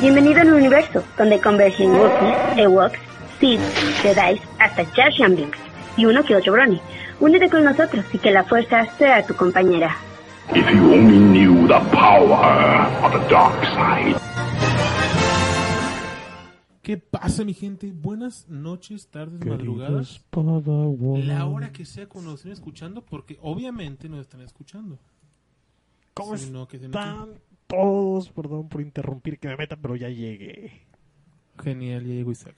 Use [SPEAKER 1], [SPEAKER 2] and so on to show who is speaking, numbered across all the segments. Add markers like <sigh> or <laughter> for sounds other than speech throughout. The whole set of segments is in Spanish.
[SPEAKER 1] Bienvenido al universo donde convergen Wookiees, Ewoks, Sith, Jedi, hasta Jar Jar Binks y uno que otro Brony. Únete con nosotros y que la fuerza sea tu compañera.
[SPEAKER 2] If you only knew the power of the dark side.
[SPEAKER 3] ¿Qué pasa, mi gente? Buenas noches, tardes, madrugadas.
[SPEAKER 4] Padawan.
[SPEAKER 3] La hora que sea cuando nos estén escuchando, porque obviamente nos están escuchando.
[SPEAKER 4] ¿Cómo
[SPEAKER 3] Sí, no, que se
[SPEAKER 4] están todos? Perdón por interrumpir que me meta, pero ya llegué.
[SPEAKER 3] Genial, ya llegó Isaac.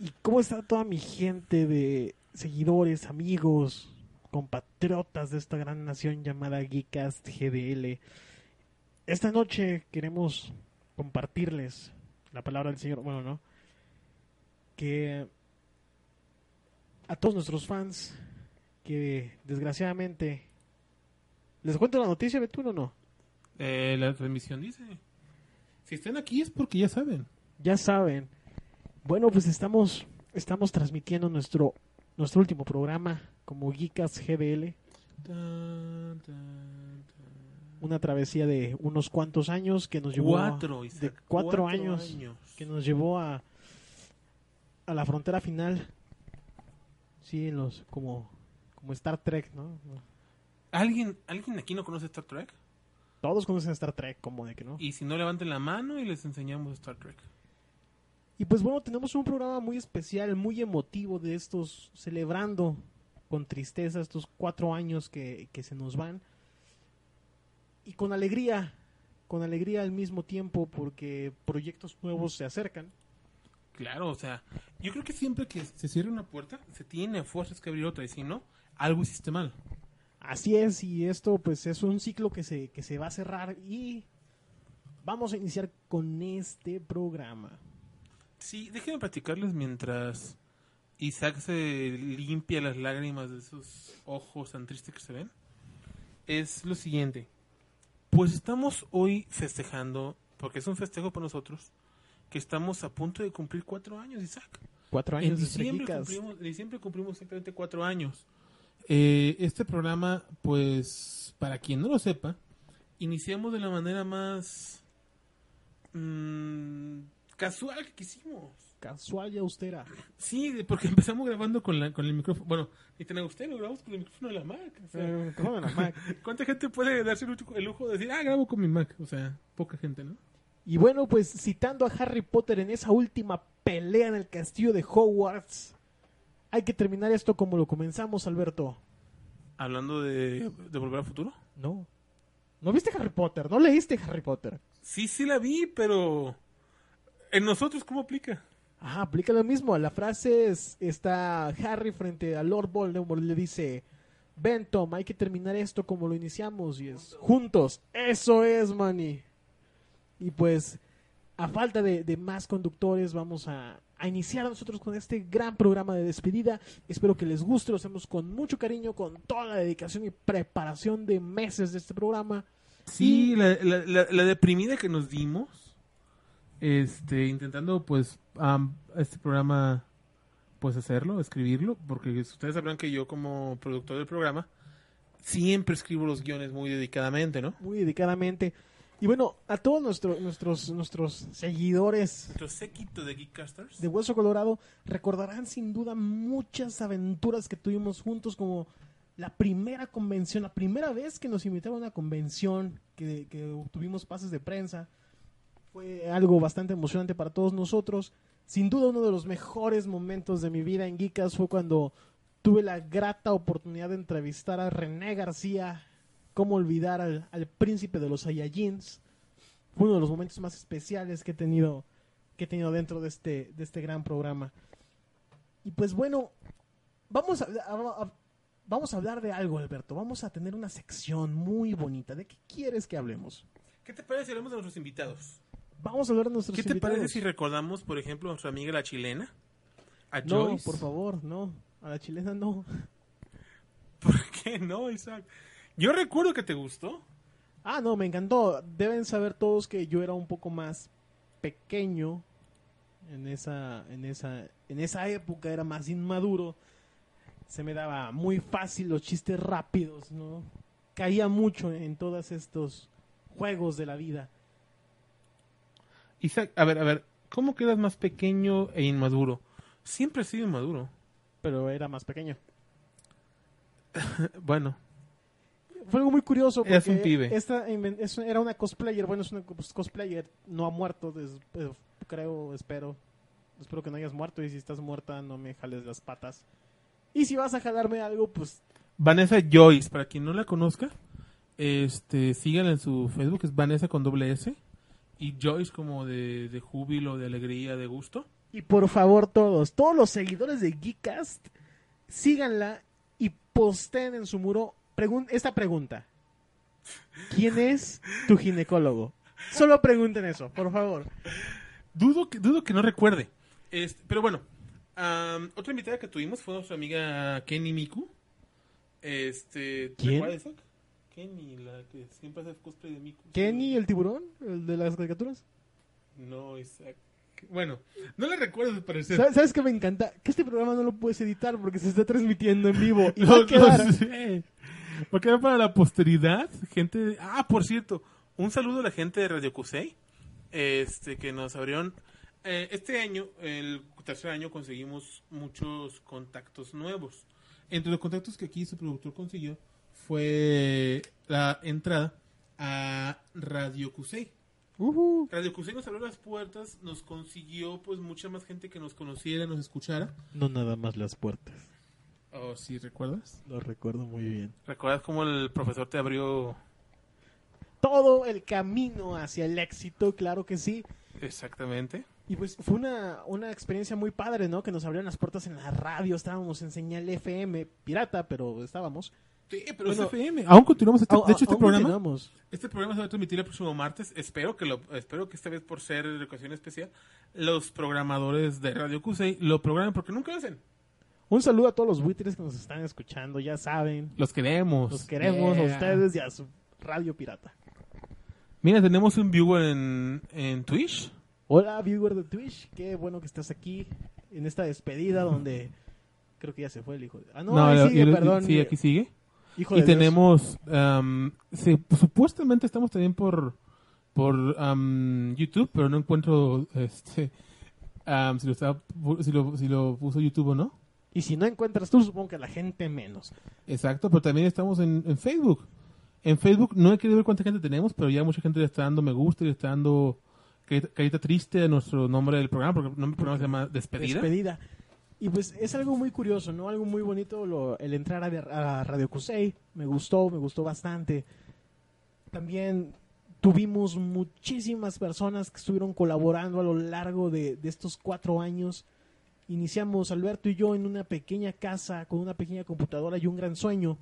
[SPEAKER 4] ¿Y cómo está toda mi gente de seguidores, amigos, compatriotas de esta gran nación llamada Geekast GDL? Esta noche queremos compartirles la palabra del Señor, bueno, ¿no? Que a todos nuestros fans, que desgraciadamente... ¿Les cuento la noticia, Betún, o no?
[SPEAKER 3] Eh, la transmisión dice. Si están aquí es porque ya saben.
[SPEAKER 4] Ya saben. Bueno, pues estamos, estamos transmitiendo nuestro, nuestro último programa como Geekas GDL,
[SPEAKER 3] Tan, tan, tan.
[SPEAKER 4] una travesía de unos cuantos años que nos llevó a-
[SPEAKER 3] Cuatro, Isaac,
[SPEAKER 4] de cuatro,
[SPEAKER 3] cuatro
[SPEAKER 4] años,
[SPEAKER 3] años.
[SPEAKER 4] que nos llevó a a la frontera final. Sí, en los como como Star Trek, ¿no?
[SPEAKER 3] ¿Alguien, ¿Alguien aquí no conoce Star Trek?
[SPEAKER 4] Todos conocen Star Trek, como de que no.
[SPEAKER 3] Y si no, levanten la mano y les enseñamos Star Trek.
[SPEAKER 4] Y pues bueno, tenemos un programa muy especial, muy emotivo de estos, celebrando con tristeza estos cuatro años que, que se nos van. Y con alegría, con alegría al mismo tiempo, porque proyectos nuevos se acercan.
[SPEAKER 3] Claro, o sea, yo creo que siempre que se cierra una puerta, se tiene a fuerzas que abrir otra. Y si no, algo hiciste mal.
[SPEAKER 4] Así es, y esto pues es un ciclo que se, que se va a cerrar y vamos a iniciar con este programa.
[SPEAKER 3] Sí, déjenme platicarles mientras Isaac se limpia las lágrimas de esos ojos tan tristes que se ven. Es lo siguiente. Pues estamos hoy festejando, porque es un festejo para nosotros, que estamos a punto de cumplir cuatro años, Isaac.
[SPEAKER 4] Cuatro
[SPEAKER 3] En
[SPEAKER 4] años de
[SPEAKER 3] diciembre,
[SPEAKER 4] Geekas.
[SPEAKER 3] cumplimos, en diciembre cumplimos exactamente cuatro años. Eh, este programa, pues, para quien no lo sepa, iniciamos de la manera más mm, casual que quisimos.
[SPEAKER 4] Casual y austera.
[SPEAKER 3] Sí, de- porque <laughs> empezamos grabando con, la, con el micrófono. Bueno, ni tan a usted lo grabamos con el micrófono de la Mac. o sea,
[SPEAKER 4] Eh, perdón, la Mac.
[SPEAKER 3] ¿Cuánta gente puede darse el lujo- el lujo de decir, ah, grabo con mi Mac? O sea, poca gente, ¿no?
[SPEAKER 4] Y bueno, pues citando a Harry Potter en esa última pelea en el castillo de Hogwarts, hay que terminar esto como lo comenzamos, Alberto.
[SPEAKER 3] Hablando de, de Volver al Futuro.
[SPEAKER 4] No. ¿No viste Harry Potter? ¿No leíste Harry Potter?
[SPEAKER 3] Sí, sí la vi, pero... ¿En nosotros cómo aplica?
[SPEAKER 4] Ajá, aplica lo mismo. La frase es, está Harry frente a Lord Voldemort y le dice, ven Tom, hay que terminar esto como lo iniciamos y es juntos. Eso es, Manny. Y pues, a falta de, de más conductores, vamos a, a iniciar nosotros con este gran programa de despedida. Espero que les guste, lo hacemos con mucho cariño, con toda la dedicación y preparación de meses de este programa.
[SPEAKER 3] Sí, la, la- la- la deprimida que nos dimos, este, intentando pues am- este programa, pues hacerlo, escribirlo, porque ustedes sabrán que yo como productor del programa siempre escribo los guiones muy dedicadamente, ¿no?
[SPEAKER 4] Muy dedicadamente. Y bueno, a todos nuestro- nuestros, nuestros seguidores
[SPEAKER 3] Nuestro séquito de Geekcasters.
[SPEAKER 4] de Hueso Colorado recordarán sin duda muchas aventuras que tuvimos juntos como la primera convención, la primera vez que nos invitaron a una convención, que, que obtuvimos pases de prensa. Fue algo bastante emocionante para todos nosotros. Sin duda uno de los mejores momentos de mi vida en Geekas fue cuando tuve la grata oportunidad de entrevistar a René García, cómo olvidar al, al príncipe de los Saiyajins. Fue uno de los momentos más especiales que he tenido que he tenido dentro de este, de este gran programa. Y pues bueno, vamos a, a- a- vamos a hablar de algo, Alberto. Vamos a tener una sección muy bonita. ¿De qué quieres que hablemos?
[SPEAKER 3] ¿Qué te parece si hablamos de nuestros invitados?
[SPEAKER 4] Vamos a hablar de nuestros
[SPEAKER 3] ¿Qué te
[SPEAKER 4] invitados.
[SPEAKER 3] parece si recordamos, por ejemplo, a nuestra amiga la chilena? A
[SPEAKER 4] No,
[SPEAKER 3] Joyce.
[SPEAKER 4] por favor, no. A la chilena no.
[SPEAKER 3] <laughs> ¿Por qué no, Isaac? Yo recuerdo que te gustó.
[SPEAKER 4] Ah, no, me encantó. Deben saber todos que yo era un poco más pequeño en esa, en esa, en esa época era más inmaduro. Se me daba muy fácil los chistes rápidos, ¿no? Caía mucho en todos estos juegos de la vida.
[SPEAKER 3] Isaac, a ver, a ver, ¿cómo que eras más pequeño e inmaduro? Siempre he sido inmaduro.
[SPEAKER 4] pero era más pequeño.
[SPEAKER 3] Bueno,
[SPEAKER 4] Fue algo muy curioso porque
[SPEAKER 3] Eras un pibe.
[SPEAKER 4] esta inven- es- era una cosplayer, bueno, es una cos- cosplayer, no ha muerto, des- eh, creo, espero. Espero que no hayas muerto y si estás muerta no me jales las patas. Y si vas a jalarme algo, pues
[SPEAKER 3] Vanessa Joyce, para quien no la conozca, este, síganla en su Facebook, es Vanessa con doble S. Y Joyce como de, de júbilo, de alegría, de gusto.
[SPEAKER 4] Y por favor, todos, todos los seguidores de Geekcast, síganla y posteen en su muro pregun- esta pregunta. ¿Quién es tu ginecólogo? Solo pregunten eso, por favor.
[SPEAKER 3] Dudo que, dudo que no recuerde. Este, pero bueno, am, otra invitada que tuvimos fue nuestra amiga Kenny Miku. Este, ¿te
[SPEAKER 4] ¿Quién?
[SPEAKER 3] acuerdas, Isaac? Kenny, la que siempre hace cosplay de Miku.
[SPEAKER 4] ¿Kenny el tiburón? ¿El de las caricaturas?
[SPEAKER 3] No, Isaac. Bueno, no la recuerdo al parecer. <laughs>
[SPEAKER 4] ¿Sabes, sabes qué me encanta? Que este programa no lo puedes editar porque se está transmitiendo en vivo.
[SPEAKER 3] <laughs>
[SPEAKER 4] Y va
[SPEAKER 3] No,
[SPEAKER 4] a
[SPEAKER 3] no
[SPEAKER 4] quedar-
[SPEAKER 3] sé. Va a quedar para la posteridad. Gente. de- Ah, por cierto, un saludo a la gente de Radio Cusey. Este, que nos abrieron. eh, este año, el tercer año, conseguimos muchos contactos nuevos. Entre los contactos que aquí su productor consiguió fue la entrada a Radio Cusey.
[SPEAKER 4] Ujú.
[SPEAKER 3] Radio Cusey nos abrió las puertas, nos consiguió pues mucha más gente que nos conociera, nos escuchara.
[SPEAKER 4] No nada más las puertas.
[SPEAKER 3] Oh, sí, ¿recuerdas?
[SPEAKER 4] Lo recuerdo muy bien.
[SPEAKER 3] ¿Recuerdas cómo el profesor te abrió
[SPEAKER 4] Todo el camino hacia el éxito, claro que sí.
[SPEAKER 3] Exactamente.
[SPEAKER 4] Y pues fue una, una experiencia muy padre, ¿no? Que nos abrieron las puertas en la radio, estábamos en señal FM, pirata, pero estábamos.
[SPEAKER 3] Sí, pero
[SPEAKER 4] Bueno,
[SPEAKER 3] es FM. Aún continuamos. Este,
[SPEAKER 4] Au-
[SPEAKER 3] de hecho, este
[SPEAKER 4] aún
[SPEAKER 3] programa,
[SPEAKER 4] continuamos.
[SPEAKER 3] este programa se va a transmitir el próximo martes. Espero que lo, espero que esta vez por ser de ocasión especial, los programadores de Radio QC lo programen porque nunca lo hacen.
[SPEAKER 4] Un saludo a todos los buitres que nos están escuchando, ya saben.
[SPEAKER 3] Los queremos.
[SPEAKER 4] Los queremos a
[SPEAKER 3] Yeah.
[SPEAKER 4] ustedes y a su radio pirata.
[SPEAKER 3] Mira, tenemos un viewer en, en Twitch.
[SPEAKER 4] Hola, viewer de Twitch, qué bueno que estás aquí en esta despedida donde creo que ya se fue el hijo de... Ah, no, ahí
[SPEAKER 3] yo-
[SPEAKER 4] sigue,
[SPEAKER 3] yo-
[SPEAKER 4] perdón.
[SPEAKER 3] Sí, aquí sigue.
[SPEAKER 4] hijo
[SPEAKER 3] y
[SPEAKER 4] de Dios.
[SPEAKER 3] tenemos, am, sí, supuestamente estamos también por por am, YouTube, pero no encuentro este am, si lo estaba pu- si lo, si lo puso YouTube o no.
[SPEAKER 4] Y si no encuentras tú, supongo que la gente menos.
[SPEAKER 3] Exacto, pero también estamos en, en Facebook. En Facebook no he querido ver cuánta gente tenemos, pero ya mucha gente le está dando me gusta y le está dando carita, carita triste a nuestro nombre del programa, porque el nombre del programa se llama Despedida.
[SPEAKER 4] despedida. Y pues es algo muy curioso, ¿no? Algo muy bonito lo- el entrar a, ver- a Radio Cusey. Me gustó, me gustó bastante. También tuvimos muchísimas personas que estuvieron colaborando a lo largo de, de estos cuatro años. Iniciamos Alberto y yo en una pequeña casa con una pequeña computadora y un gran sueño.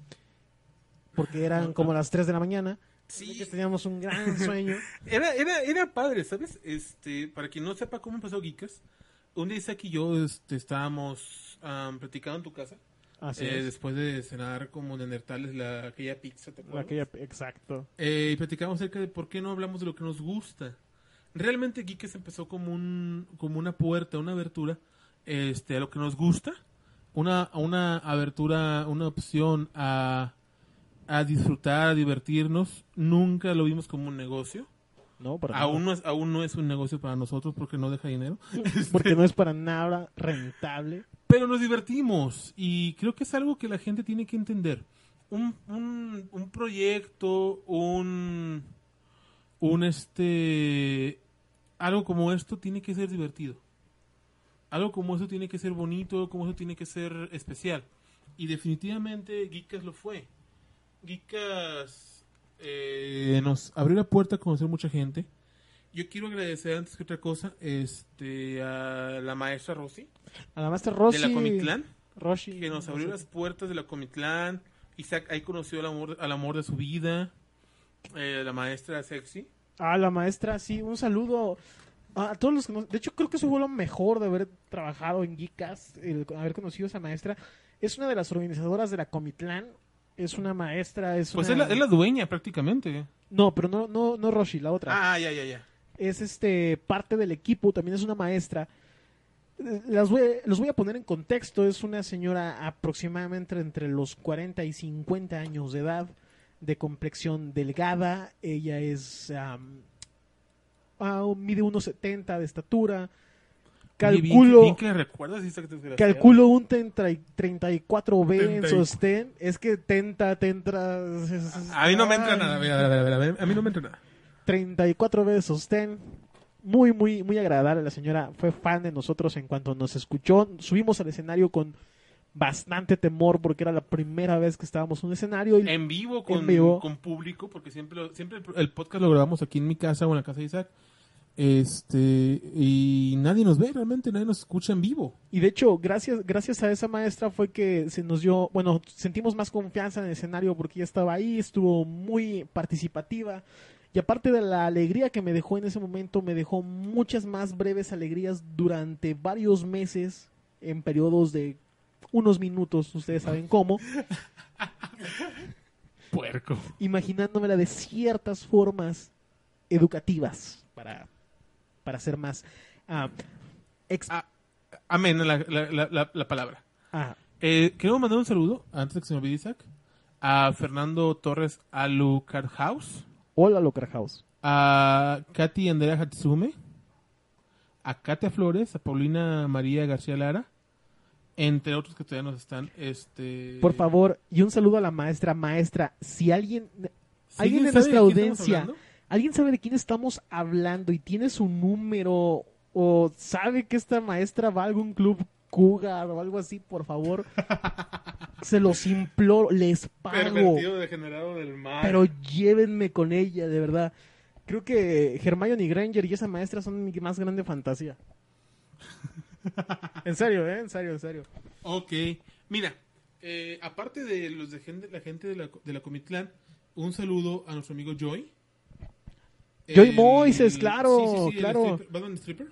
[SPEAKER 4] Porque eran como las 3 de la mañana.
[SPEAKER 3] Sí.
[SPEAKER 4] Así que Teníamos un gran sueño.
[SPEAKER 3] <laughs> Era, era, era padre, ¿sabes? Este, para quien no sepa cómo empezó Geekas, un día Isaac y yo este, estábamos am, platicando en tu casa,
[SPEAKER 4] Así
[SPEAKER 3] eh,
[SPEAKER 4] es.
[SPEAKER 3] después de cenar como neandertales la, aquella pizza, ¿te acuerdas?
[SPEAKER 4] Aquella- exacto.
[SPEAKER 3] Eh, y platicamos acerca de por qué no hablamos de lo que nos gusta. Realmente Geekes empezó como un como una puerta, una abertura este a lo que nos gusta, una a una abertura, una opción a a disfrutar, a divertirnos. Nunca lo vimos como un negocio.
[SPEAKER 4] No, para nada.
[SPEAKER 3] Aún no es, aún no es un negocio para nosotros porque no deja dinero.
[SPEAKER 4] porque
[SPEAKER 3] <laughs>
[SPEAKER 4] no es para nada rentable.
[SPEAKER 3] Pero nos divertimos y creo que es algo que la gente tiene que entender. Un, un, un proyecto, un, un este, algo como esto tiene que ser divertido. Algo como esto tiene que ser bonito, algo como eso tiene que ser especial. Y definitivamente Geekas lo fue. Geekas eh, nos abrió la puerta a conocer mucha gente. Yo quiero agradecer antes que otra cosa este, a la maestra Rosy
[SPEAKER 4] A la Master Rossi.
[SPEAKER 3] de la Comic Clan,
[SPEAKER 4] Roshi.
[SPEAKER 3] que nos
[SPEAKER 4] no
[SPEAKER 3] abrió
[SPEAKER 4] sé.
[SPEAKER 3] las puertas de la Comic Clan. Isaac ahí conoció al amor, al amor de su vida, eh, la maestra sexy.
[SPEAKER 4] A la maestra, sí. Un saludo a todos los que nos... De hecho, creo que eso fue lo mejor de haber trabajado en Geekas, el haber conocido a esa maestra. Es una de las organizadoras de la Comitlán. Es una maestra, es
[SPEAKER 3] Pues es
[SPEAKER 4] una...
[SPEAKER 3] la, es la dueña prácticamente.
[SPEAKER 4] No, pero no, no, no Roshi, la otra.
[SPEAKER 3] Ah, ya, ya, ya.
[SPEAKER 4] es este parte del equipo, también es una maestra. Eh, Las voy, los voy a poner en contexto, es una señora aproximadamente entre los 40 y 50 años de edad, de complexión delgada, ella es am, ah, mide 1,70 de estatura.
[SPEAKER 3] Oye, bien-
[SPEAKER 4] Calculo,
[SPEAKER 3] bien que recuerdas esa desgraciada.
[SPEAKER 4] calculo un 30 y 34B en
[SPEAKER 3] Tenta y-
[SPEAKER 4] sostén. Es que tenta, tentra...
[SPEAKER 3] A mí no me entra nada. mira, mira, mira, mira, A mí no me entra nada.
[SPEAKER 4] 34 veces sostén. Muy, muy, muy agradable. La señora fue fan de nosotros en cuanto nos escuchó. Subimos al escenario con bastante temor porque era la primera vez que estábamos en un escenario. Y
[SPEAKER 3] En vivo con,
[SPEAKER 4] En vivo.
[SPEAKER 3] con público, porque siempre, lo- siempre el, el podcast lo grabamos aquí en mi casa o en la casa de Isaac. Este, y nadie nos ve, realmente nadie nos escucha en vivo.
[SPEAKER 4] Y de hecho, gracias, gracias a esa maestra fue que se nos dio, bueno, sentimos más confianza en el escenario porque ella estaba ahí, estuvo muy participativa. Y aparte de la alegría que me dejó en ese momento, me dejó muchas más breves alegrías durante varios meses, en periodos de unos minutos, ustedes saben cómo,
[SPEAKER 3] Puerco.
[SPEAKER 4] imaginándomela de ciertas formas educativas para, para ser más... ah, ex-
[SPEAKER 3] Ah, amén la, la- la- la- la palabra.
[SPEAKER 4] ah,
[SPEAKER 3] Eh, queremos mandar un saludo, antes de que se me olvide Isaac, a Fernando Torres Alucardhouse,
[SPEAKER 4] hola, Lockerhouse.
[SPEAKER 3] a Katy Andrea Hatsume, a Katia Flores, a Paulina María García Lara, entre otros que todavía nos están. Este,
[SPEAKER 4] Por favor, y un saludo a la maestra. Maestra, si alguien,
[SPEAKER 3] ¿sí
[SPEAKER 4] alguien
[SPEAKER 3] sabe
[SPEAKER 4] de nuestra
[SPEAKER 3] quién estamos
[SPEAKER 4] audiencia,
[SPEAKER 3] hablando?
[SPEAKER 4] alguien sabe de quién estamos hablando y tiene su número o sabe que esta maestra va a algún club cougar o algo así, por favor, se los imploro, les pago,
[SPEAKER 3] Pervertido, degenerado del mal.
[SPEAKER 4] pero llévenme con ella, de verdad. Creo que Hermione Granger y esa maestra son mi más grande fantasía. en serio, ¿eh? En serio, en serio.
[SPEAKER 3] Ok, mira, eh, aparte de los de gente- la gente de la, de la Comitlán, un saludo a nuestro amigo Joy.
[SPEAKER 4] Joy Moises, claro,
[SPEAKER 3] el
[SPEAKER 4] claro.
[SPEAKER 3] stripper- Batman Stripper.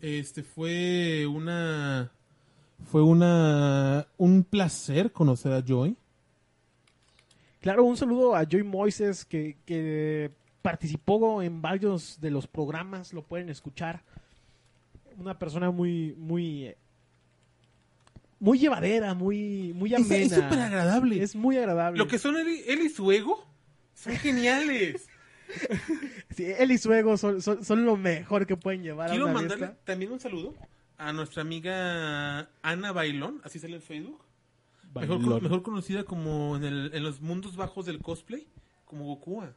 [SPEAKER 3] Este fue una. Fue una. Un placer conocer a Joy.
[SPEAKER 4] Claro, un saludo a Joy Moises que, que participó en varios de los programas, lo pueden escuchar. Una persona muy, muy, eh, muy llevadera, muy, muy
[SPEAKER 3] Es-
[SPEAKER 4] amena.
[SPEAKER 3] es súper agradable.
[SPEAKER 4] Es muy agradable.
[SPEAKER 3] Lo que son él, y- él y su ego son geniales.
[SPEAKER 4] Sí, él y su ego son, son- son lo mejor que pueden llevar
[SPEAKER 3] Quiero
[SPEAKER 4] a una
[SPEAKER 3] mandarle
[SPEAKER 4] fiesta.
[SPEAKER 3] también un saludo a nuestra amiga Ana Bailón, así sale en Facebook. Mejor,
[SPEAKER 4] Bailón.
[SPEAKER 3] cono- mejor conocida como en, el- en los mundos bajos del cosplay, como Goku. ah.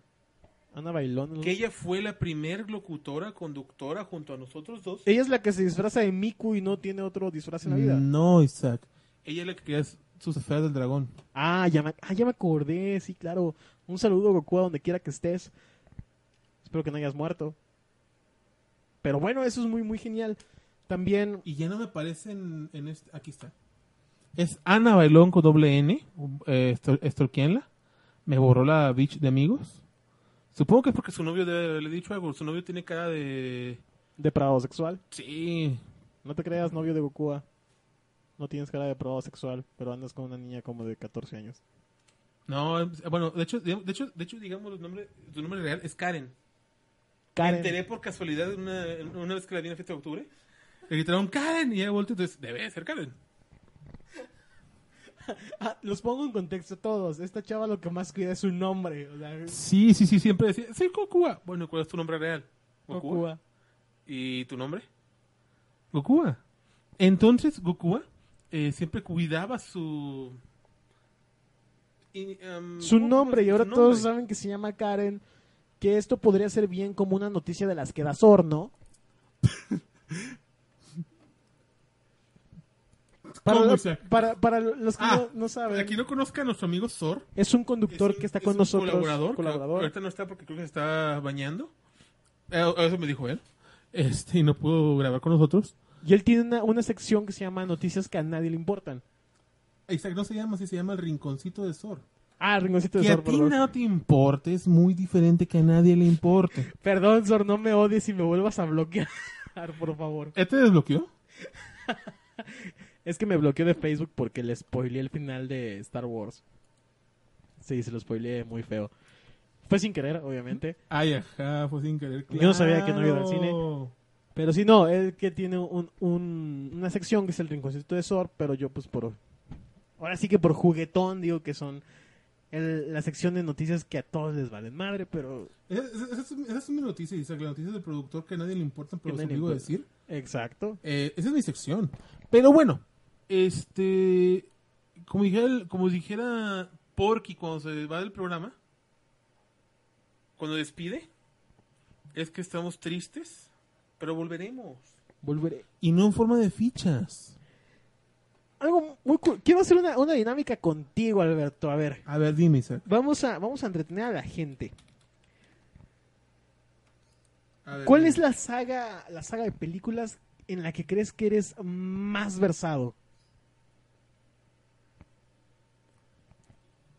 [SPEAKER 4] Ana Bailón. ¿no?
[SPEAKER 3] Que ella fue la primer locutora, conductora junto a nosotros dos.
[SPEAKER 4] Ella es la que se disfraza de Miku y no tiene otro disfraz en
[SPEAKER 3] Mm.
[SPEAKER 4] la vida.
[SPEAKER 3] No, Isaac. Ella es la que crea s- sus esferas del dragón.
[SPEAKER 4] Ah ya, me, ah, ya me acordé, sí, claro. Un saludo, Goku, a donde quiera que estés. Espero que no hayas muerto. Pero bueno, eso es muy, muy genial. También,
[SPEAKER 3] Y ya no me aparece en, en este. Aquí está. Es Ana Bailón con doble N. Eh, estor- estorquéenla. Me borró la bitch de amigos. Supongo que es porque su novio debe haberle dicho algo. Su novio tiene cara de.
[SPEAKER 4] depravado sexual.
[SPEAKER 3] Sí.
[SPEAKER 4] No te creas, novio de Goku. ah. No tienes cara de depravado sexual, pero andas con una niña como de 14 años.
[SPEAKER 3] No, eh, bueno, de hecho, de de hecho, de hecho digamos, los nombres- su nombre real es Karen. Me enteré
[SPEAKER 4] Karen.
[SPEAKER 3] por casualidad una, una vez que la vi en la fiesta de octubre. Le gritaron Karen y ella volteó. Entonces, debe ser Karen.
[SPEAKER 4] Ah, los pongo en contexto todos. Esta chava lo que más cuida es su nombre. O sea,
[SPEAKER 3] Sí, sí, sí, siempre decía, soy Gokuba. Bueno, ¿cuál es tu nombre real? Gokuba.
[SPEAKER 4] Goku. ah.
[SPEAKER 3] ¿Y tu nombre? Gokuba. Entonces, Gokuba eh, siempre cuidaba su... y, um,
[SPEAKER 4] su
[SPEAKER 3] ¿cómo se
[SPEAKER 4] nombre pues, y ahora
[SPEAKER 3] llama? Su
[SPEAKER 4] todos
[SPEAKER 3] nombre.
[SPEAKER 4] saben que se llama Karen. Que esto podría ser bien como una noticia de las que da sorno.
[SPEAKER 3] ¿Cómo,
[SPEAKER 4] <laughs> Para,
[SPEAKER 3] Isaac?
[SPEAKER 4] para, para los que
[SPEAKER 3] Ah,
[SPEAKER 4] no, no saben,
[SPEAKER 3] Aquí no conozca a nuestro amigo Sor.
[SPEAKER 4] es un
[SPEAKER 3] Es
[SPEAKER 4] conductor
[SPEAKER 3] un-
[SPEAKER 4] que está
[SPEAKER 3] es
[SPEAKER 4] con
[SPEAKER 3] un
[SPEAKER 4] nosotros.
[SPEAKER 3] Colaborador.
[SPEAKER 4] colaborador.
[SPEAKER 3] que Ahorita no está porque creo que se está bañando. Eh, Eso me dijo él. Este, y no pudo grabar con nosotros.
[SPEAKER 4] Y él tiene una, una sección que se llama Noticias que a nadie le importan.
[SPEAKER 3] Isaac no se llama así, se llama el rinconcito de Sor.
[SPEAKER 4] Ah, rinconcito de
[SPEAKER 3] Que a
[SPEAKER 4] Sor,
[SPEAKER 3] ti
[SPEAKER 4] perdón.
[SPEAKER 3] no te importe, es muy diferente que a nadie le importe.
[SPEAKER 4] Perdón, Sor, no me odies y me vuelvas a bloquear, <laughs> por favor.
[SPEAKER 3] ¿Este desbloqueó?
[SPEAKER 4] Es que me bloqueó de Facebook porque le spoileé el final de Star Wars. Sí, se lo spoileé muy feo. Fue sin querer, obviamente.
[SPEAKER 3] Ay, ajá, fue sin querer.
[SPEAKER 4] Yo no sabía que no iba al cine.
[SPEAKER 3] claro.
[SPEAKER 4] Pero si no, él que tiene un, un- una sección que es el rinconcito de Sor, pero yo pues por... Ahora sí que por juguetón digo que son el- la sección de noticias que a todos les valen madre, pero...
[SPEAKER 3] Esa, esa- esa es, esa es mi noticia, Isaac. La noticia del productor que a nadie le importa, pero
[SPEAKER 4] que
[SPEAKER 3] se
[SPEAKER 4] nadie
[SPEAKER 3] digo
[SPEAKER 4] puede-
[SPEAKER 3] decir.
[SPEAKER 4] Exacto.
[SPEAKER 3] Eh, esa es mi sección. Pero bueno, este. Como dijera, el- como dijera Porky cuando se va del programa, cuando despide, es que estamos tristes, pero volveremos.
[SPEAKER 4] Volveré.
[SPEAKER 3] Y no en forma de fichas.
[SPEAKER 4] Algo muy... cu- Quiero hacer una, una dinámica contigo, Alberto. A ver,
[SPEAKER 3] A ver, dime, Isaac.
[SPEAKER 4] vamos a, vamos a entretener a la gente.
[SPEAKER 3] A ver,
[SPEAKER 4] ¿Cuál
[SPEAKER 3] dime.
[SPEAKER 4] es la saga, la saga de películas en la que crees que eres más versado?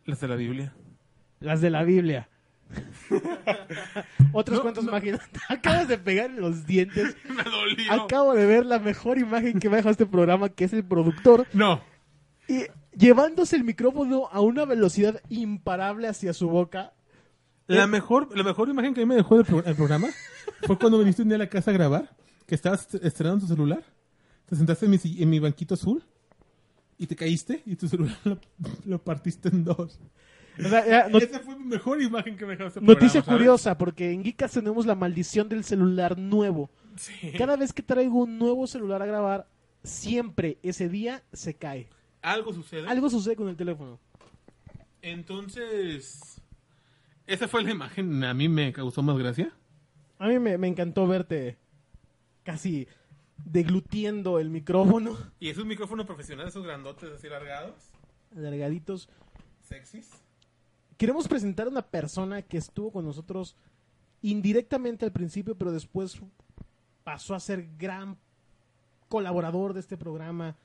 [SPEAKER 3] Las de la Biblia. <laughs>
[SPEAKER 4] Las de la Biblia. Otros
[SPEAKER 3] No,
[SPEAKER 4] cuantos
[SPEAKER 3] no.
[SPEAKER 4] imágenes. <laughs> Acabas de pegar en los
[SPEAKER 3] <laughs>
[SPEAKER 4] dientes.
[SPEAKER 3] Me dolió.
[SPEAKER 4] Acabo de ver la mejor imagen que me ha dejado este programa, que es el productor,
[SPEAKER 3] No.
[SPEAKER 4] y llevándose el micrófono a una velocidad imparable hacia su boca. Eh,
[SPEAKER 3] La mejor, la mejor imagen que a mí me dejó el, pro- el programa fue cuando viniste un día a la casa a grabar, que estabas est- estrenando tu celular, te sentaste en mi, si- en mi banquito azul y te caíste y tu celular lo, lo partiste en dos.
[SPEAKER 4] O sea,
[SPEAKER 3] <laughs>
[SPEAKER 4] era not-
[SPEAKER 3] Esa fue mi mejor imagen que me dejó este programa.
[SPEAKER 4] noticia
[SPEAKER 3] ¿sabes?
[SPEAKER 4] curiosa, porque en Geekas tenemos la maldición del celular
[SPEAKER 3] <laughs>
[SPEAKER 4] nuevo.
[SPEAKER 3] Sí.
[SPEAKER 4] Cada vez que traigo un nuevo celular a grabar, siempre ese día se cae.
[SPEAKER 3] Algo sucede.
[SPEAKER 4] Algo sucede con el teléfono.
[SPEAKER 3] Entonces, esa fue la imagen, a mí me causó más gracia.
[SPEAKER 4] A mí me, me encantó verte casi deglutiendo el micrófono, <laughs>
[SPEAKER 3] Y es un micrófono profesional, esos grandotes así largados,
[SPEAKER 4] alargaditos.
[SPEAKER 3] sexys.
[SPEAKER 4] Queremos presentar a una persona que estuvo con nosotros indirectamente al principio, pero después pasó a ser gran colaborador de este programa.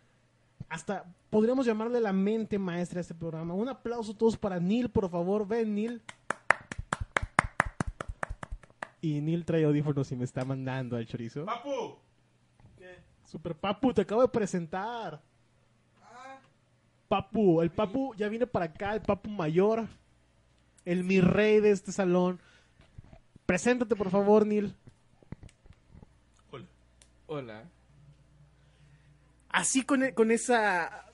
[SPEAKER 4] Hasta podríamos llamarle la mente maestra de este programa. Un aplauso todos para Neil, por favor. Ven, Neil. Y Neil trae audífonos y me está mandando al chorizo.
[SPEAKER 3] ¡Papu!
[SPEAKER 4] Super Papu, te acabo de presentar. Ah. Papu, el Papu ya viene para acá, el Papu mayor, el mi rey de este salón. Preséntate, por favor, Neil.
[SPEAKER 3] Hola.
[SPEAKER 5] Hola.
[SPEAKER 4] Así con, e- con esa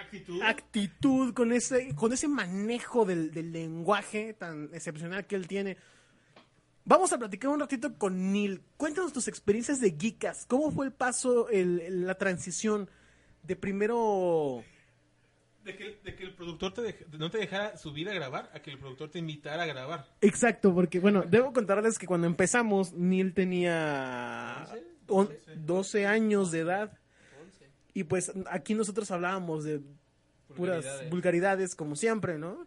[SPEAKER 3] Actitud.
[SPEAKER 4] actitud, con ese, con ese manejo del, del lenguaje tan excepcional que él tiene. Vamos a platicar un ratito con Neil. Cuéntanos tus experiencias de geekas. ¿Cómo fue el paso, el- el- la transición de primero
[SPEAKER 3] De que, de que el productor te dej- no te dejara subir a grabar, a que el productor te invitara a grabar.
[SPEAKER 4] Exacto, porque bueno, debo contarles que cuando empezamos, Neil tenía on- 12 años de edad. Y pues aquí nosotros hablábamos de puras
[SPEAKER 5] Vulgaridades.
[SPEAKER 4] vulgaridades, como siempre, ¿no?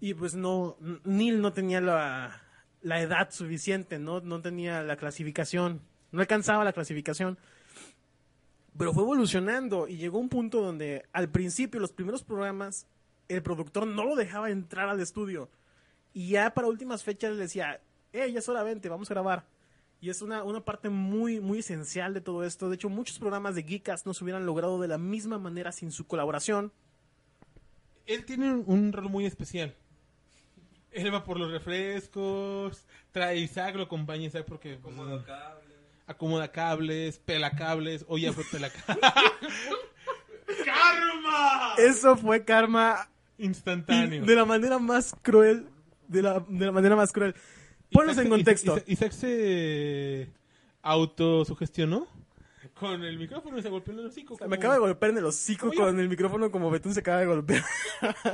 [SPEAKER 4] Y pues no, N- Neil no tenía la, la edad suficiente, ¿no? No tenía la clasificación, no alcanzaba la clasificación. Pero fue evolucionando y llegó un punto donde al principio, los primeros programas, el productor no lo dejaba entrar al estudio. Y ya para últimas fechas le decía, eh, ya es hora, vente, vamos a grabar. Y es una, una parte muy, muy esencial de todo esto. De hecho, muchos programas de Geekas no se hubieran logrado de la misma manera sin su colaboración.
[SPEAKER 3] Él tiene un, un rol muy especial. Él va por los refrescos, trae a Isaac, lo acompaña a Isaac porque... Acomoda cables. Acomoda cables, pela cables, o ya fue <laughs> pela cables. ¡Karma!
[SPEAKER 4] Eso fue karma
[SPEAKER 3] Instantáneo.
[SPEAKER 4] de la manera más cruel. De la, de la manera más cruel. Ponlos
[SPEAKER 3] Isaac
[SPEAKER 4] en
[SPEAKER 3] se-
[SPEAKER 4] contexto.
[SPEAKER 3] Isaac, Isaac se autosugestionó con el micrófono y se golpeó en el hocico.
[SPEAKER 4] Me acaba de golpear en el hocico
[SPEAKER 3] Como yo.
[SPEAKER 4] con el micrófono como Betún se acaba de golpear. <laughs>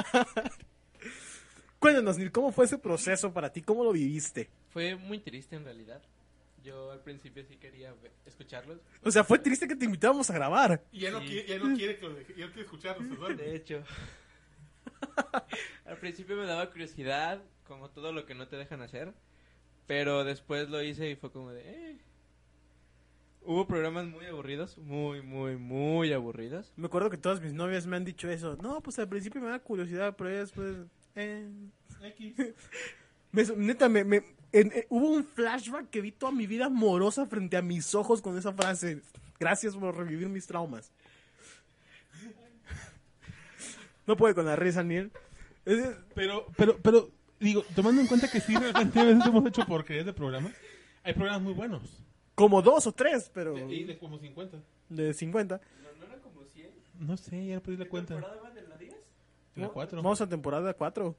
[SPEAKER 4] Cuéntanos, Neil, ¿cómo fue ese proceso para ti? ¿Cómo lo viviste?
[SPEAKER 5] Fue muy triste en realidad. Yo al principio sí quería ve- escucharlos.
[SPEAKER 4] O sea, fue triste que te invitábamos a grabar.
[SPEAKER 3] Y ya no,
[SPEAKER 5] Sí.
[SPEAKER 3] quiere, ya no quiere que lo deje- ya no quiere escucharlo, se duerme.
[SPEAKER 5] <laughs> De hecho, al principio me daba curiosidad, como todo lo que no te dejan hacer. Pero después lo hice y fue como de... "Eh". Hubo programas muy aburridos, muy, muy, muy aburridos.
[SPEAKER 4] Me acuerdo que todas mis novias me han dicho eso. No, pues al principio me da curiosidad, pero ya después... eh.
[SPEAKER 3] X.
[SPEAKER 4] Me so- neta, me, me- en- eh, hubo un flashback que vi toda mi vida amorosa frente a mis ojos con esa frase. Gracias por revivir mis traumas. No puede con la risa, Niel. Es-
[SPEAKER 3] Pero, pero, pero, digo, tomando en cuenta que sí, realmente a veces hemos hecho porquerías de programas, hay programas muy buenos.
[SPEAKER 4] como dos o tres, pero
[SPEAKER 3] De, y de como 50.
[SPEAKER 4] de 50.
[SPEAKER 5] ¿No era como 100?
[SPEAKER 3] No sé, ya perdí la cuenta.
[SPEAKER 5] de la 10?
[SPEAKER 3] La 4.
[SPEAKER 4] Vamos a temporada 4.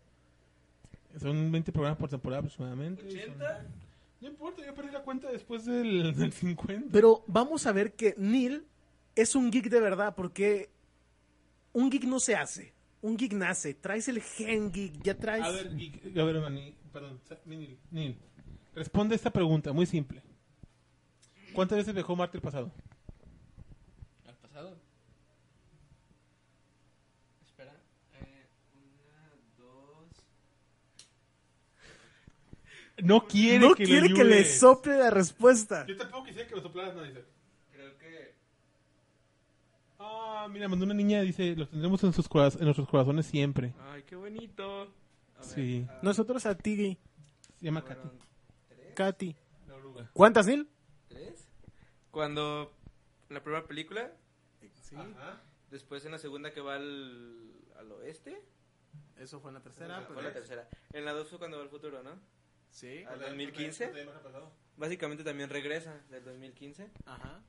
[SPEAKER 3] Son 20 programas por temporada aproximadamente.
[SPEAKER 5] ¿80?
[SPEAKER 3] Son- No importa, yo perdí la cuenta después del, del 50.
[SPEAKER 4] Pero vamos a ver que Neil es un geek de verdad, porque un geek no se hace. Un geek nace. Traes el gen geek, ya traes.
[SPEAKER 3] A ver, y- a ver, Manny, perdón, sa- Neil, Neil, responde esta pregunta, muy simple. ¿Cuántas veces viajó Marte el pasado?
[SPEAKER 5] ¿Al pasado? Espera. Eh, una, dos.
[SPEAKER 3] No quiere
[SPEAKER 4] no
[SPEAKER 3] que
[SPEAKER 4] quiere
[SPEAKER 3] le
[SPEAKER 4] que le
[SPEAKER 3] ayudes.
[SPEAKER 4] sople la respuesta.
[SPEAKER 3] Yo tampoco quisiera que me soplaras, no, dice.
[SPEAKER 5] Creo que.
[SPEAKER 3] Ah, mira, mandó una niña, dice, los tendremos en, sus coraz- en nuestros corazones siempre.
[SPEAKER 5] Ay, qué bonito. A ver,
[SPEAKER 3] Sí.
[SPEAKER 5] ah,
[SPEAKER 4] Nosotros a ti,
[SPEAKER 3] Se llama Katy.
[SPEAKER 5] fueron ¿Tres?
[SPEAKER 4] Katy.
[SPEAKER 3] La oruga.
[SPEAKER 4] ¿Cuántas, Neil?
[SPEAKER 5] ¿Tres? Cuando. La primera película. Sí. Después en la segunda que va al, al oeste.
[SPEAKER 4] Eso fue en la
[SPEAKER 5] Esa fue la tercera. En la dos fue cuando va al futuro, ¿no?
[SPEAKER 4] Sí.
[SPEAKER 5] Al 2015. Básicamente también regresa del 2015.
[SPEAKER 4] Ajá.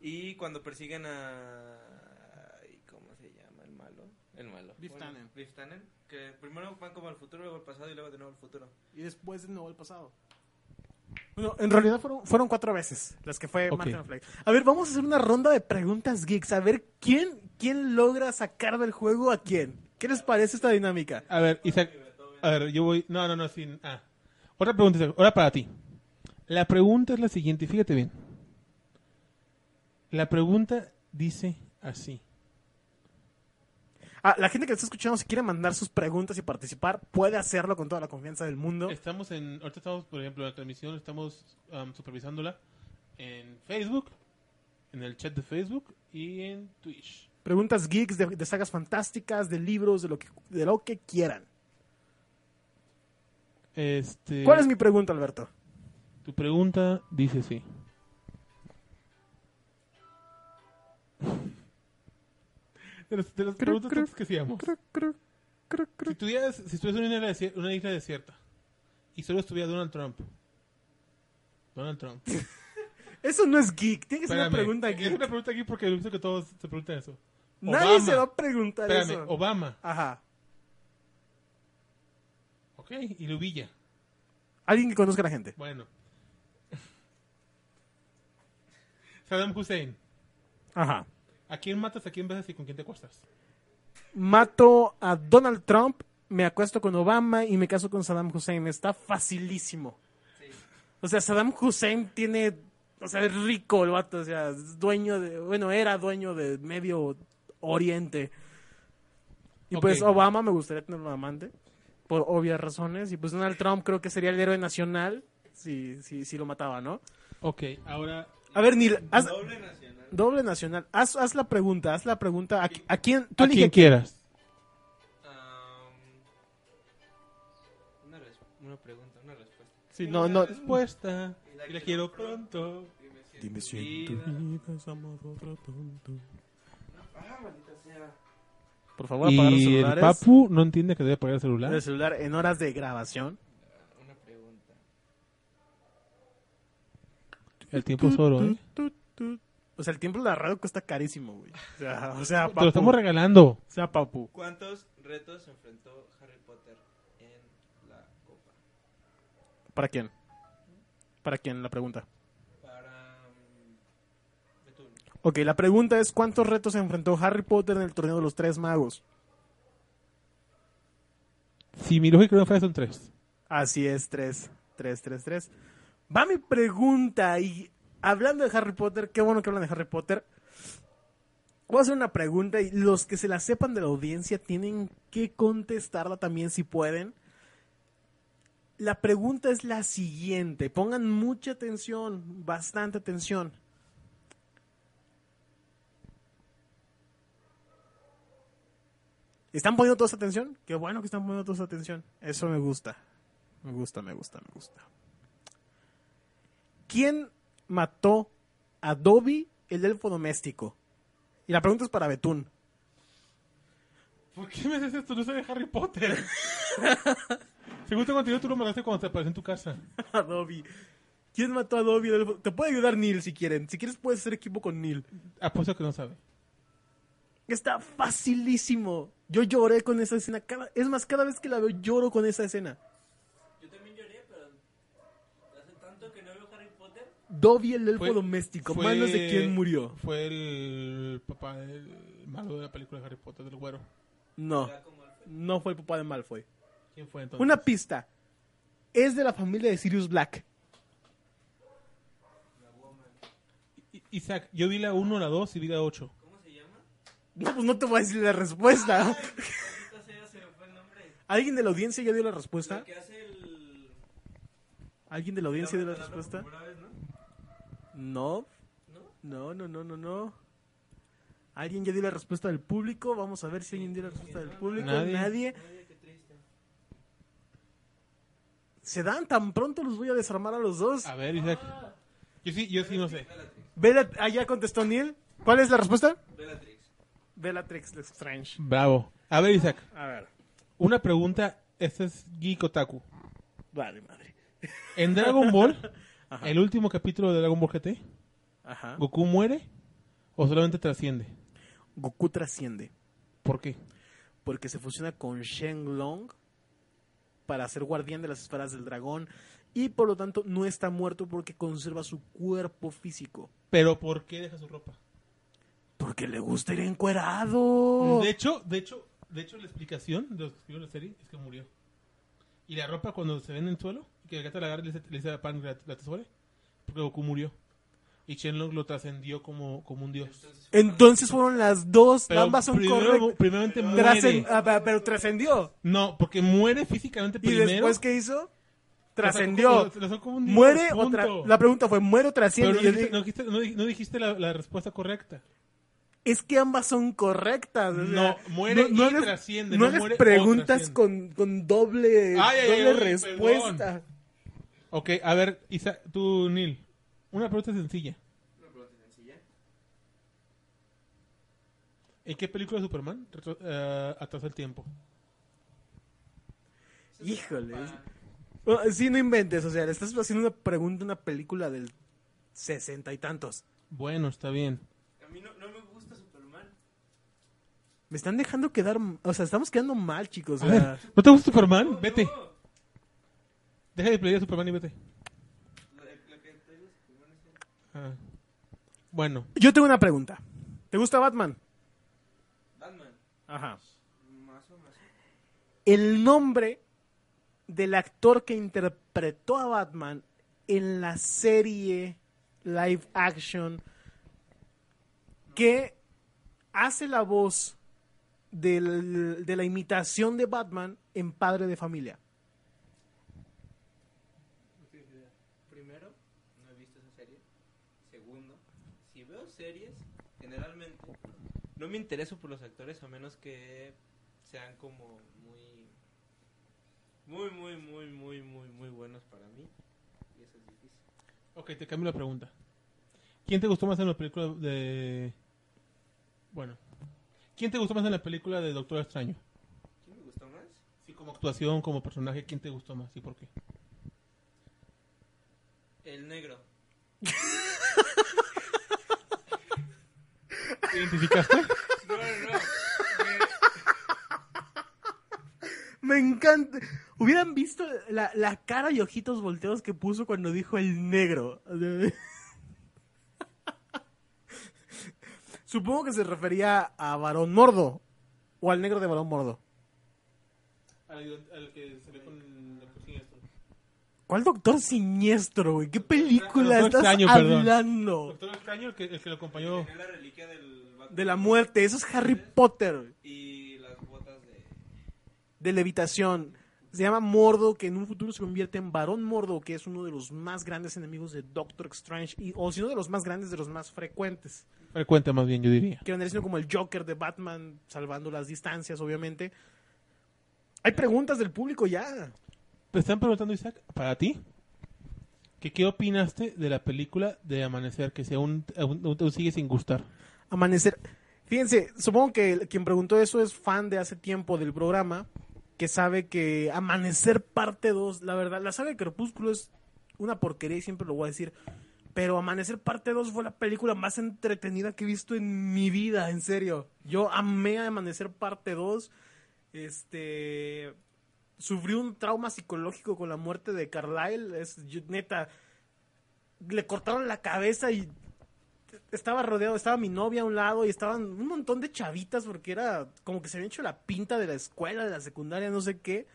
[SPEAKER 5] Y cuando persiguen a... ay, ¿Cómo se llama el malo? El malo.
[SPEAKER 4] Biff
[SPEAKER 5] Bueno,
[SPEAKER 4] Tannen.
[SPEAKER 5] Biff Tannen, Que primero van como al futuro, luego al pasado y luego de nuevo al futuro.
[SPEAKER 4] Y después de nuevo el pasado. Bueno, en realidad fueron, fueron cuatro veces las que fue
[SPEAKER 3] Ok.
[SPEAKER 4] Martin Fleck. A ver, vamos a hacer una ronda de preguntas geeks. A ver quién, quién logra sacar del juego a quién. ¿Qué les parece esta dinámica?
[SPEAKER 3] A ver, Isaac. A ver, yo voy. No, no, no, sin. Ah. Otra pregunta, Isaac. Ahora para ti. La pregunta es la siguiente, fíjate bien. La pregunta dice así.
[SPEAKER 4] Ah, la gente que está escuchando, si quiere mandar sus preguntas y participar, puede hacerlo con toda la confianza del mundo.
[SPEAKER 3] Estamos en. Ahorita estamos, por ejemplo, en la transmisión, estamos am, supervisándola en Facebook, en el chat de Facebook y en Twitch.
[SPEAKER 4] Preguntas geeks de, de sagas fantásticas, de libros, de lo que, de lo que quieran.
[SPEAKER 3] Este.
[SPEAKER 4] ¿Cuál es mi pregunta, Alberto?
[SPEAKER 3] Tu pregunta dice sí. De las, de las preguntas tontas que hacíamos. Si tuvieras, si estuvieras en una isla, desier- una isla desierta y solo estuviera Donald Trump. Donald Trump.
[SPEAKER 4] Eso no es geek, tiene que ser una
[SPEAKER 3] Espérame,
[SPEAKER 4] pregunta
[SPEAKER 3] Es una
[SPEAKER 4] geek.
[SPEAKER 3] pregunta aquí porque he visto que todos se preguntan eso.
[SPEAKER 4] Nadie
[SPEAKER 3] Obama.
[SPEAKER 4] se va a preguntar
[SPEAKER 3] Espérame,
[SPEAKER 4] eso.
[SPEAKER 3] Obama.
[SPEAKER 4] Ajá.
[SPEAKER 3] Ok, y Lubilla.
[SPEAKER 4] Alguien que conozca a la gente.
[SPEAKER 3] Bueno. <laughs> Saddam Hussein.
[SPEAKER 4] Ajá.
[SPEAKER 3] ¿A quién matas, a quién besas y con quién te acuestas?
[SPEAKER 4] Mato a Donald Trump, me acuesto con Obama y me caso con Saddam Hussein. Está facilísimo. O sea, Saddam Hussein tiene. O sea, es rico el vato. O sea, es dueño de. Bueno, era dueño de Medio Oriente. Y
[SPEAKER 3] Ok.
[SPEAKER 4] pues Obama me gustaría tener un amante. Por obvias razones. Y pues Donald Trump creo que sería el héroe nacional. Si, si, si lo mataba, ¿no?
[SPEAKER 3] Ok, ahora
[SPEAKER 4] A ver, Neil, haz,
[SPEAKER 5] Doble nacional.
[SPEAKER 4] Doble nacional. Haz, haz la pregunta, haz la pregunta. ¿A, qui- a quién? Tú
[SPEAKER 3] a
[SPEAKER 4] elige
[SPEAKER 3] quien quieras.
[SPEAKER 5] Am, una, res- una pregunta, una respuesta.
[SPEAKER 4] Sí, no, no.
[SPEAKER 3] Respuesta.
[SPEAKER 5] Y la
[SPEAKER 3] Y la quiero
[SPEAKER 5] quiero
[SPEAKER 3] pronto.
[SPEAKER 5] Dime si,
[SPEAKER 4] Dime
[SPEAKER 5] tu
[SPEAKER 4] si en
[SPEAKER 5] vida-
[SPEAKER 4] tu vida es amor otro tonto.
[SPEAKER 5] Ah, maldita sea.
[SPEAKER 4] Por favor, apagar los
[SPEAKER 3] Y el
[SPEAKER 4] celulares.
[SPEAKER 3] Papu no entiende que debe apagar el celular.
[SPEAKER 4] El celular en horas de grabación.
[SPEAKER 5] Una pregunta.
[SPEAKER 3] El tiempo es oro, ¿eh?
[SPEAKER 4] Tu, tu, tu. O sea, el tiempo de la radio cuesta carísimo, güey. O sea, o sea,
[SPEAKER 3] Te lo
[SPEAKER 4] papu.
[SPEAKER 3] estamos regalando.
[SPEAKER 4] O sea, papu.
[SPEAKER 5] ¿Cuántos retos enfrentó Harry Potter en la copa?
[SPEAKER 4] ¿Para quién? ¿Para quién la pregunta?
[SPEAKER 5] Para... mm, Betún.
[SPEAKER 4] Ok, la pregunta es: ¿cuántos retos enfrentó Harry Potter en el torneo de los tres magos?
[SPEAKER 3] Si mi lógica no falla, son tres.
[SPEAKER 4] Así es, 3, 3, 3, 3. Va mi pregunta y hablando de Harry Potter, qué bueno que hablan de Harry Potter. Voy a hacer una pregunta y los que se la sepan de la audiencia tienen que contestarla también si pueden. La pregunta es la siguiente, pongan mucha atención, bastante atención. ¿Están poniendo todos atención? Qué bueno que están poniendo todos atención. Eso me gusta. Me gusta, me gusta, me gusta. ¿Quién mató a Dobby, el elfo doméstico? Y la pregunta es para Betún.
[SPEAKER 3] ¿Por qué me haces esto? No soy de Harry Potter. <laughs> Según tengo entendido, tú lo mandaste cuando te apareció en tu casa.
[SPEAKER 4] <laughs> A Dobby. ¿Quién mató a Dobby? el elfo- Te puede ayudar Neil si quieren. Si quieres puedes hacer equipo con Neil.
[SPEAKER 3] Apuesto que no sabe.
[SPEAKER 4] Está facilísimo. Yo lloré con esa escena. Cada- es más, cada vez que la veo lloro con esa escena. Dobby el elfo
[SPEAKER 3] Fue-
[SPEAKER 4] doméstico,
[SPEAKER 3] fue-
[SPEAKER 4] manos de quién murió.
[SPEAKER 3] Fue el papá del malo de la película de Harry Potter, del güero.
[SPEAKER 4] No, no fue el papá de Malfoy.
[SPEAKER 3] ¿Quién fue entonces?
[SPEAKER 4] Una pista. Es de la familia de Sirius Black.
[SPEAKER 3] I- Isaac, yo vi la 1, la 2 y vi la 8.
[SPEAKER 4] No, pues no te voy a decir
[SPEAKER 3] <laughs>
[SPEAKER 4] la respuesta.
[SPEAKER 5] se me fue el nombre.
[SPEAKER 4] ¿Alguien de la audiencia ya dio la respuesta?
[SPEAKER 5] Lo que hace el...
[SPEAKER 4] ¿Alguien de la audiencia dio la
[SPEAKER 5] palabra
[SPEAKER 4] respuesta?
[SPEAKER 5] por primera vez,
[SPEAKER 4] No.
[SPEAKER 5] ¿no?
[SPEAKER 4] No, no, no, no, no. ¿Alguien ya dio la respuesta del público? Vamos a ver si alguien dio la respuesta del público.
[SPEAKER 3] Nadie.
[SPEAKER 4] Nadie. Se dan tan pronto, los voy a desarmar a los dos.
[SPEAKER 3] A ver, Isaac. Yo sí, yo sí no sé.
[SPEAKER 4] Bella, allá Ah, contestó Neil. ¿Cuál es la respuesta?
[SPEAKER 5] Bellatrix.
[SPEAKER 4] Bellatrix Strange.
[SPEAKER 3] Bravo. A ver, Isaac.
[SPEAKER 4] A ver.
[SPEAKER 3] Una pregunta. Esta es Geek Otaku.
[SPEAKER 4] Vale, madre.
[SPEAKER 3] En Dragon Ball, el último capítulo de Dragon Ball GT,
[SPEAKER 4] Ajá.
[SPEAKER 3] ¿Goku muere o solamente trasciende?
[SPEAKER 4] Goku trasciende
[SPEAKER 3] ¿Por qué?
[SPEAKER 4] porque se fusiona con Shenlong para ser guardián de las esferas del dragón y por lo tanto no está muerto porque conserva su cuerpo físico.
[SPEAKER 3] Pero ¿por qué deja su ropa?
[SPEAKER 4] Porque le gusta ir encuerado.
[SPEAKER 3] De hecho, de hecho, de hecho la explicación de los que escribieron la serie es que murió. Y la ropa cuando se ve en el suelo, que el gato la agarra y le dice- le dice a Pan que la, la atesore, porque Goku murió. Y Shenlong lo trascendió como, como un dios.
[SPEAKER 4] Entonces fueron las dos,
[SPEAKER 3] Pero
[SPEAKER 4] ambas son
[SPEAKER 3] primero-
[SPEAKER 4] correctas.
[SPEAKER 3] primeramente
[SPEAKER 4] Trascen-
[SPEAKER 3] muere.
[SPEAKER 4] ah, pa- pero trascendió.
[SPEAKER 3] No, porque muere físicamente
[SPEAKER 4] ¿Y
[SPEAKER 3] primero.
[SPEAKER 4] después qué hizo?
[SPEAKER 3] Lo sacó
[SPEAKER 4] Trascendió.
[SPEAKER 3] como- lo sacó como un dios,
[SPEAKER 4] Muere o
[SPEAKER 3] punto.
[SPEAKER 4] tra- La pregunta fue, ¿muere
[SPEAKER 3] Pero
[SPEAKER 4] o trasciende?
[SPEAKER 3] no
[SPEAKER 4] Y yo
[SPEAKER 3] dijiste,
[SPEAKER 4] dije,
[SPEAKER 3] no dijiste- no di- no dijiste la, la respuesta correcta.
[SPEAKER 4] Es que ambas son correctas. o sea,
[SPEAKER 3] No, muere y
[SPEAKER 4] hagas-
[SPEAKER 3] trasciende,
[SPEAKER 4] No,
[SPEAKER 3] no
[SPEAKER 4] hagas
[SPEAKER 3] muere o
[SPEAKER 4] preguntas
[SPEAKER 3] trasciende.
[SPEAKER 4] con, con doble,
[SPEAKER 3] Ay, ay, ay,
[SPEAKER 4] doble
[SPEAKER 3] ay,
[SPEAKER 4] respuesta.
[SPEAKER 3] Ok, a ver, Isa, tú, Neil, una pregunta sencilla.
[SPEAKER 5] Una pregunta sencilla.
[SPEAKER 3] ¿En qué película de Superman retro- eh, atrasó el tiempo?
[SPEAKER 4] Híjole.
[SPEAKER 3] Ah.
[SPEAKER 4] Bueno, sí, no inventes. O sea, le estás haciendo una pregunta a una película del sesenta y tantos.
[SPEAKER 3] Bueno, está bien.
[SPEAKER 5] A mí no, no me gusta Superman.
[SPEAKER 4] Me están dejando quedar. O sea, estamos quedando mal, chicos. o
[SPEAKER 3] A ver,
[SPEAKER 4] sea.
[SPEAKER 3] ¿No te gusta Superman? Vete.
[SPEAKER 5] No,
[SPEAKER 3] Deja de pelear a Superman y vete.
[SPEAKER 5] lo, lo que traigo es Superman es el-
[SPEAKER 3] Ah. Bueno,
[SPEAKER 4] Yo tengo una pregunta. ¿Te gusta Batman?
[SPEAKER 5] Batman.
[SPEAKER 4] Ajá.
[SPEAKER 5] Más o más.
[SPEAKER 4] El nombre del actor que interpretó a Batman en la serie live action que hace la voz del- de la imitación de Batman en Padre de Familia.
[SPEAKER 5] Primero, no he visto esa serie. Segundo, si veo series, generalmente no me intereso por los actores a menos que sean como muy, muy, muy, muy, muy, muy, muy buenos para mí. Y eso es difícil.
[SPEAKER 3] ok, te cambio la pregunta. ¿Quién te gustó más en la película de... Bueno. ¿Quién te gustó más en la película de Doctor Extraño?
[SPEAKER 5] ¿Quién me gustó más?
[SPEAKER 3] Sí, como actuación, como personaje, ¿quién te gustó más y por qué?
[SPEAKER 5] El negro.
[SPEAKER 3] ¿Te identificaste?
[SPEAKER 5] No, no, no.
[SPEAKER 4] Me encanta. Hubieran visto la, la cara y ojitos volteados que puso cuando dijo el negro. <laughs> Supongo que se refería a Varón Mordo o al negro de Varón Mordo.
[SPEAKER 3] <laughs> al, que se ve con
[SPEAKER 4] ¿Cuál Doctor Siniestro, güey? ¿Qué película
[SPEAKER 3] Doctor
[SPEAKER 4] estás
[SPEAKER 3] Extraño, perdón.
[SPEAKER 4] hablando?
[SPEAKER 3] Doctor Extraño, el que, el que lo acompañó.
[SPEAKER 5] Tenía la reliquia del Batman
[SPEAKER 4] De la muerte, eso es Harry Potter, güey.
[SPEAKER 5] y las botas de...
[SPEAKER 4] de levitación. Se llama Mordo, que en un futuro se convierte en Varón Mordo, que es uno de los más grandes enemigos de Doctor Strange, y, o si no de los más grandes, de los más frecuentes.
[SPEAKER 3] Frecuente más bien, yo diría.
[SPEAKER 4] que vendría siendo como el Joker de Batman, salvando las distancias, obviamente. Hay preguntas del público ya.
[SPEAKER 3] Te están preguntando, Isaac, para ti, que qué opinaste de la película de Amanecer, que si aún, aún- aún te sigue sin gustar.
[SPEAKER 4] Amanecer. Fíjense, supongo que el- quien preguntó eso es fan de hace tiempo del programa, que sabe que Amanecer parte 2, la verdad, la saga de Crepúsculo es una porquería y siempre lo voy a decir, pero Amanecer parte 2 fue la película más entretenida que he visto en mi vida, en serio. Yo amé a Amanecer parte 2, este... Sufrí un trauma psicológico con la muerte de Carlyle, es yo- neta, le cortaron la cabeza y estaba rodeado, estaba mi novia a un lado y estaban un montón de chavitas porque era como que se había hecho la pinta de la escuela, de la secundaria, no sé qué.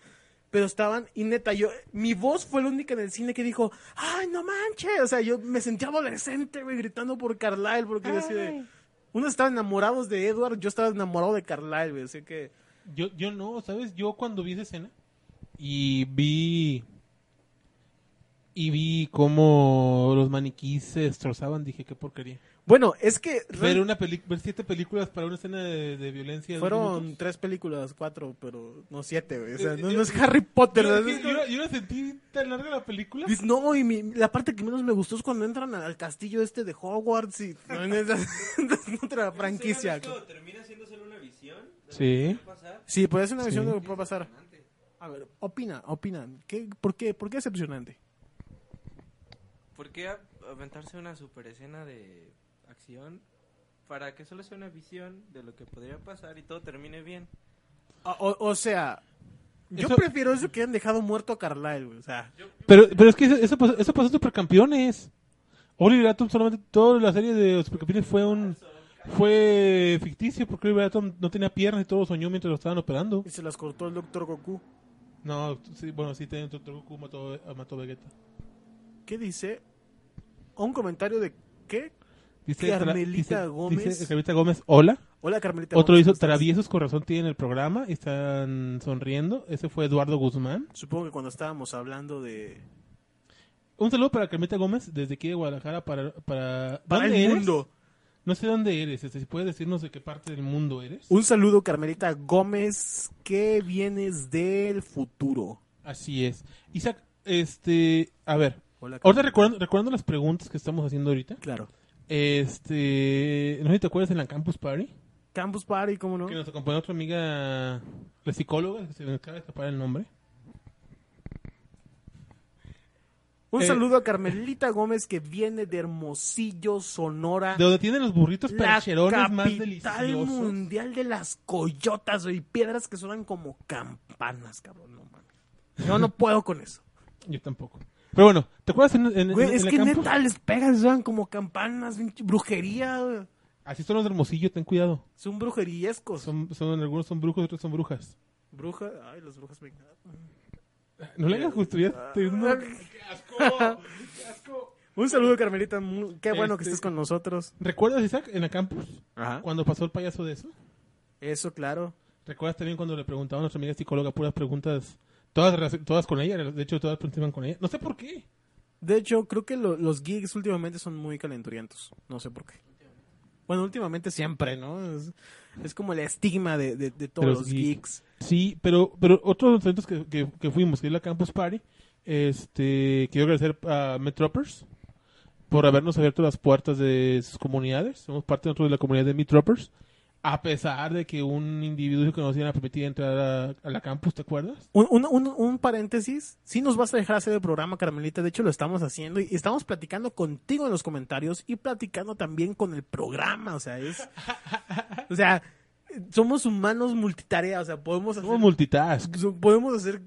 [SPEAKER 4] Pero estaban, y neta, yo, mi voz fue la única en el cine que dijo, ¡ay, no manches! O sea, yo me sentía adolescente, güey, gritando por Carlyle, porque yo así de... Unos estaban enamorados de Edward, yo estaba enamorado de Carlyle, güey, así que...
[SPEAKER 3] Yo, yo no, ¿sabes? Yo cuando vi esa escena y vi. Y vi cómo los maniquís se destrozaban, dije, qué porquería.
[SPEAKER 4] Bueno, es que...
[SPEAKER 3] Ver, una peli- ver siete películas para una escena de, de violencia. de dos
[SPEAKER 4] Fueron
[SPEAKER 3] minutos.
[SPEAKER 4] tres películas, cuatro, pero no siete, güey. O sea,
[SPEAKER 3] Eh,
[SPEAKER 4] no,
[SPEAKER 3] yo-
[SPEAKER 4] no es Harry Potter.
[SPEAKER 3] Yo,
[SPEAKER 4] ¿no?
[SPEAKER 3] yo-
[SPEAKER 4] Es como-
[SPEAKER 3] yo- yo la sentí tan larga la película.
[SPEAKER 4] Dices, no, y mi- la parte que menos me gustó es cuando entran al castillo este de Hogwarts y... No, en esa- <laughs> es otra franquicia.
[SPEAKER 5] Esto termina siendo solo una visión. de lo que
[SPEAKER 3] Sí.
[SPEAKER 5] puede pasar.
[SPEAKER 4] Sí, pero es una visión
[SPEAKER 3] Sí.
[SPEAKER 4] de lo que puede pasar. A ver, opina, opina. ¿Qué, por, qué, ¿Por qué decepcionante?
[SPEAKER 5] ¿Por qué a- aventarse una super escena de acción para que solo sea una visión de lo que podría pasar y todo termine bien?
[SPEAKER 4] O, Ah, o- o sea, yo
[SPEAKER 3] Eso-
[SPEAKER 4] prefiero eso que hayan dejado muerto a Carlyle, güey. O sea,
[SPEAKER 3] Pero, pero es que eso, eso pasó, eso pasó en Supercampeones. Oliver Atom solamente toda la serie de Supercampeones fue un fue ficticio porque Oliver Atom no tenía piernas y todo lo soñó mientras lo estaban operando.
[SPEAKER 4] y se las cortó el Doctor Goku.
[SPEAKER 3] No, sí, bueno, sí, tenía otro Goku mató, mató a Vegeta.
[SPEAKER 4] ¿Qué dice? Un comentario de... ¿Qué?
[SPEAKER 3] Dice
[SPEAKER 4] Carmelita
[SPEAKER 3] Tra- dice-
[SPEAKER 4] Gómez.
[SPEAKER 3] dice Carmelita Gómez, hola.
[SPEAKER 4] Hola, Carmelita.
[SPEAKER 3] Otro
[SPEAKER 4] ¿cómo
[SPEAKER 3] hizo
[SPEAKER 4] estás?
[SPEAKER 3] traviesos con razón tienen el programa y están sonriendo. Ese fue Eduardo Guzmán.
[SPEAKER 4] Supongo que cuando estábamos hablando de...
[SPEAKER 3] Un saludo para Carmeta Gómez desde aquí de Guadalajara para para,
[SPEAKER 4] Para
[SPEAKER 3] ¿dónde
[SPEAKER 4] el
[SPEAKER 3] eres?
[SPEAKER 4] mundo.
[SPEAKER 3] No sé dónde eres. este, si puedes decirnos de qué parte del mundo eres.
[SPEAKER 4] Un saludo, Carmelita Gómez, que vienes del futuro.
[SPEAKER 3] Así es. Isaac, este, a ver.
[SPEAKER 4] Hola,
[SPEAKER 3] Ahorita recordando, recordando las preguntas que estamos haciendo ahorita.
[SPEAKER 4] Claro.
[SPEAKER 3] Este, no sé si te acuerdas en la Campus Party
[SPEAKER 4] Campus Party, ¿cómo no?
[SPEAKER 3] que nos acompañó otra amiga, la psicóloga, que se me acaba de escapar el nombre.
[SPEAKER 4] Un
[SPEAKER 3] Eh,
[SPEAKER 4] saludo a Carmelita Gómez, que viene de Hermosillo, Sonora.
[SPEAKER 3] De donde tienen los burritos
[SPEAKER 4] Ah. la
[SPEAKER 3] percherones más
[SPEAKER 4] capital
[SPEAKER 3] deliciosos.
[SPEAKER 4] mundial de las coyotas y piedras que suenan como campanas, cabrón. No, mames. Yo no puedo con eso.
[SPEAKER 3] Yo tampoco. Pero bueno, ¿te acuerdas en, <laughs> en-
[SPEAKER 4] Güey,
[SPEAKER 3] en-
[SPEAKER 4] es
[SPEAKER 3] en la
[SPEAKER 4] que
[SPEAKER 3] Campus?
[SPEAKER 4] neta les pegan, suenan como campanas, pinche brujería. güey.
[SPEAKER 3] Así son los de Hermosillo, ten cuidado.
[SPEAKER 4] Son brujeríescos.
[SPEAKER 3] Son, son, algunos son brujos, otros son brujas.
[SPEAKER 4] Brujas, ay, las brujas me encantan.
[SPEAKER 3] No le hagas justicia. te-
[SPEAKER 4] Ah.
[SPEAKER 3] no.
[SPEAKER 4] Un saludo, Carmelita. mu- Qué bueno que
[SPEAKER 3] Este-
[SPEAKER 4] estés con nosotros.
[SPEAKER 3] ¿Recuerdas, Isaac, en la Campus?
[SPEAKER 4] Ajá.
[SPEAKER 3] Cuando pasó el payaso de eso.
[SPEAKER 4] Eso, claro.
[SPEAKER 3] ¿Recuerdas también cuando le preguntaba a nuestra amiga psicóloga puras preguntas, todas, relac- todas con ella? De hecho, todas iban con ella. No sé por qué.
[SPEAKER 4] De hecho, creo que lo- los gigs últimamente son muy calenturientos. No sé por qué. Bueno, últimamente siempre, ¿no? Es, es como el estigma de, de- de todos
[SPEAKER 3] De
[SPEAKER 4] los,
[SPEAKER 3] los
[SPEAKER 4] gigs.
[SPEAKER 3] Sí, pero, pero otros de los eventos que, que, que fuimos, que es la Campus Party, este, quiero agradecer a Metropers por habernos abierto las puertas de sus comunidades. Somos parte nosotros de la comunidad de Metropers. A pesar de que un individuo que nos iban a permitir entrar a, a la campus, ¿te acuerdas?
[SPEAKER 4] Un, un- un- un paréntesis. Sí nos vas a dejar hacer el programa, Carmelita. De hecho, lo estamos haciendo y estamos platicando contigo en los comentarios y platicando también con el programa. O sea, es... O sea, somos humanos multitarea. O sea, podemos hacer...
[SPEAKER 3] Somos multitask.
[SPEAKER 4] So- pues, podemos hacer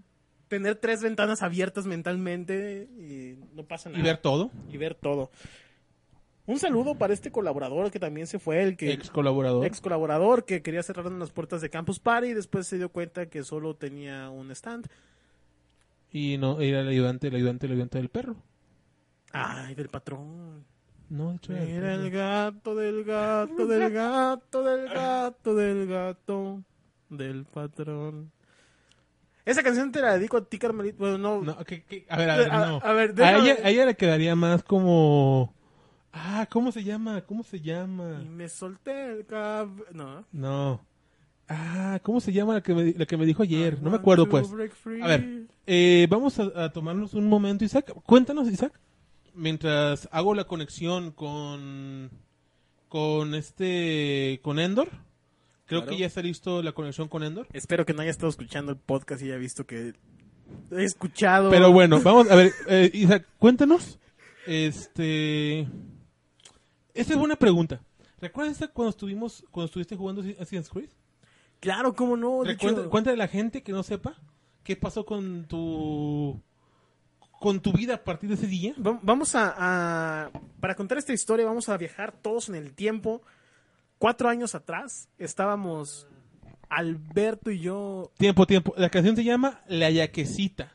[SPEAKER 4] tener tres ventanas abiertas mentalmente y no pasa nada
[SPEAKER 3] Y ver todo.
[SPEAKER 4] Y ver todo un saludo para este colaborador que también se fue el que
[SPEAKER 3] Ex colaborador.
[SPEAKER 4] ex colaborador que quería cerrar unas puertas de Campus Party y después se dio cuenta que solo tenía un stand
[SPEAKER 3] Y no, era el ayudante, el ayudante, el ayudante del perro.
[SPEAKER 4] ay del patrón
[SPEAKER 3] No, de hecho era el
[SPEAKER 4] era
[SPEAKER 3] perro.
[SPEAKER 4] el gato del
[SPEAKER 3] <laughs>
[SPEAKER 4] gato del gato del gato del gato del patrón esa canción te la dedico a ti Carmelita bueno no
[SPEAKER 3] No, que- que- a ver, a ver,
[SPEAKER 4] A-
[SPEAKER 3] no.
[SPEAKER 4] a ver,
[SPEAKER 3] a,
[SPEAKER 4] déjame-
[SPEAKER 3] ella, a ella le quedaría más como... Ah, ¿cómo se llama? ¿Cómo se llama?
[SPEAKER 4] Y me solté el cab... No.
[SPEAKER 3] No. Ah, ¿cómo se llama la que me, di- la que me dijo ayer?
[SPEAKER 4] Ah,
[SPEAKER 3] No me acuerdo, pues. A ver, eh, vamos a, a tomarnos un momento, Isaac. Cuéntanos, Isaac. Mientras hago la conexión con... Con este... Con Endor. Creo
[SPEAKER 4] Claro.
[SPEAKER 3] que ya está listo la conexión con Endor.
[SPEAKER 4] Espero que no haya estado escuchando el podcast y haya visto que he escuchado.
[SPEAKER 3] Pero bueno, vamos a ver, eh, Isaac, cuéntanos. Este. Esta es una pregunta. ¿Recuerdas esta cuando estuvimos, cuando estuviste jugando Assassin's Creed?
[SPEAKER 4] Claro, cómo no. de
[SPEAKER 3] Recuerda-
[SPEAKER 4] hecho-
[SPEAKER 3] Cuéntale a la gente que no sepa qué pasó con tu con tu vida a partir de ese día.
[SPEAKER 4] Va- Vamos a, a- Para contar esta historia, vamos a viajar todos en el tiempo. Cuatro años atrás estábamos Alberto y yo.
[SPEAKER 3] Tiempo, tiempo. La canción se llama La Yaquecita.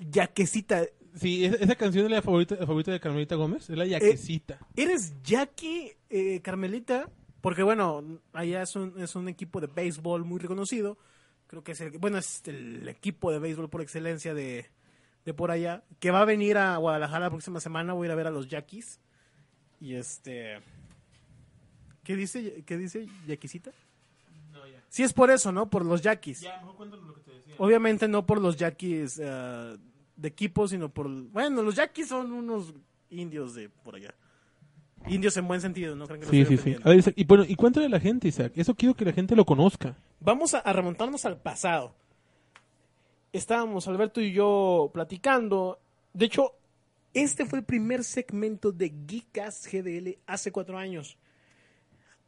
[SPEAKER 4] Yaquecita.
[SPEAKER 3] Sí, es- esa canción es la favorita, la favorita de Carmelita Gómez. Es La Yaquecita.
[SPEAKER 4] ¿Eres Jackie, eh, Carmelita? Porque bueno, allá es un, es un equipo de béisbol muy reconocido. Creo que es el, bueno, es el equipo de béisbol por excelencia de, de por allá. Que va a venir a Guadalajara la próxima semana. Voy a ir a ver a los Jackies. Y este... ¿Qué dice, qué dice Yaquisita?
[SPEAKER 3] No, ya.
[SPEAKER 4] Sí es por eso, ¿no? Por los Jackies.
[SPEAKER 3] mejor cuéntanos lo que te decía.
[SPEAKER 4] Obviamente no por los Jackies eh, de equipo, sino por... Bueno, los Jackies son unos indios de por allá. Indios en buen sentido, ¿no? Crean que los
[SPEAKER 3] Sí,
[SPEAKER 4] estoy
[SPEAKER 3] sí, sí.
[SPEAKER 4] ofendiendo.
[SPEAKER 3] A ver, Isaac, y bueno, ¿y cuánto de la gente, Isaac? Eso quiero que la gente lo conozca.
[SPEAKER 4] Vamos a, a remontarnos al pasado. Estábamos Alberto y yo platicando. De hecho, este fue el primer segmento de Geekas GDL hace cuatro años.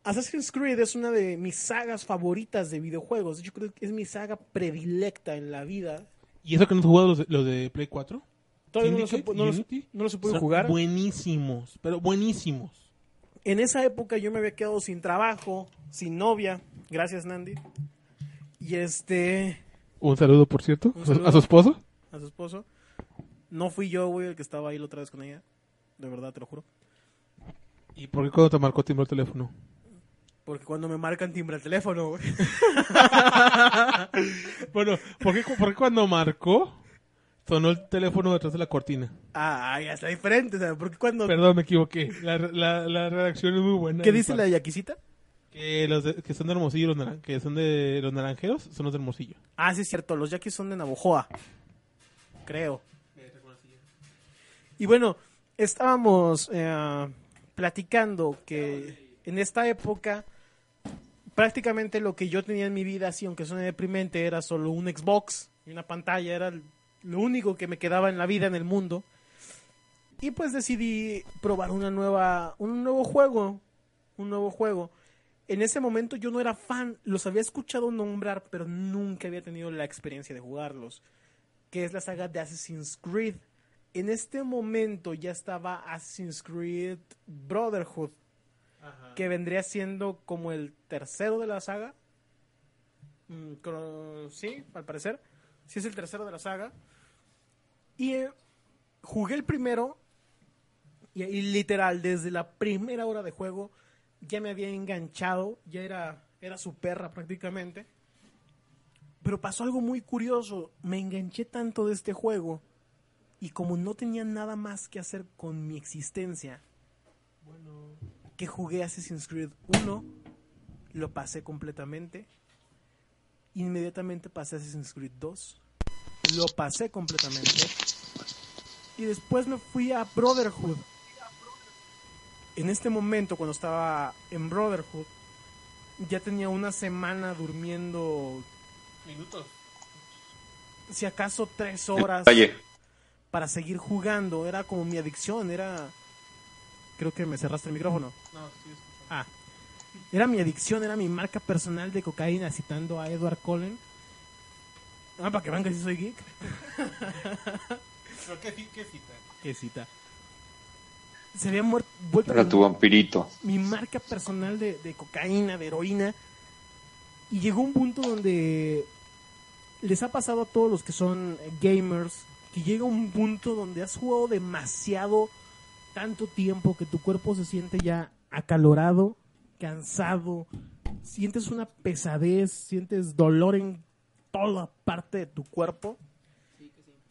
[SPEAKER 4] Assassin's Creed es una de mis sagas favoritas de videojuegos. De hecho, creo que es mi saga predilecta en la vida.
[SPEAKER 3] ¿Y eso que no has jugado los de, los de Play 4?
[SPEAKER 4] Todavía no los he,
[SPEAKER 3] Syndicate,
[SPEAKER 4] no los-
[SPEAKER 3] Unity,
[SPEAKER 4] no los he podido
[SPEAKER 3] son
[SPEAKER 4] jugar.
[SPEAKER 3] Buenísimos, pero buenísimos.
[SPEAKER 4] En esa época yo me había quedado sin trabajo, sin novia. Gracias, Nandi. Y este.
[SPEAKER 3] Un saludo, por cierto,
[SPEAKER 4] Un
[SPEAKER 3] a su-
[SPEAKER 4] saludo.
[SPEAKER 3] a su esposo.
[SPEAKER 4] a su esposo. No fui yo, güey, el que estaba ahí la otra vez con ella. De verdad, te lo juro.
[SPEAKER 3] ¿Y por qué cuando te marcó timbró el teléfono?
[SPEAKER 4] Porque cuando me marcan timbra el teléfono, güey.
[SPEAKER 3] <laughs> Bueno, ¿por qué, cu- por qué cuando marcó sonó el teléfono detrás de la cortina?
[SPEAKER 4] Ah, ya está diferente, ¿sabes? Porque cuando...
[SPEAKER 3] Perdón, me equivoqué. La, re- la, la redacción es muy buena.
[SPEAKER 4] ¿Qué dice la yaquisita?
[SPEAKER 3] Que, los de- que son de Hermosillo, los naran- que son de los naranjeros, son los de Hermosillo.
[SPEAKER 4] Ah, sí, es cierto. Los yaquis son de Navojoa. Creo. Y bueno, estábamos eh, platicando que en esta época prácticamente lo que yo tenía en mi vida, así aunque suene deprimente, era solo un Xbox y una pantalla, era lo único que me quedaba en la vida, en el mundo. Y pues decidí probar una nueva, un nuevo juego, un nuevo juego. En ese momento yo no era fan, los había escuchado nombrar, pero nunca había tenido la experiencia de jugarlos, que es la saga de Assassin's Creed. En este momento ya estaba Assassin's Creed Brotherhood, que vendría siendo como el tercero de la saga. Mm, creo- sí, al parecer. Sí es el tercero de la saga. Y eh, jugué el primero y, y literal, desde la primera hora de juego ya me había enganchado, ya era, era su perra prácticamente. Pero pasó algo muy curioso, me enganché tanto de este juego y como no tenía nada más que hacer con mi existencia, que jugué Assassin's Creed 1, lo pasé completamente. Inmediatamente pasé Assassin's Creed 2, lo pasé completamente. Y después me fui a Brotherhood. En este momento, cuando estaba en Brotherhood, ya tenía una semana durmiendo,
[SPEAKER 3] Minutos.
[SPEAKER 4] si acaso tres horas, para seguir jugando. Era como mi adicción, era... Creo que me cerraste el micrófono.
[SPEAKER 3] No, sí,
[SPEAKER 4] Ah. Era mi adicción, era mi marca personal de cocaína, citando a Edward Cullen. Ah, para que vean que sí soy geek.
[SPEAKER 3] <laughs> ¿Pero qué, cita?
[SPEAKER 4] Que cita. Se había muer- vuelto
[SPEAKER 6] Era tu vampirito.
[SPEAKER 4] mi marca personal de, de cocaína, de heroína. Y llegó un punto donde les ha pasado a todos los que son eh, gamers, que llega un punto donde has jugado demasiado tanto tiempo que tu cuerpo se siente ya acalorado, cansado, sientes una pesadez, sientes dolor en toda parte de tu cuerpo.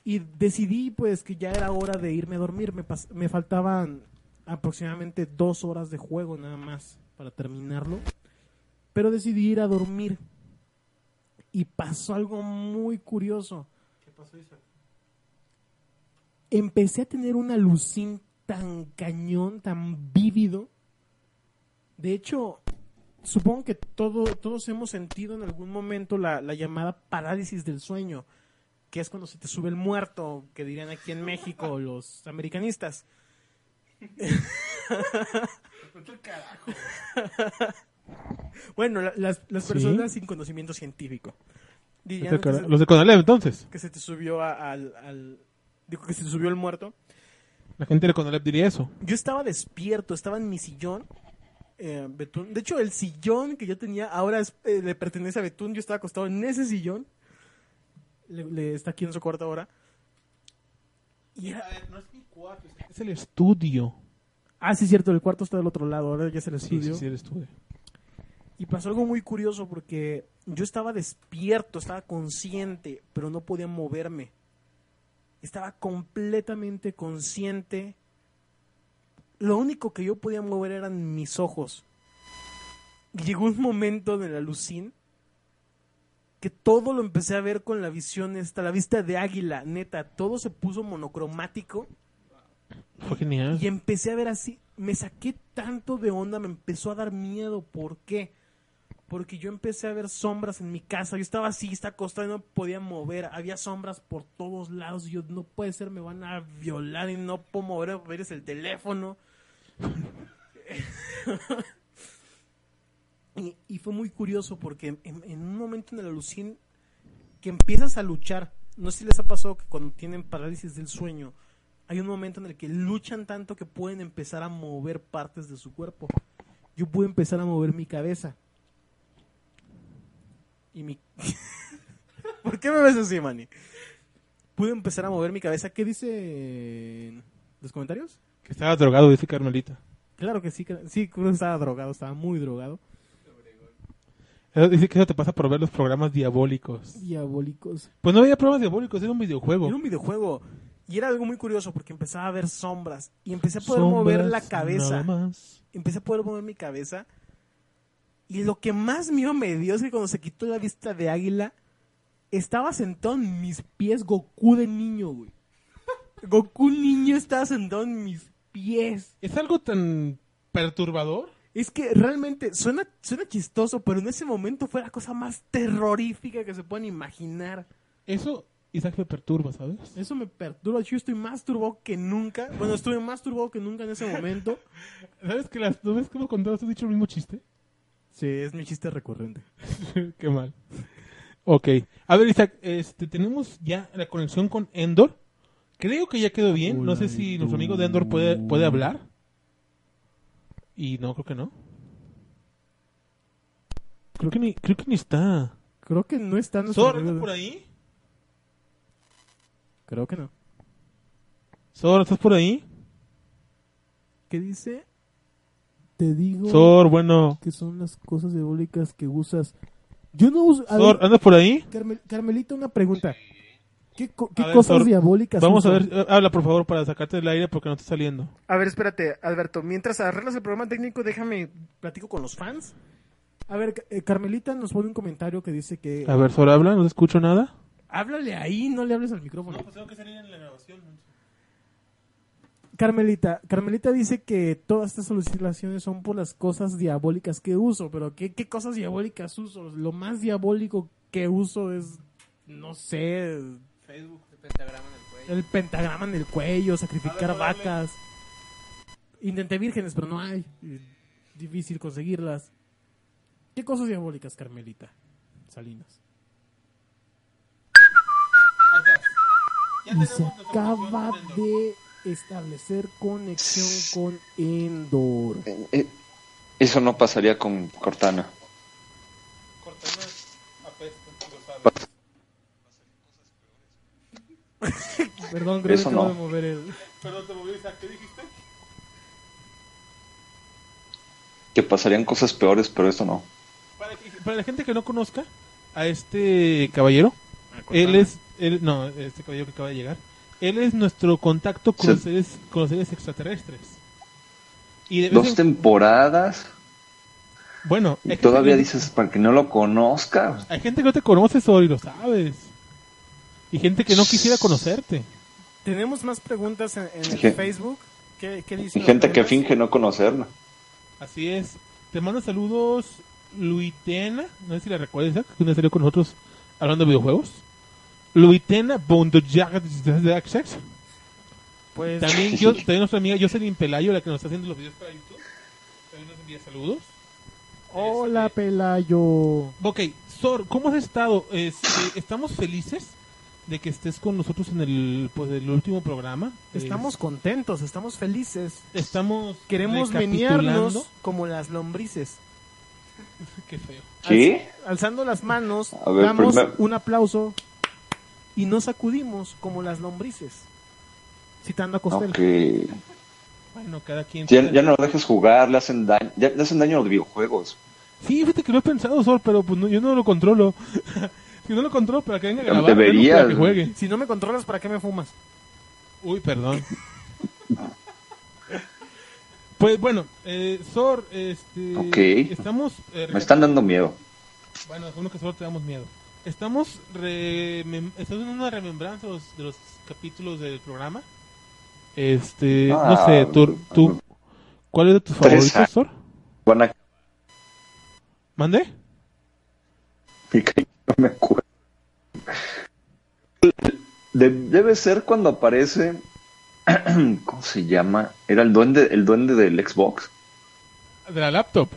[SPEAKER 4] Y decidí pues que ya era hora de irme a dormir. Me, pas- me faltaban aproximadamente dos horas de juego nada más para terminarlo. Pero decidí ir a dormir. Y pasó algo muy curioso.
[SPEAKER 3] ¿Qué pasó, Isaac?
[SPEAKER 4] Empecé a tener un alucín tan cañón, tan vívido. De hecho, supongo que todo, todos hemos sentido en algún momento la, la llamada parálisis del sueño, que es cuando se te sube el muerto, que dirían aquí en
[SPEAKER 3] <laughs>
[SPEAKER 4] México los americanistas.
[SPEAKER 3] Pues,
[SPEAKER 4] <laughs> Bueno, la- las, las
[SPEAKER 3] Sí.
[SPEAKER 4] personas sin conocimiento científico. Dirían que se,
[SPEAKER 3] Los de Conalep, entonces.
[SPEAKER 4] que se te subió a- al, al- dijo que se subió el muerto.
[SPEAKER 3] La gente de Conalep diría eso.
[SPEAKER 4] Yo estaba despierto, estaba en mi sillón. eh, Betún. De hecho, el sillón que yo tenía ahora es- eh, le pertenece a Betún. Yo estaba acostado en ese sillón. Le, le- está aquí en su cuarto ahora. Y era-
[SPEAKER 3] no es mi cuarto, es el estudio.
[SPEAKER 4] Ah, sí, cierto, el cuarto está del otro lado. Ahora ya se el
[SPEAKER 3] Sí,
[SPEAKER 4] estudio.
[SPEAKER 3] sí, sí, el estudio.
[SPEAKER 4] Y pasó algo muy curioso porque yo estaba despierto, estaba consciente, pero no podía moverme. Estaba completamente consciente. Lo único que yo podía mover eran mis ojos. Y Llegó un momento en el alucín que todo lo empecé a ver con la visión esta, la vista de águila, neta, todo se puso monocromático.
[SPEAKER 3] Fue genial.
[SPEAKER 4] Y empecé a ver así, me saqué tanto de onda, me empezó a dar miedo. ¿Por qué? Porque yo empecé a ver sombras en mi casa. Yo estaba así, estaba acostado y no podía mover. Había sombras por todos lados. y Yo, no puede ser, me van a violar y no puedo mover. Ver es el teléfono. <laughs> y, y fue muy curioso porque en, en un momento en el alucín que empiezas a luchar. No sé si les ha pasado que cuando tienen parálisis del sueño, hay un momento en el que luchan tanto que pueden empezar a mover partes de su cuerpo. Yo pude empezar a mover mi cabeza. Y mi... <laughs> ¿Por qué me ves así, Manny? Pude empezar a mover mi cabeza. ¿Qué dicen los comentarios?
[SPEAKER 3] Que estaba drogado, dice Carmelita.
[SPEAKER 4] Claro que sí, que- sí, creo que estaba drogado, estaba muy drogado.
[SPEAKER 3] Eso- dice que eso te pasa por ver los programas diabólicos.
[SPEAKER 4] Diabólicos.
[SPEAKER 3] Pues no había programas diabólicos, era un videojuego.
[SPEAKER 4] Era un videojuego. Y era algo muy curioso porque empezaba a ver sombras. Y empecé a poder
[SPEAKER 3] Sombras,
[SPEAKER 4] mover la
[SPEAKER 3] nada
[SPEAKER 4] cabeza.
[SPEAKER 3] más.
[SPEAKER 4] empecé a poder mover mi cabeza. Y lo que más mío me dio es que cuando se quitó la vista de águila, estaba sentado en mis pies Goku de niño, güey. Goku niño estaba sentado en mis pies.
[SPEAKER 3] Es algo tan perturbador.
[SPEAKER 4] Es que realmente suena, suena chistoso, pero en ese momento fue la cosa más terrorífica que se pueden imaginar.
[SPEAKER 3] Eso, Isaac, me perturba, ¿sabes?
[SPEAKER 4] Eso me perturba. Yo estoy más turbado que nunca. Bueno, estuve más turbado que nunca en ese momento.
[SPEAKER 3] ¿Sabes que las dos veces que hemos contado has dicho el mismo chiste?
[SPEAKER 4] <laughs>
[SPEAKER 3] <laughs>
[SPEAKER 4] Sí, es mi chiste recurrente.
[SPEAKER 3] Qué mal. Ok. A ver, Isaac, este, tenemos ya la conexión con Endor. Creo que ya quedó bien. No sé si nuestro amigo de Endor puede, puede hablar. Y no, creo que no. Creo que ni, creo que ni está.
[SPEAKER 4] Creo que no está nuestro
[SPEAKER 3] ¿Sor,
[SPEAKER 4] amigo
[SPEAKER 3] estás
[SPEAKER 4] de-
[SPEAKER 3] por ahí?
[SPEAKER 4] Creo que no.
[SPEAKER 3] ¿Sor, estás por ahí?
[SPEAKER 4] ¿Qué dice?
[SPEAKER 7] Te digo
[SPEAKER 3] Sor, bueno.
[SPEAKER 7] que son las cosas diabólicas que usas. Yo no uso... a
[SPEAKER 3] Sor, ah,
[SPEAKER 7] ver,
[SPEAKER 3] ¿andas por ahí?
[SPEAKER 7] Carmel- Carmelita, una pregunta. ¿Qué, co- qué
[SPEAKER 3] A ver,
[SPEAKER 7] cosas
[SPEAKER 3] Sor,
[SPEAKER 7] diabólicas
[SPEAKER 3] Vamos a
[SPEAKER 7] usas?
[SPEAKER 3] ver, eh, habla por favor para sacarte del aire porque no está saliendo.
[SPEAKER 4] A ver, espérate, Alberto, mientras arreglas el programa técnico, déjame platico con los fans.
[SPEAKER 7] A ver, eh, Carmelita nos pone un comentario que dice que...
[SPEAKER 3] A ver, Sor, habla, no te escucho nada.
[SPEAKER 4] Háblale ahí, no le hables al micrófono.
[SPEAKER 3] tengo que salir en la grabación.
[SPEAKER 7] Carmelita, Carmelita dice que todas estas soluciones son por las cosas diabólicas que uso, pero ¿qué, qué cosas diabólicas uso? Lo más diabólico que uso es, no sé,
[SPEAKER 5] Facebook, el pentagrama en el cuello.
[SPEAKER 7] el pentagrama en el cuello, sacrificar
[SPEAKER 3] A ver, dale.
[SPEAKER 7] vacas. Intenté vírgenes, pero no hay. Eh, Difícil conseguirlas. ¿Qué cosas diabólicas, Carmelita? Salinas. Y se acaba de establecer conexión con Endor.
[SPEAKER 6] Eh, eh, Eso no pasaría con Cortana.
[SPEAKER 7] Perdón, creo
[SPEAKER 6] Eso
[SPEAKER 7] que acabo
[SPEAKER 6] no.
[SPEAKER 7] de mover el...
[SPEAKER 3] Perdón, te moví, Isaac, ¿qué dijiste?
[SPEAKER 6] Que pasarían cosas peores, pero esto no.
[SPEAKER 3] Para, que- para la gente que no conozca a este caballero,
[SPEAKER 6] Ah,
[SPEAKER 3] él es, él, no, este caballero que acaba de llegar, él es nuestro contacto con,
[SPEAKER 6] Sí.
[SPEAKER 3] los, seres, con los seres extraterrestres. Y de vez
[SPEAKER 6] Dos
[SPEAKER 3] en-
[SPEAKER 6] temporadas
[SPEAKER 3] bueno, hay
[SPEAKER 6] y
[SPEAKER 3] gente
[SPEAKER 6] todavía
[SPEAKER 3] que-
[SPEAKER 6] dices para que no lo conozca.
[SPEAKER 3] hay gente que no te conoces hoy, lo sabes. Y gente que no quisiera conocerte.
[SPEAKER 4] Tenemos más preguntas en, en el
[SPEAKER 6] Gen-
[SPEAKER 4] Facebook. ¿Qué, qué dicen
[SPEAKER 6] Y
[SPEAKER 4] los
[SPEAKER 6] gente que
[SPEAKER 4] colegas?
[SPEAKER 6] finge no conocerla.
[SPEAKER 3] Así es. Te mando saludos, Luitena. No sé si la recuerdas, Isaac, que una vez salió con nosotros hablando de videojuegos. Luitena Bondojax.
[SPEAKER 4] Pues,
[SPEAKER 3] También, yo, también nuestra amiga Jocelyn Pelayo, la que nos está haciendo los videos para YouTube. También nos envía saludos.
[SPEAKER 7] Hola, Pelayo.
[SPEAKER 3] Ok, Sor, ¿cómo has estado? Este, estamos felices de que estés con nosotros en el, pues, el último programa.
[SPEAKER 4] Estamos contentos, estamos felices.
[SPEAKER 3] Es- estamos
[SPEAKER 4] Queremos menearnos
[SPEAKER 3] recapitulando.
[SPEAKER 4] como las lombrices.
[SPEAKER 3] Qué feo.
[SPEAKER 6] ¿Qué?
[SPEAKER 4] Alz- alzando las manos,
[SPEAKER 6] A ver,
[SPEAKER 4] damos
[SPEAKER 6] primero-
[SPEAKER 4] un aplauso y nos sacudimos como las lombrices. Citando a Costello.
[SPEAKER 6] Ok.
[SPEAKER 3] Bueno, cada quien.
[SPEAKER 6] Ya, ya no lo dejes jugar, le hacen daño, ya, le hacen daño a los videojuegos.
[SPEAKER 3] Sí, fíjate que lo he pensado, Sol, pero pues no- yo no lo controlo. <laughs> Si no lo controlo, para que venga a
[SPEAKER 6] Ya
[SPEAKER 3] grabar.
[SPEAKER 6] deberías.
[SPEAKER 3] menos para que juegue.
[SPEAKER 4] Si no me controlas, ¿para qué me fumas?
[SPEAKER 3] Uy, perdón. <laughs> Pues bueno, eh, Sor, este,
[SPEAKER 6] Ok.
[SPEAKER 3] estamos... eh,
[SPEAKER 6] Me están dando miedo.
[SPEAKER 3] Bueno, uno que solo te damos miedo. Estamos, remem- estamos en una remembranza de los, de los capítulos del programa. Este, no
[SPEAKER 6] Ah,
[SPEAKER 3] sé, tú, tú- ¿cuál es de tus
[SPEAKER 6] Tres
[SPEAKER 3] favoritos, Sor?
[SPEAKER 6] Van a
[SPEAKER 3] ¿Mande?
[SPEAKER 6] no me acuerdo. De- debe ser cuando aparece. <clears throat> ¿Cómo se llama? Era el duende, el duende del Xbox.
[SPEAKER 3] ¿De la laptop?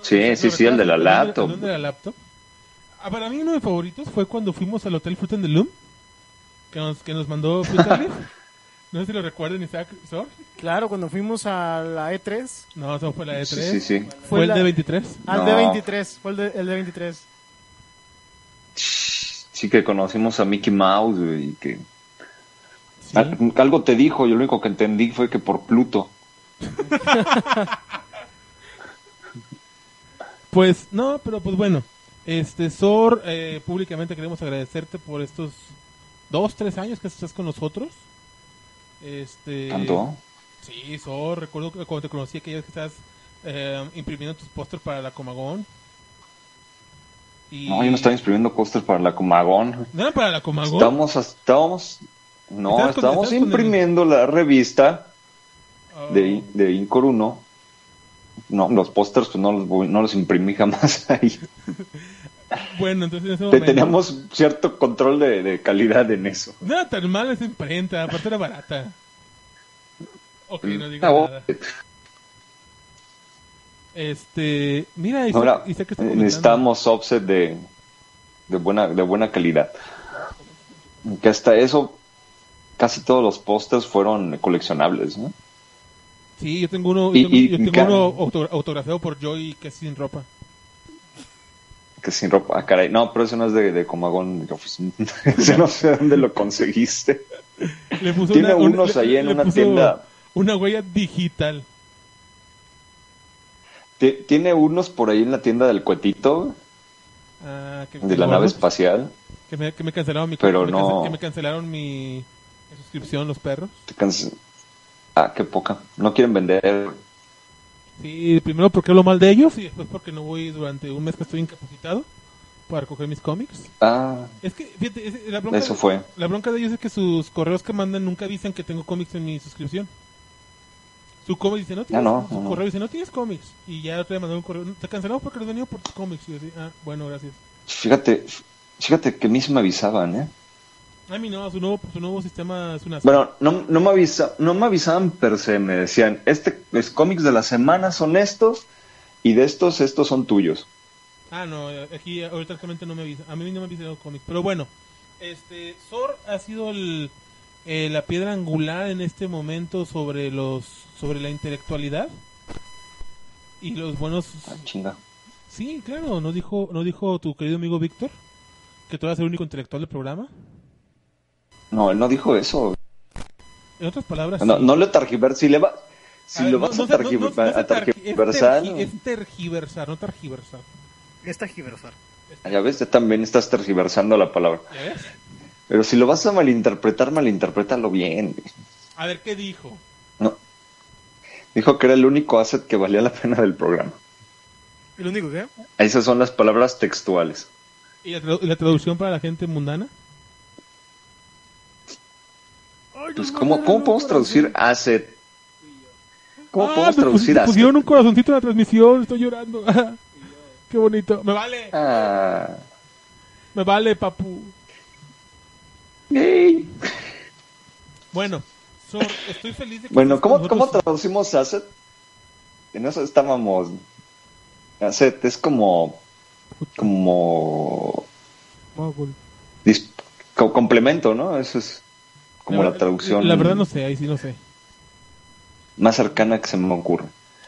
[SPEAKER 6] Sí, sí, sí, el de la
[SPEAKER 3] ¿Dónde-
[SPEAKER 6] laptop.
[SPEAKER 3] dónde era la laptop? Ah, para mí uno de mis favoritos fue cuando fuimos al hotel Fruit and the Loom, que nos, que nos mandó Fruit and
[SPEAKER 6] <laughs>
[SPEAKER 3] Leaf. No sé si lo recuerdan, Isaac, Sor.
[SPEAKER 4] Claro, cuando fuimos a la E E3,
[SPEAKER 3] No, eso fue la de 3.
[SPEAKER 6] Sí, sí, sí.
[SPEAKER 3] ¿Fue,
[SPEAKER 4] Fue
[SPEAKER 3] el
[SPEAKER 4] la-
[SPEAKER 3] de 23?
[SPEAKER 4] al
[SPEAKER 6] No.
[SPEAKER 4] D23, fue el, de, el D23.
[SPEAKER 6] Sí que conocimos a Mickey Mouse güey, y que
[SPEAKER 3] Sí.
[SPEAKER 6] Al- algo te dijo, yo lo único que entendí fue que por Pluto.
[SPEAKER 3] Pues no, pero pues bueno. Este, Sor, eh, públicamente queremos agradecerte por estos dos, tres años que estás con nosotros. Este,
[SPEAKER 6] ¿Tanto?
[SPEAKER 3] Sí, Sor, recuerdo que cuando te conocí aquella vez que estás eh, imprimiendo tus pósters para la Comagón. Y...
[SPEAKER 6] No, yo no estaba imprimiendo pósters para la Comagón.
[SPEAKER 3] ¿No era para la Comagón?
[SPEAKER 6] Estábamos, estábamos, no,
[SPEAKER 3] Estabas con-
[SPEAKER 6] estábamos
[SPEAKER 3] estabas con el-
[SPEAKER 6] imprimiendo la revista
[SPEAKER 3] Oh,
[SPEAKER 6] de, de Incor 1. No, los pósters pues, no los, voy- no los imprimí jamás <laughs> ahí.
[SPEAKER 3] Bueno, entonces en ese
[SPEAKER 6] Te-
[SPEAKER 3] momento...
[SPEAKER 6] Teníamos cierto control de, de calidad en eso.
[SPEAKER 3] No era tan mal esa imprenta, aparte era barata. Ok, no digo
[SPEAKER 6] Ah,
[SPEAKER 3] nada. Este, mira, Isaac,
[SPEAKER 6] Ahora eh,
[SPEAKER 3] Isaac está comentando.
[SPEAKER 6] necesitamos offset de, de buena, de buena calidad. Que hasta eso, casi todos los pósters fueron coleccionables. ¿no?
[SPEAKER 3] Sí, yo tengo uno,
[SPEAKER 6] Y-
[SPEAKER 3] yo tengo,
[SPEAKER 6] y-
[SPEAKER 3] yo
[SPEAKER 6] y
[SPEAKER 3] tengo
[SPEAKER 6] ca-
[SPEAKER 3] uno auto- autografiado por Joy que es sin ropa.
[SPEAKER 6] Que sin ropa, ah, caray. No, pero eso no es de, de Comagón. yo, pues, <laughs> ese no sé dónde lo conseguiste.
[SPEAKER 3] Le puso
[SPEAKER 6] Tiene
[SPEAKER 3] una- un-
[SPEAKER 6] unos
[SPEAKER 3] le-
[SPEAKER 6] ahí en
[SPEAKER 3] le
[SPEAKER 6] una
[SPEAKER 3] puso
[SPEAKER 6] tienda.
[SPEAKER 3] Una huella digital.
[SPEAKER 6] Ti- Tiene unos por ahí en la tienda del cuetito,
[SPEAKER 3] Ah, que,
[SPEAKER 6] de la nave espacial.
[SPEAKER 3] Que me, que me cancelaron mi
[SPEAKER 6] Pero
[SPEAKER 3] que me
[SPEAKER 6] no.
[SPEAKER 3] cance- que me cancelaron mi suscripción los perros.
[SPEAKER 6] Te canse- Ah, qué poca. No quieren vender.
[SPEAKER 3] Sí, primero porque hablo mal de ellos y después porque no voy durante un mes que estoy incapacitado para recoger mis cómics.
[SPEAKER 6] Ah,
[SPEAKER 3] Es que, fíjate, es- la bronca,
[SPEAKER 6] Eso fue.
[SPEAKER 3] la bronca de ellos es que sus correos que mandan nunca avisan que tengo cómics en mi suscripción. Su cómic dice, no tienes,
[SPEAKER 6] Ah, no,
[SPEAKER 3] su
[SPEAKER 6] no, no.
[SPEAKER 3] correo dice, no tienes cómics. Y ya te mandaron un correo, te cancelamos porque no has venido por tus cómics. Y yo así, ah, bueno, gracias.
[SPEAKER 6] fíjate, fíjate que a mí sí me avisaban, ¿eh?
[SPEAKER 3] A mí "Ah, no, su nuevo, su nuevo sistema es una...
[SPEAKER 6] Bueno, no, no, me avisa, no me avisaban per se, me decían, este, los cómics de la semana son estos y de estos, estos son tuyos.
[SPEAKER 3] Ah, no, eh, aquí ahorita actualmente no me avisa. A mí no me avisan los cómics. Pero bueno, este, Sor ha sido el, eh, la piedra angular en este momento sobre los sobre la intelectualidad y los buenos
[SPEAKER 6] Ah, chinga.
[SPEAKER 3] Sí, claro, nos dijo, nos dijo tu querido amigo Víctor que tú eras el único intelectual del programa.
[SPEAKER 6] No, él no
[SPEAKER 3] <laughs>
[SPEAKER 6] dijo eso.
[SPEAKER 3] En otras palabras,
[SPEAKER 6] No,
[SPEAKER 3] sí.
[SPEAKER 6] no le targiversas. Si, le va,
[SPEAKER 3] A
[SPEAKER 6] si
[SPEAKER 3] ver,
[SPEAKER 6] lo
[SPEAKER 3] no-
[SPEAKER 6] vas
[SPEAKER 3] no
[SPEAKER 6] a,
[SPEAKER 3] se- no-
[SPEAKER 6] targiver-
[SPEAKER 3] no- no se
[SPEAKER 6] a
[SPEAKER 3] targi- este
[SPEAKER 6] targiversar,
[SPEAKER 3] Es, tergi- es tergiversar, no targiversar.
[SPEAKER 4] Esta giversar.
[SPEAKER 6] ya ves, ya también estás tergiversando la palabra.
[SPEAKER 3] ¿Ya ves?
[SPEAKER 6] Pero si lo vas a malinterpretar, malinterprétalo bien.
[SPEAKER 3] A ver qué dijo.
[SPEAKER 6] No. Dijo que era el único asset que valía la pena del programa.
[SPEAKER 4] ¿El único que?
[SPEAKER 6] Esas son las palabras textuales.
[SPEAKER 3] ¿Y la, tradu- y la traducción para la gente mundana?
[SPEAKER 6] Pues, ¿cómo, ¿cómo podemos traducir asset? ¿Cómo
[SPEAKER 3] Ah,
[SPEAKER 6] podemos
[SPEAKER 3] me pus-
[SPEAKER 6] traducir asset?
[SPEAKER 3] pusieron un corazoncito en la transmisión, estoy llorando. <laughs> qué bonito. Me vale,
[SPEAKER 6] Ah.
[SPEAKER 3] me vale, papu.
[SPEAKER 6] Ey.
[SPEAKER 3] Bueno, Sor, estoy feliz de que
[SPEAKER 6] Bueno,
[SPEAKER 3] estés con
[SPEAKER 6] ¿cómo, ¿cómo
[SPEAKER 3] nosotros.
[SPEAKER 6] traducimos asset? En eso estábamos. Asset es como. Como. dis- co- complemento, ¿no? Eso es como la,
[SPEAKER 3] ver-
[SPEAKER 6] traducción
[SPEAKER 3] La verdad no sé, ahí sí no sé.
[SPEAKER 6] más cercana que se me ocurre.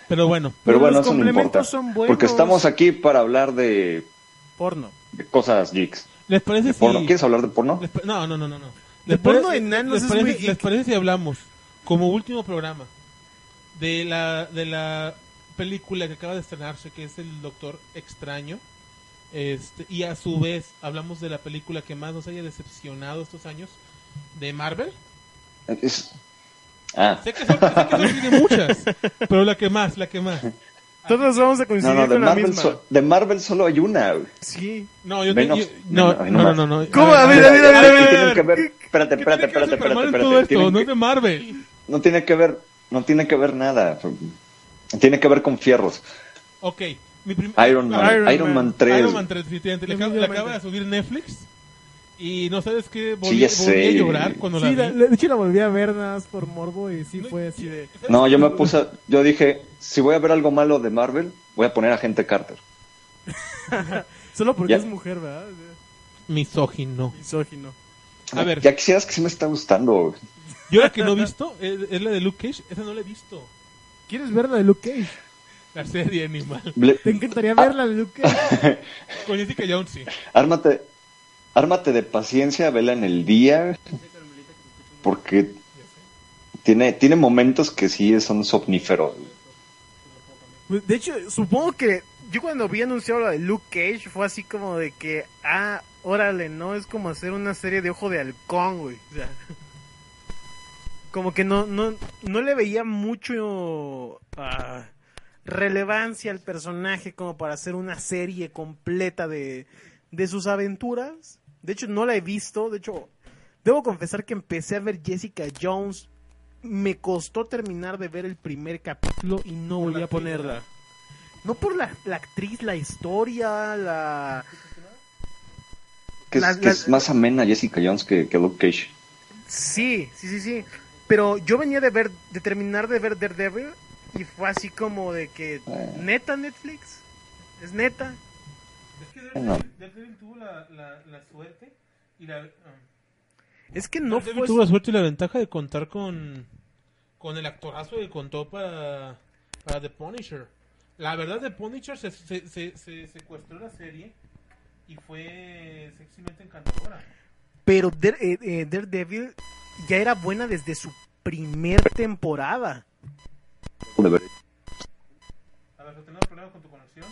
[SPEAKER 3] Pero bueno,
[SPEAKER 6] Pero
[SPEAKER 4] Pero
[SPEAKER 6] bueno,
[SPEAKER 4] los
[SPEAKER 6] eso no
[SPEAKER 4] complementos
[SPEAKER 6] importa.
[SPEAKER 4] son buenos.
[SPEAKER 6] Porque estamos aquí para hablar de,
[SPEAKER 4] Porno.
[SPEAKER 6] de cosas geeks.
[SPEAKER 3] ¿les parece si...
[SPEAKER 6] Porno. ¿Quieres hablar de porno?
[SPEAKER 3] les pa- No, no, no, no. no.
[SPEAKER 4] De
[SPEAKER 3] ¿Les parece-
[SPEAKER 4] porno enanos
[SPEAKER 3] les
[SPEAKER 4] es
[SPEAKER 3] parece-
[SPEAKER 4] muy geek.
[SPEAKER 3] ¿Les parece si hablamos, como último programa, de la, de la película que acaba de estrenarse, que es El Doctor Extraño? Este, y a su vez hablamos de la película que más nos haya decepcionado estos años, de Marvel.
[SPEAKER 6] Es- Ah,
[SPEAKER 3] Sé que son, sé que son- tiene muchas, pero la que más, la que más.
[SPEAKER 4] Todos vamos a coincidir
[SPEAKER 6] no, no, de
[SPEAKER 4] con la
[SPEAKER 6] Marvel,
[SPEAKER 4] misma.
[SPEAKER 6] so- de Marvel solo hay una. güey.
[SPEAKER 4] Sí.
[SPEAKER 3] No, yo te-
[SPEAKER 6] Menos-
[SPEAKER 3] yo- no,
[SPEAKER 6] menos-
[SPEAKER 3] no, no, no, no.
[SPEAKER 4] ¿Cómo? A ver,
[SPEAKER 6] Mira,
[SPEAKER 4] a ver, a ver,
[SPEAKER 6] algo
[SPEAKER 4] a ver,
[SPEAKER 6] que
[SPEAKER 4] a
[SPEAKER 6] tienen
[SPEAKER 4] ver.
[SPEAKER 6] que ver- Espérate,
[SPEAKER 3] ¿Qué tiene
[SPEAKER 6] espérate,
[SPEAKER 3] que ver
[SPEAKER 6] espérate,
[SPEAKER 3] Superman en
[SPEAKER 6] espérate, espérate.
[SPEAKER 3] todo esto?
[SPEAKER 6] Tienen
[SPEAKER 3] No
[SPEAKER 6] que-
[SPEAKER 3] es de Marvel.
[SPEAKER 6] No tiene que ver, no tiene que ver nada. Tiene que ver con fierros.
[SPEAKER 3] Ok, mi prim-
[SPEAKER 6] Iron Man,
[SPEAKER 3] Iron
[SPEAKER 6] Iron,
[SPEAKER 4] Man.
[SPEAKER 6] Man 3.
[SPEAKER 3] Iron Man 3, efectivamente. Le, acaba- le acaba de subir Netflix. Y no sabes qué, volví,
[SPEAKER 6] Sí, ya
[SPEAKER 3] volví a
[SPEAKER 6] sé.
[SPEAKER 3] llorar cuando
[SPEAKER 7] Sí,
[SPEAKER 3] la
[SPEAKER 7] la-
[SPEAKER 3] vi.
[SPEAKER 7] la- de hecho la volví a ver nada más por morbo y sí
[SPEAKER 3] No,
[SPEAKER 7] fue así de...
[SPEAKER 6] No, yo me puse, yo dije, si voy a ver algo malo de Marvel, voy a poner a gente Carter.
[SPEAKER 4] Solo porque
[SPEAKER 6] Ya.
[SPEAKER 4] es mujer, ¿verdad?
[SPEAKER 3] Misógino.
[SPEAKER 4] Misógino.
[SPEAKER 3] A ver,
[SPEAKER 6] Ya quisieras que sí me está gustando.
[SPEAKER 3] yo la que no he visto es, es la de Luke Cage. Esa no la he visto.
[SPEAKER 7] ¿Quieres ver la de Luke Cage?
[SPEAKER 3] La serie animal.
[SPEAKER 6] Le-
[SPEAKER 7] Te
[SPEAKER 6] Ah.
[SPEAKER 7] encantaría ver la de Luke Cage.
[SPEAKER 3] Con Jessica Jones, sí.
[SPEAKER 6] ármate, ármate de paciencia, vela en el día, porque tiene, tiene momentos que sí son somníferos.
[SPEAKER 4] Pues, De hecho, supongo que yo cuando vi anunciado la de Luke Cage fue así como de que, ah, órale, no, es como hacer una serie de ojo de halcón, güey. O sea, como que no, no, no le veía mucho ah, relevancia al personaje como para hacer una serie completa de, de sus aventuras. De hecho, no la he visto. De hecho, debo confesar que empecé a ver Jessica Jones. Me costó terminar de ver el primer capítulo y no volví a ponerla. No por la, la actriz, la historia, la...
[SPEAKER 6] Que, es-
[SPEAKER 4] Las-
[SPEAKER 6] que
[SPEAKER 4] las-
[SPEAKER 6] es más amena Jessica Jones que, que Luke Cage.
[SPEAKER 4] Sí, sí, sí, sí. Pero yo venía de ver, de terminar de ver Daredevil y fue así como de que, neta Netflix, es neta.
[SPEAKER 3] Es que
[SPEAKER 6] No.
[SPEAKER 3] Daredevil tuvo la, suerte y la... ah.
[SPEAKER 4] Es que no pues. fue...
[SPEAKER 3] tuvo la suerte y la ventaja de contar con, con el actorazo que contó para, para The Punisher. La verdad, The Punisher se, se, se, se secuestró la serie y fue sexymente encantadora.
[SPEAKER 4] Pero Dare- eh, eh, Daredevil ya era buena desde su primer temporada.
[SPEAKER 6] De ver-
[SPEAKER 3] A ver, ¿tenemos problemas con tu conexión?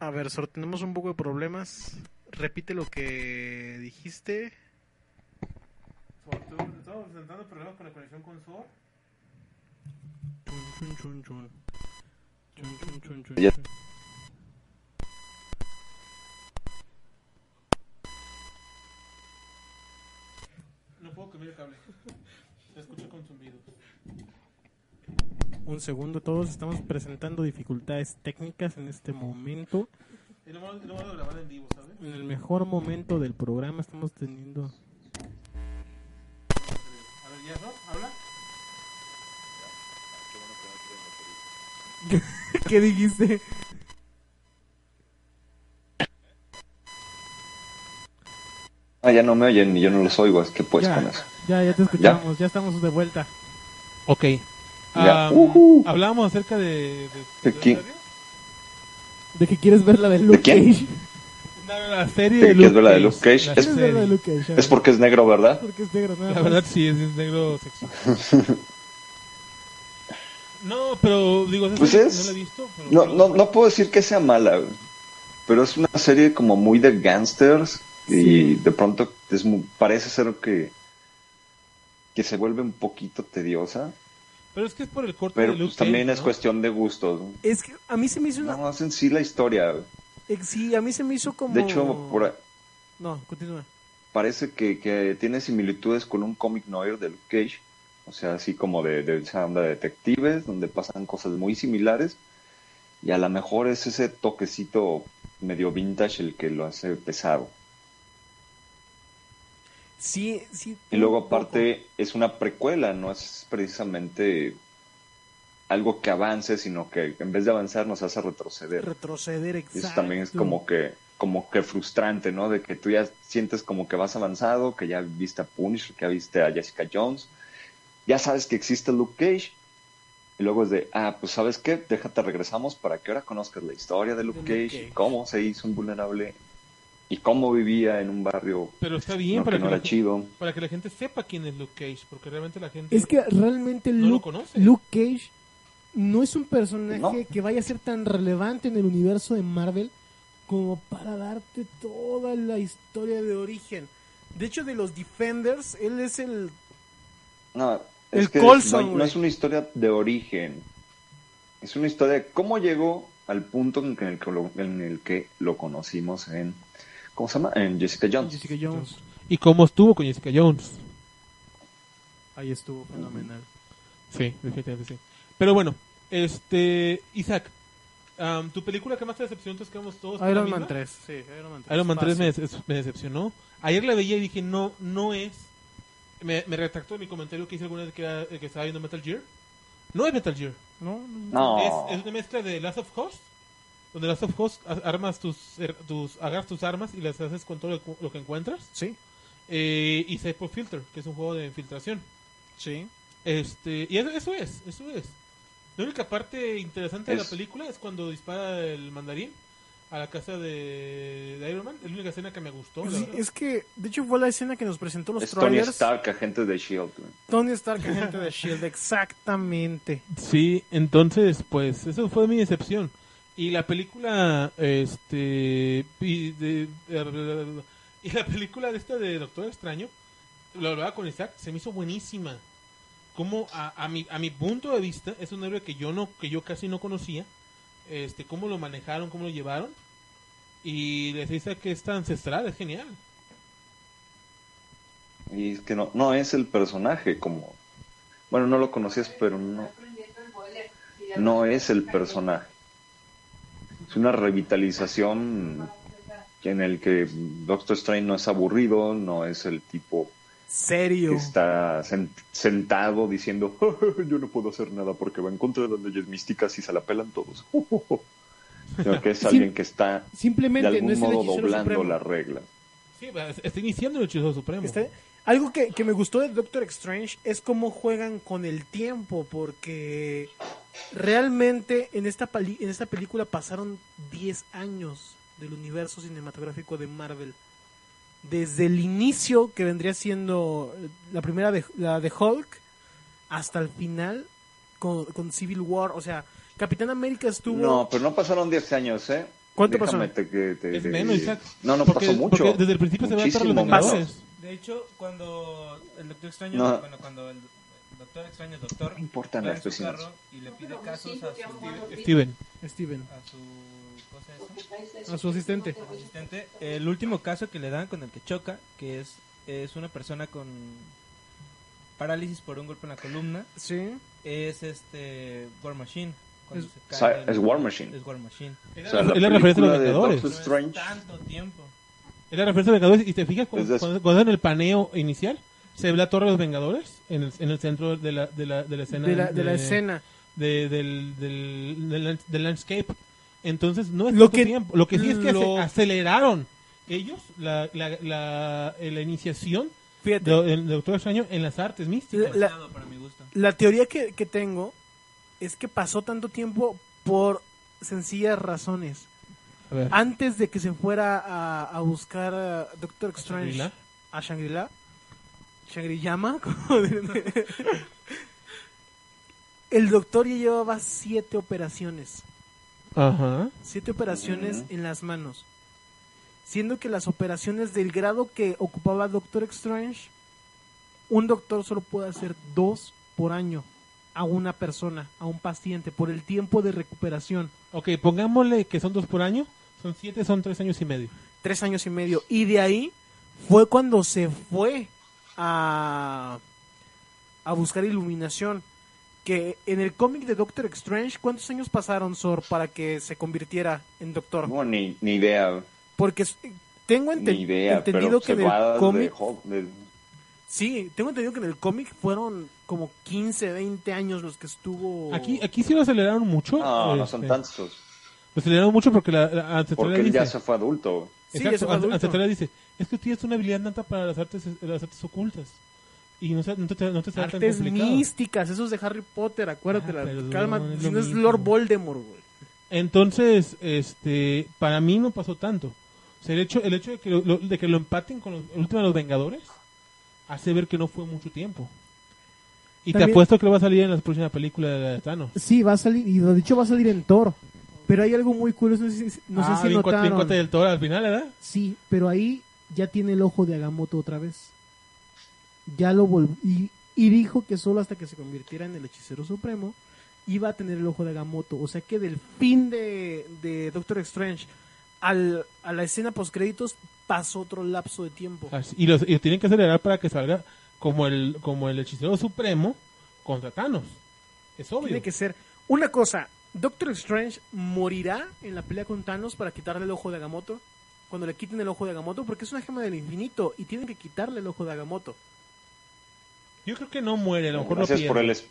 [SPEAKER 4] A ver, Sor, tenemos un poco de problemas. Repite lo que dijiste.
[SPEAKER 3] Sor, ¿tú- Estamos presentando problemas con la conexión con Sor.
[SPEAKER 4] Chun, chun, chun, chun. Chun, chun, chun, chun,
[SPEAKER 6] Ya.
[SPEAKER 4] chun.
[SPEAKER 3] No puedo cambiar el cable. Se escucha con zumbidos.
[SPEAKER 4] Un segundo, todos estamos presentando dificultades técnicas en este momento.
[SPEAKER 3] Y lo malo lo malo de grabar en vivo, ¿sabes?
[SPEAKER 4] En el mejor momento del programa estamos teniendo.
[SPEAKER 3] A ver, ya, ¿no? ¿Habla?
[SPEAKER 4] ¿Qué dijiste?
[SPEAKER 6] Ah, ya no me oyen y yo no los oigo, es que pues
[SPEAKER 4] ya,
[SPEAKER 6] con eso.
[SPEAKER 4] ya, ya te escuchamos, ya. estamos de vuelta.
[SPEAKER 3] Ok.
[SPEAKER 6] Ya.
[SPEAKER 7] Ah,
[SPEAKER 6] Ujú.
[SPEAKER 3] Hablábamos acerca de...
[SPEAKER 6] ¿De qué?
[SPEAKER 3] serie?
[SPEAKER 7] De que quieres ver la de Luke
[SPEAKER 6] quién?
[SPEAKER 7] Cage.
[SPEAKER 3] No, no, la serie
[SPEAKER 6] ¿Te
[SPEAKER 3] de
[SPEAKER 6] quieres
[SPEAKER 3] Luke
[SPEAKER 6] ver la de Luke Cage?
[SPEAKER 3] La
[SPEAKER 6] Es-
[SPEAKER 7] ¿Quieres ver la de
[SPEAKER 3] serie.
[SPEAKER 7] Luke Cage? A
[SPEAKER 6] Es
[SPEAKER 7] ver,
[SPEAKER 6] porque es negro, ¿verdad?
[SPEAKER 7] Porque es negro, nada
[SPEAKER 3] La
[SPEAKER 7] más.
[SPEAKER 3] verdad sí, es, es negro sexy.
[SPEAKER 6] <laughs>
[SPEAKER 3] No, pero digo, esa
[SPEAKER 6] Pues
[SPEAKER 3] serie
[SPEAKER 6] es-
[SPEAKER 3] no la he visto. Pero
[SPEAKER 6] No, no, no puedo decir que sea mala, pero es una serie como muy de gangsters y de pronto es mu- parece ser que, que se vuelve un poquito tediosa,
[SPEAKER 3] Pero es que es por el corte
[SPEAKER 6] pero
[SPEAKER 3] de Luke
[SPEAKER 6] pues también
[SPEAKER 3] Cage,
[SPEAKER 6] es
[SPEAKER 3] ¿no?
[SPEAKER 6] cuestión de gustos.
[SPEAKER 4] Es que a mí se me hizo una.
[SPEAKER 6] No, es en sí la historia.
[SPEAKER 4] eh, Sí, a mí se me hizo como.
[SPEAKER 6] De hecho, por a-
[SPEAKER 4] No, continúa.
[SPEAKER 6] parece que, que tiene similitudes con un cómic noir de Luke Cage, o sea, así como de, de esa onda de detectives, donde pasan cosas muy similares, y a lo mejor es ese toquecito medio vintage el que lo hace pesado.
[SPEAKER 4] Sí, sí.
[SPEAKER 6] Y
[SPEAKER 4] un
[SPEAKER 6] luego
[SPEAKER 4] poco.
[SPEAKER 6] aparte es una precuela, no es precisamente algo que avance, sino que en vez de avanzar nos hace retroceder.
[SPEAKER 4] Retroceder,
[SPEAKER 6] Y
[SPEAKER 4] exacto.
[SPEAKER 6] eso también es como que como que frustrante, ¿no? De que tú ya sientes como que vas avanzado, que ya viste a Punisher, que ya viste a Jessica Jones, ya sabes que existe Luke Cage. Y luego es de, ah, pues sabes qué, déjate regresamos para que ahora conozcas la historia de Luke,
[SPEAKER 3] De Luke
[SPEAKER 6] Cage,
[SPEAKER 3] Cage.
[SPEAKER 6] cómo se hizo invulnerable y cómo vivía en un barrio
[SPEAKER 3] Pero está bien
[SPEAKER 6] no,
[SPEAKER 3] para,
[SPEAKER 6] que
[SPEAKER 3] que
[SPEAKER 6] no
[SPEAKER 3] la,
[SPEAKER 6] era chido.
[SPEAKER 3] para que la gente sepa quién es Luke Cage, porque realmente la gente...
[SPEAKER 7] Es que realmente
[SPEAKER 3] No lo
[SPEAKER 7] Luke,
[SPEAKER 3] conoce.
[SPEAKER 7] Luke Cage no es un personaje
[SPEAKER 6] No.
[SPEAKER 7] que vaya a ser tan relevante en el universo de Marvel como para darte toda la historia de origen.
[SPEAKER 4] De hecho, de los Defenders, él es el.
[SPEAKER 6] No, es
[SPEAKER 4] El
[SPEAKER 6] que
[SPEAKER 4] Coulson,
[SPEAKER 6] no, hay- no
[SPEAKER 4] güey.
[SPEAKER 6] es una historia de origen. Es una historia de cómo llegó al punto en que- en el que lo, en el que lo conocimos en. ¿Cómo se llama? En Jessica Jones.
[SPEAKER 4] Jessica Jones.
[SPEAKER 3] ¿Y cómo estuvo con Jessica Jones?
[SPEAKER 4] Ahí estuvo fenomenal.
[SPEAKER 3] Sí, definitivamente sí. Pero bueno, este, Isaac, am, ¿tu película que más te decepcionó? Entonces quedamos todos con la
[SPEAKER 4] Iron
[SPEAKER 3] misma.
[SPEAKER 4] Man 3. Sí, Iron Man 3.
[SPEAKER 3] Iron Man 3 me,
[SPEAKER 4] Fácil.
[SPEAKER 3] dece- me decepcionó. Ayer la veía y dije, no, no es. Me, me retractó mi comentario que hice alguna vez que, era- eh, que estaba viendo Metal Gear. No es Metal Gear.
[SPEAKER 4] No, no.
[SPEAKER 6] No.
[SPEAKER 3] Es, es una mezcla de Last of Us, donde Last of Us a- armas tus, er- tus, agarras tus armas y las haces con todo lo, cu- lo que encuentras.
[SPEAKER 4] Sí,
[SPEAKER 3] Eh, y Cyber Filter, que es un juego de infiltración.
[SPEAKER 4] sí.
[SPEAKER 3] Este, y eso, eso es, eso es. La única parte interesante de la
[SPEAKER 6] Es-
[SPEAKER 3] película es cuando dispara el mandarín a la casa de, de Iron Man. Es la única escena que me gustó. la
[SPEAKER 4] Pues Sí,
[SPEAKER 3] verdad.
[SPEAKER 4] es que, de hecho, fue la escena que nos presentó los
[SPEAKER 6] Es Tony
[SPEAKER 4] trailers.
[SPEAKER 6] Stark, agente de Shield. E güey.
[SPEAKER 4] Tony Stark, agente de Shield, E
[SPEAKER 6] <laughs>
[SPEAKER 4] exactamente.
[SPEAKER 3] Sí, entonces, pues, eso fue mi decepción. Y la película, este, y, de- y la película de esta de Doctor Extraño, lo hablaba con Isaac, se me hizo buenísima. Como a, a mi, a mi punto de vista, es un héroe que yo no, que yo casi no conocía, este, cómo lo manejaron, cómo lo llevaron, y les dice que esta ancestral, es genial.
[SPEAKER 6] Y es que no, no es el personaje como. Bueno, no lo conocías, pero no. No es el personaje. Es una revitalización en el que Doctor Strange no es aburrido, no es el tipo
[SPEAKER 4] Serio.
[SPEAKER 6] que está sen- sentado diciendo yo no puedo hacer nada porque va en contra de las leyes místicas y se la pelan todos. <laughs> Sino que es
[SPEAKER 7] Sí.
[SPEAKER 6] alguien que está de
[SPEAKER 7] Simplemente no
[SPEAKER 6] algún
[SPEAKER 7] es el
[SPEAKER 6] modo
[SPEAKER 7] hechicero
[SPEAKER 6] doblando
[SPEAKER 7] supremo.
[SPEAKER 6] las reglas.
[SPEAKER 3] Sí, va, está iniciando el hechizo supremo.
[SPEAKER 4] Está- Algo que, que me gustó de Doctor Strange es cómo juegan con el tiempo, porque realmente en esta, pali- en esta película pasaron 10 años del universo cinematográfico de Marvel. Desde el inicio, que vendría siendo eh, la primera de, la de Hulk, hasta el final con, con Civil War. O sea, Capitán América estuvo...
[SPEAKER 6] No, pero no pasaron 10 años, ¿eh?
[SPEAKER 4] ¿Cuánto
[SPEAKER 6] Déjame
[SPEAKER 4] pasó?
[SPEAKER 6] te- que te-
[SPEAKER 3] Es
[SPEAKER 6] te-
[SPEAKER 3] menos, Isaac.
[SPEAKER 6] Eh, No, no
[SPEAKER 3] Porque-
[SPEAKER 6] pasó mucho.
[SPEAKER 3] porque desde el principio se ve a todos los
[SPEAKER 6] Muchísimo
[SPEAKER 3] Vengadores.
[SPEAKER 6] menos.
[SPEAKER 5] De hecho, cuando el Doctor Extraño,
[SPEAKER 6] No.
[SPEAKER 5] bueno, cuando el Doctor Extraño, Doctor,
[SPEAKER 6] No importan
[SPEAKER 5] va
[SPEAKER 6] las
[SPEAKER 5] en su
[SPEAKER 6] vecinas.
[SPEAKER 5] carro y le pide casos a su,
[SPEAKER 3] Steven.
[SPEAKER 4] Steven,
[SPEAKER 5] a su cosa esa.
[SPEAKER 4] a su asistente.
[SPEAKER 5] asistente, el último caso que le dan con el que choca, que es, es una persona con parálisis por un golpe en la columna,
[SPEAKER 4] Sí.
[SPEAKER 5] es este War Machine. cuando
[SPEAKER 4] Es-
[SPEAKER 5] se cae
[SPEAKER 6] Sa-
[SPEAKER 5] el-
[SPEAKER 6] es War Machine.
[SPEAKER 5] Es War Machine.
[SPEAKER 6] O sea,
[SPEAKER 3] Es la referencia a los
[SPEAKER 6] película de
[SPEAKER 3] Vengadores.
[SPEAKER 6] Doctor
[SPEAKER 5] No es
[SPEAKER 6] Strange.
[SPEAKER 5] tanto tiempo.
[SPEAKER 3] Es la referencia a Vengadores. Y te fijas cuando,
[SPEAKER 6] Es de-
[SPEAKER 3] cuando- cuando en el paneo inicial se ve la Torre de los Vengadores en el, en el centro de la, de la, de la escena.
[SPEAKER 4] De la, de la escena.
[SPEAKER 3] de- del, del, del lan- del landscape. Entonces, no es
[SPEAKER 4] Lo
[SPEAKER 3] lo
[SPEAKER 4] que-
[SPEAKER 3] que, tiempo. Lo que sí es que
[SPEAKER 4] lo-
[SPEAKER 3] se acceleraron ellos la, la, la, eh, la iniciación
[SPEAKER 4] Fíjate.
[SPEAKER 3] de, del Doctor Extraño en las artes místicas.
[SPEAKER 4] La-
[SPEAKER 5] Demasiado para mi gusto.
[SPEAKER 4] La teoría que, que tengo es que pasó tanto tiempo por sencillas razones.
[SPEAKER 3] A ver,
[SPEAKER 4] Antes de que se fuera a, a buscar a Doctor Strange
[SPEAKER 3] Shangri-La?
[SPEAKER 4] a Shangri-La, Shangri-Llama, <laughs> como de- el doctor ya llevaba siete operaciones.
[SPEAKER 3] Ajá.
[SPEAKER 4] Siete operaciones
[SPEAKER 6] Ujú.
[SPEAKER 4] en las manos. Siendo que las operaciones del grado que ocupaba Doctor Strange, un doctor solo puede hacer dos por año a una persona, a un paciente, por el tiempo de recuperación.
[SPEAKER 3] Ok, pongámosle que son dos por año. Son siete, son tres años y medio.
[SPEAKER 4] Tres años y medio. Y de ahí fue cuando se fue a, a buscar iluminación. Que en el cómic de Doctor Strange, ¿cuántos años pasaron, Sor, para que se convirtiera en doctor?
[SPEAKER 6] No, ni, ni idea.
[SPEAKER 4] Porque s- tengo ente-
[SPEAKER 6] Ni idea.
[SPEAKER 4] entendido
[SPEAKER 6] Pero
[SPEAKER 4] que
[SPEAKER 6] se
[SPEAKER 4] en el
[SPEAKER 6] va de
[SPEAKER 4] cómic.
[SPEAKER 6] Hulk, de-
[SPEAKER 4] Sí, tengo entendido que en el cómic fueron como 15, 20 años los que estuvo.
[SPEAKER 3] eh, Aquí, aquí sí lo aceleraron mucho.
[SPEAKER 6] No, no son
[SPEAKER 3] este,
[SPEAKER 6] tantos.
[SPEAKER 3] Lo señalaron mucho porque la, la ancestralidad
[SPEAKER 6] Porque él ya
[SPEAKER 3] dice-
[SPEAKER 6] se fue adulto. güey.
[SPEAKER 4] Sí,
[SPEAKER 3] Exacto,
[SPEAKER 4] ya se fue
[SPEAKER 3] ante-
[SPEAKER 4] adulto.
[SPEAKER 3] ante Tarea dice, es que tienes una habilidad nata para las artes, las artes ocultas. Y no, se- no te, no te será tan
[SPEAKER 4] Artes
[SPEAKER 3] complicado.
[SPEAKER 4] místicas, esos de Harry Potter, acuérdate.
[SPEAKER 3] Ah, pero
[SPEAKER 4] calma,
[SPEAKER 3] no, es
[SPEAKER 4] si
[SPEAKER 3] lo
[SPEAKER 4] no es
[SPEAKER 3] mismo.
[SPEAKER 4] Lord Voldemort, güey.
[SPEAKER 3] Entonces, este, para mí no pasó tanto. O sea, el hecho, el hecho de, que lo, lo- de que lo empaten con los, el último de los Vengadores hace ver que no fue mucho tiempo. Y te
[SPEAKER 7] También-
[SPEAKER 3] apuesto que lo va a salir en la próxima película de la de Thanos.
[SPEAKER 7] Sí, va a salir, y de hecho va a salir en Thor. Pero hay algo muy curioso, no sé, si- no sé
[SPEAKER 3] Ah,
[SPEAKER 7] si
[SPEAKER 3] bien cuate- bien
[SPEAKER 7] notaron.
[SPEAKER 3] cuate del Thor al final, ¿verdad?
[SPEAKER 7] Sí, pero ahí ya tiene el ojo de Agamotto otra vez. Ya lo volvió. Y, y dijo que solo hasta que se convirtiera en el hechicero supremo iba a tener el ojo de Agamotto. O sea que del
[SPEAKER 4] Fin de, de Doctor Strange al, a la escena post créditos pasó otro lapso de tiempo.
[SPEAKER 3] Así- Y, los, y tienen que acelerar para que salga como el, como el hechicero supremo contra Thanos. Es obvio.
[SPEAKER 4] Tiene que ser. Una cosa, Doctor Strange morirá en la pelea con Thanos para quitarle el ojo de Agamotto. Cuando le quiten el ojo de Agamotto, porque es una gema del infinito y tienen que quitarle el ojo de Agamotto.
[SPEAKER 3] Yo creo que no muere, a lo mejor lo
[SPEAKER 6] Gracias por
[SPEAKER 3] pierde.
[SPEAKER 6] el... es-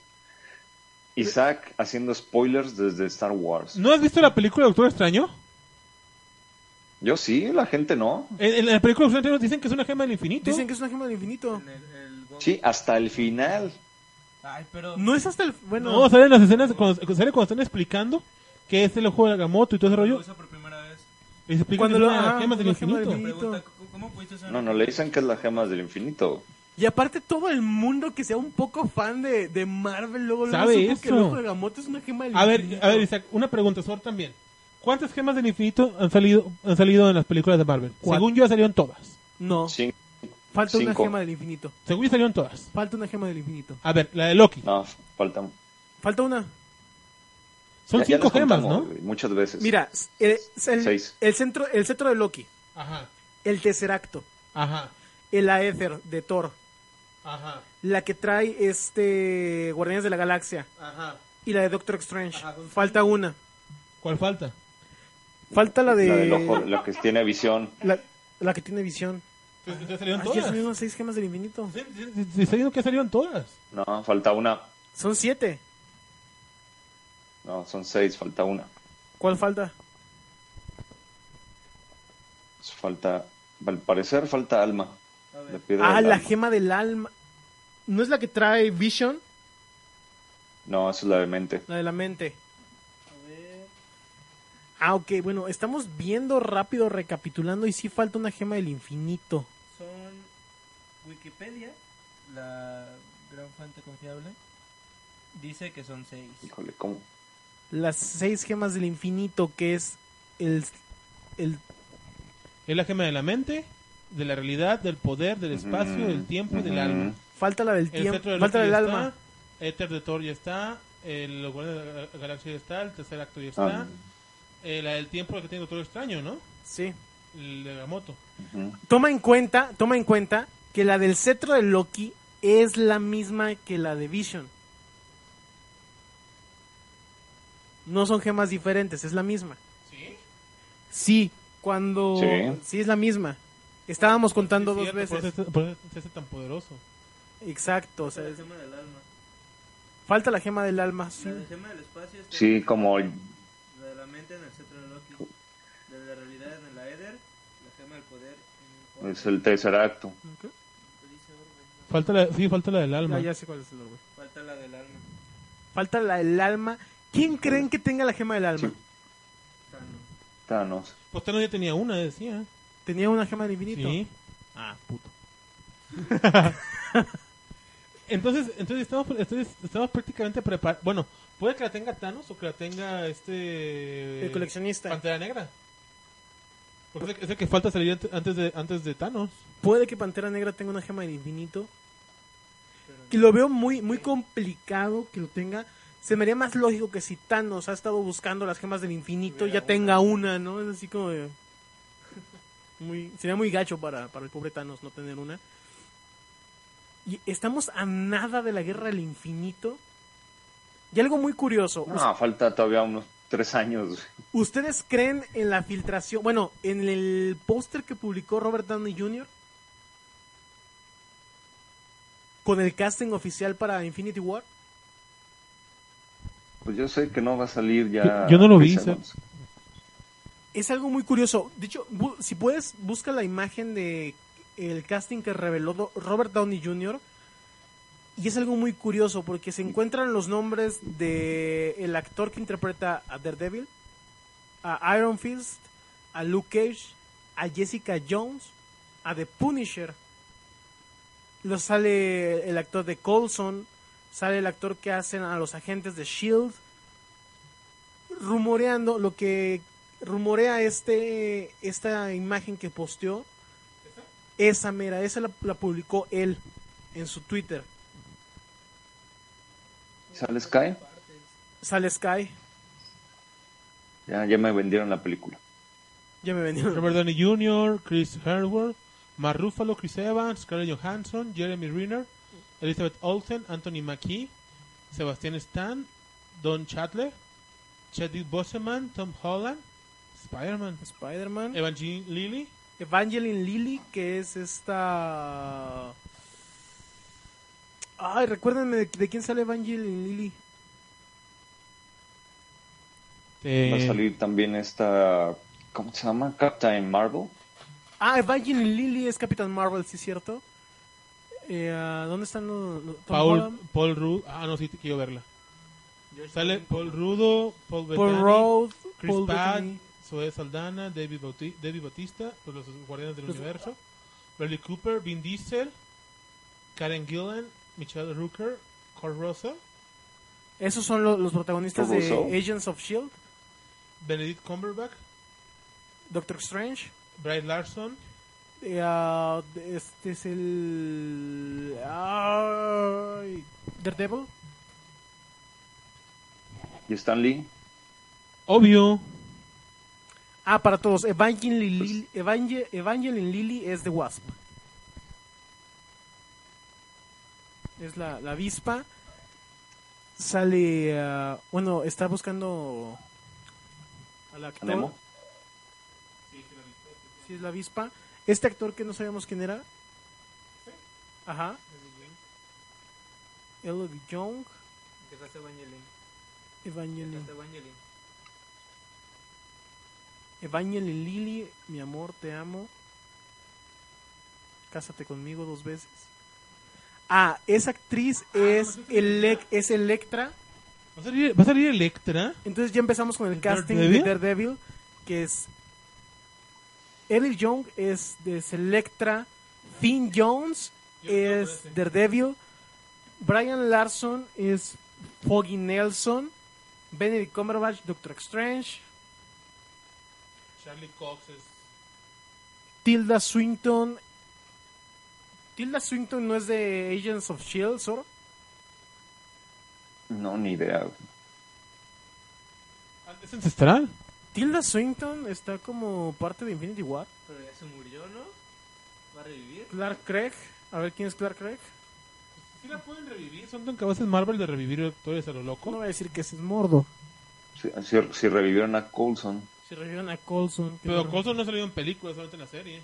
[SPEAKER 6] Isaac haciendo spoilers desde Star Wars.
[SPEAKER 3] ¿No has visto la película Doctor Extraño?
[SPEAKER 6] Yo sí, la gente no.
[SPEAKER 3] En, en la película Doctor Extraño nos dicen que es una gema del infinito.
[SPEAKER 4] Dicen que es una gema del infinito.
[SPEAKER 5] En el- el Gon-
[SPEAKER 6] Sí, hasta el final.
[SPEAKER 5] Ay, pero.
[SPEAKER 4] No es hasta el. Bueno,
[SPEAKER 3] No, salen las escenas, cuando, sale cuando están explicando que es el ojo de Agamotto y todo ese
[SPEAKER 5] Lo
[SPEAKER 3] rollo.
[SPEAKER 5] usa por primera vez.
[SPEAKER 3] Les explican
[SPEAKER 4] Cuando
[SPEAKER 3] que es
[SPEAKER 4] lo-
[SPEAKER 3] una
[SPEAKER 4] ah,
[SPEAKER 3] gema del
[SPEAKER 4] una gema del
[SPEAKER 3] infinito.
[SPEAKER 4] infinito.
[SPEAKER 5] Pregunta, "¿Cómo- ¿cómo pudiste usar
[SPEAKER 6] No, no, le dicen que es la gema del infinito.
[SPEAKER 4] y aparte todo el mundo que sea un poco fan de, de Marvel luego luego
[SPEAKER 3] ¿Sabe
[SPEAKER 4] supo que
[SPEAKER 3] eso?
[SPEAKER 4] el ojo de Agamotto es una gema del
[SPEAKER 3] A ver,
[SPEAKER 4] infinito.
[SPEAKER 3] a ver, Isaac, una pregunta, Sor, también. ¿Cuántas gemas del infinito han salido, han salido en las películas de Marvel?
[SPEAKER 4] Cuatro.
[SPEAKER 3] Según yo, salieron todas.
[SPEAKER 4] No,
[SPEAKER 6] Sí,
[SPEAKER 4] falta una
[SPEAKER 6] cinco.
[SPEAKER 4] gema del infinito.
[SPEAKER 3] Según yo, salieron todas.
[SPEAKER 4] Falta una gema del infinito.
[SPEAKER 3] A ver, la de Loki.
[SPEAKER 6] no, faltan.
[SPEAKER 4] Falta una.
[SPEAKER 3] Son
[SPEAKER 6] ya- ya
[SPEAKER 3] cinco
[SPEAKER 6] les
[SPEAKER 3] gemas,
[SPEAKER 6] contamos,
[SPEAKER 3] ¿no?
[SPEAKER 6] güey, Muchas veces.
[SPEAKER 4] Mira, el, el,
[SPEAKER 6] Seis.
[SPEAKER 4] el centro, el centro de Loki,
[SPEAKER 3] Ajá,
[SPEAKER 4] el Tesseracto,
[SPEAKER 3] ajá,
[SPEAKER 4] el Aether de Thor,
[SPEAKER 3] ajá,
[SPEAKER 4] la que trae este Guardianes de la Galaxia
[SPEAKER 3] ajá.
[SPEAKER 4] y la de Doctor Strange.
[SPEAKER 3] Ajá, son
[SPEAKER 4] Falta una.
[SPEAKER 3] ¿Cuál falta?
[SPEAKER 4] Falta la de
[SPEAKER 6] La del ojo, la que tiene visión.
[SPEAKER 4] la, la que tiene visión.
[SPEAKER 3] Entonces salieron
[SPEAKER 4] Ay,
[SPEAKER 3] todas.
[SPEAKER 4] Dios mío, seis gemas del infinito.
[SPEAKER 3] Sí, sí, sí, sí, salieron que salieron todas.
[SPEAKER 6] No, falta una.
[SPEAKER 4] Son siete.
[SPEAKER 6] No, son seis, falta una.
[SPEAKER 4] ¿Cuál falta?
[SPEAKER 6] Falta, al parecer, falta alma. La piedra
[SPEAKER 4] Ah,
[SPEAKER 6] del
[SPEAKER 4] la
[SPEAKER 6] alma.
[SPEAKER 4] gema del alma. ¿No es la que trae Vision?
[SPEAKER 6] No, esa es la de mente.
[SPEAKER 4] La de la mente. Ah, ok, bueno, estamos viendo rápido, recapitulando, y sí falta una gema del infinito.
[SPEAKER 5] Son Wikipedia, la gran fuente confiable, dice que son seis.
[SPEAKER 6] Híjole, ¿cómo?
[SPEAKER 4] Las seis gemas del infinito, que es el... el
[SPEAKER 3] Es la gema de la mente, de la realidad, del poder, del espacio,
[SPEAKER 6] Ujú,
[SPEAKER 3] del tiempo y del
[SPEAKER 6] ujú.
[SPEAKER 3] alma.
[SPEAKER 4] falta la del
[SPEAKER 3] El
[SPEAKER 4] tiempo,
[SPEAKER 3] centro de
[SPEAKER 4] falta la
[SPEAKER 3] Loki
[SPEAKER 4] del
[SPEAKER 3] ya
[SPEAKER 4] alma.
[SPEAKER 3] Está, Éter de Thor ya está. El lugar de la galaxia ya está. El tercer acto ya está.
[SPEAKER 6] Ah,
[SPEAKER 3] eh, la del tiempo la que tiene todo extraño, ¿no?
[SPEAKER 4] Sí.
[SPEAKER 3] El de la moto.
[SPEAKER 6] ujú.
[SPEAKER 4] Toma en cuenta, toma en cuenta que la del cetro de Loki es la misma que la de Vision. No son gemas diferentes, es la misma.
[SPEAKER 3] Sí.
[SPEAKER 4] Sí, cuando. Sí,
[SPEAKER 6] Sí.
[SPEAKER 4] es la misma. Estábamos contando dos
[SPEAKER 3] Por eso
[SPEAKER 4] veces.
[SPEAKER 3] es- por eso se hace tan poderoso.
[SPEAKER 4] Exacto. o sea,
[SPEAKER 5] La
[SPEAKER 4] es-
[SPEAKER 5] gema del alma.
[SPEAKER 4] falta la gema del alma. sí.
[SPEAKER 5] La de gema del espacio está
[SPEAKER 6] Sí, como
[SPEAKER 5] La de la mente en el centro de Loki. La de la realidad en el Aether. La gema del poder en
[SPEAKER 6] es el tercer acto.
[SPEAKER 5] Dice Orwell.
[SPEAKER 3] Falta la, sí, falta la del alma.
[SPEAKER 4] Ya, ya sé cuál es el nombre.
[SPEAKER 5] Falta la del alma.
[SPEAKER 4] Falta la del alma. ¿Quién creen que tenga la gema del alma?
[SPEAKER 6] Sí.
[SPEAKER 5] Thanos.
[SPEAKER 6] Thanos.
[SPEAKER 3] Pues Thanos ya tenía una, decía.
[SPEAKER 4] Tenía una gema del infinito.
[SPEAKER 3] Sí.
[SPEAKER 4] Ah, puto.
[SPEAKER 3] <laughs> Entonces, entonces estamos, entonces estamos prácticamente preparados. Bueno, puede que la tenga Thanos o que la tenga este.
[SPEAKER 4] El coleccionista.
[SPEAKER 3] Pantera Negra. Porque es el- es el que falta salir ante- antes de, antes de Thanos.
[SPEAKER 4] Puede que Pantera Negra tenga una gema del infinito. Que lo veo muy, muy complicado que lo tenga. Se me haría más lógico que si Thanos ha estado buscando las gemas del infinito, ya tenga una, ¿no? Es así como de- <laughs> Muy, sería muy gacho para, para el pobre Thanos no tener una. Y estamos a nada de la guerra del infinito. Y algo muy curioso.
[SPEAKER 3] Pues
[SPEAKER 6] No, falta todavía unos tres años.
[SPEAKER 4] ¿Ustedes creen en la filtración? Bueno, en el póster que publicó Robert Downey Jr. con el casting oficial para Infinity War.
[SPEAKER 6] Pues yo sé que no va a salir ya.
[SPEAKER 3] Yo- yo no lo
[SPEAKER 6] Chris
[SPEAKER 3] vi,
[SPEAKER 6] Evans.
[SPEAKER 4] es algo muy curioso. De hecho, bu- si puedes, busca la imagen de el casting que reveló Do- Robert Downey Jr. Y es algo muy curioso porque se encuentran los nombres de el actor que interpreta a Daredevil, a Iron Fist, a Luke Cage, a Jessica Jones, a The Punisher. Lo sale el actor de Colson, sale el actor que hacen a los agentes de Shield. Rumoreando lo que rumorea este esta imagen que posteó. Esa mera, esa la, la publicó él en su Twitter.
[SPEAKER 6] ¿Sale Sky?
[SPEAKER 4] Sale Sky,
[SPEAKER 6] Ya, ya me vendieron la película.
[SPEAKER 4] ya me vendieron.
[SPEAKER 3] Robert Downey Jr., Chris Hemsworth, Mark Ruffalo, Chris Evans, Scarlett Johansson, Jeremy Renner, Elizabeth Olsen, Anthony Mackie, Sebastian Stan, Don Chatler, Chadwick Boseman, Tom Holland, Spider-Man,
[SPEAKER 4] Spider-Man.
[SPEAKER 3] Evangeline Lilly,
[SPEAKER 4] Evangeline Lilly, que es esta... Ay, recuérdenme de, de quién sale Evangeline Lilly.
[SPEAKER 6] Va a
[SPEAKER 3] eh,
[SPEAKER 6] salir también esta. ¿Cómo se llama? Captain Marvel.
[SPEAKER 4] Ah, Evangeline Lilly es Capitán Marvel, sí, cierto. Eh, ah, ¿Dónde están los... los- Tom
[SPEAKER 3] Paul,
[SPEAKER 4] Holland?
[SPEAKER 3] Paul Rudd, ah no, sí, te quiero verla.
[SPEAKER 5] George
[SPEAKER 3] Sale
[SPEAKER 5] Clooney
[SPEAKER 3] Paul
[SPEAKER 5] como-
[SPEAKER 3] Rudo, Paul
[SPEAKER 4] Paul
[SPEAKER 3] Bettany,
[SPEAKER 4] Rudd,
[SPEAKER 3] Chris
[SPEAKER 4] Paul
[SPEAKER 3] Pratt,
[SPEAKER 4] Bettany.
[SPEAKER 3] Zoe Saldana, David, Bauti- David Bautista, pues los Guardianes del Universo, Bradley Cooper, Vin Diesel, Karen Gillan, Michelle Rooker, Kurt Russell,
[SPEAKER 4] Esos son lo- los protagonistas
[SPEAKER 6] Russo.
[SPEAKER 4] de Agents of Shield,
[SPEAKER 3] Benedict Cumberbatch,
[SPEAKER 4] Doctor Strange.
[SPEAKER 3] Bryce Larson,
[SPEAKER 4] eh, ah, este es el. Ay, Daredevil.
[SPEAKER 6] ¿Y Stan Lee?
[SPEAKER 3] obvio,
[SPEAKER 4] Ah, para todos. Evangeline Lilly, Evangel- Evangeline Lilly es The Wasp. Es la, la avispa. Sale. ah, bueno, está buscando. Al actor.
[SPEAKER 6] Nemo.
[SPEAKER 4] Sí, es la avispa. Este actor que no sabíamos quién era. Ajá. Elodie Young.
[SPEAKER 5] Dejaste a Evangeline.
[SPEAKER 4] Evangeline.
[SPEAKER 5] Dejaste a Evangeline.
[SPEAKER 4] Evangeline Lily. Mi amor, te amo. Cásate conmigo dos veces. Ah, esa actriz es, Elec- es Electra.
[SPEAKER 3] va a salir, va a salir Electra,
[SPEAKER 4] Entonces ya empezamos con el
[SPEAKER 3] ¿De
[SPEAKER 4] casting
[SPEAKER 3] Daredevil?
[SPEAKER 4] de Daredevil, que es... Eric Young es de Selectra, Finn Jones
[SPEAKER 3] Yo creo que
[SPEAKER 4] es
[SPEAKER 3] parece.
[SPEAKER 4] Daredevil, Brian Larson es Foggy Nelson, Benedict Cumberbatch, Doctor Strange,
[SPEAKER 3] Charlie Cox es,
[SPEAKER 4] Tilda Swinton... Tilda Swinton no es de Agents of S.H.I.E.L.D., ¿soro?
[SPEAKER 6] No, ni idea.
[SPEAKER 3] ah, es ancestral,
[SPEAKER 4] Tilda Swinton está como parte de Infinity War.
[SPEAKER 5] Pero ya se murió, ¿no? ¿Va a revivir?
[SPEAKER 4] Clark Craig, a ver quién es Clark Craig.
[SPEAKER 3] si la pueden revivir, son tan capaces Marvel de revivir actores a lo
[SPEAKER 4] No
[SPEAKER 3] loco,
[SPEAKER 4] voy a decir que ese es Mordo.
[SPEAKER 6] Si, si- si revivieron a Coulson.
[SPEAKER 4] Se refieren a Colson. que
[SPEAKER 3] pero
[SPEAKER 4] no-
[SPEAKER 3] Coulson no ha salido en películas, solamente en la serie,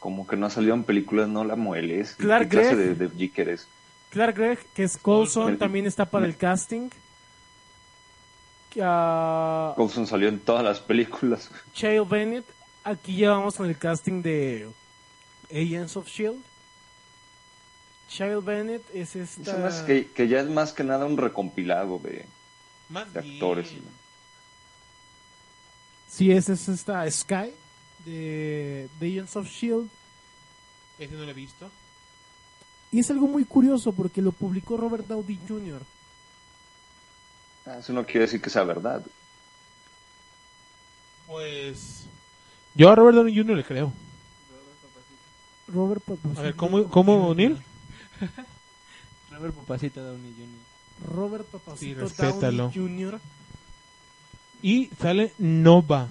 [SPEAKER 6] Como que no ha salido en películas, no la mueles.
[SPEAKER 4] Clark
[SPEAKER 6] ¿Qué clase de,
[SPEAKER 4] Gregg.
[SPEAKER 6] de geek eres?
[SPEAKER 4] Clark Gregg, que es Colson,
[SPEAKER 6] Colson.
[SPEAKER 4] también está para el casting. Que, ah,
[SPEAKER 6] Coulson salió en todas las películas.
[SPEAKER 4] Chael Bennett, aquí ya vamos con el casting de Agents of Shield. E Chael Bennett es
[SPEAKER 6] Se me hace
[SPEAKER 4] esta.
[SPEAKER 6] que, que ya es más que nada un recompilado de,
[SPEAKER 3] más
[SPEAKER 6] de actores.
[SPEAKER 3] bien.
[SPEAKER 4] Sí, es, es esta Sky de, de Agents of Shield.
[SPEAKER 3] ese no lo he visto,
[SPEAKER 4] Y es algo muy curioso porque lo publicó Robert Downey Jr.
[SPEAKER 6] Ah, Eso no quiere decir que sea verdad.
[SPEAKER 3] pues, yo a Robert Downey Jr. le creo,
[SPEAKER 4] Robert Papacito.
[SPEAKER 3] a ver, ¿cómo, cómo O'Neill?
[SPEAKER 5] Robert Papacita Downey Jr.
[SPEAKER 4] Robert Papacito
[SPEAKER 3] Sí, respétalo.
[SPEAKER 4] Downey Jr.
[SPEAKER 3] Y sale Nova.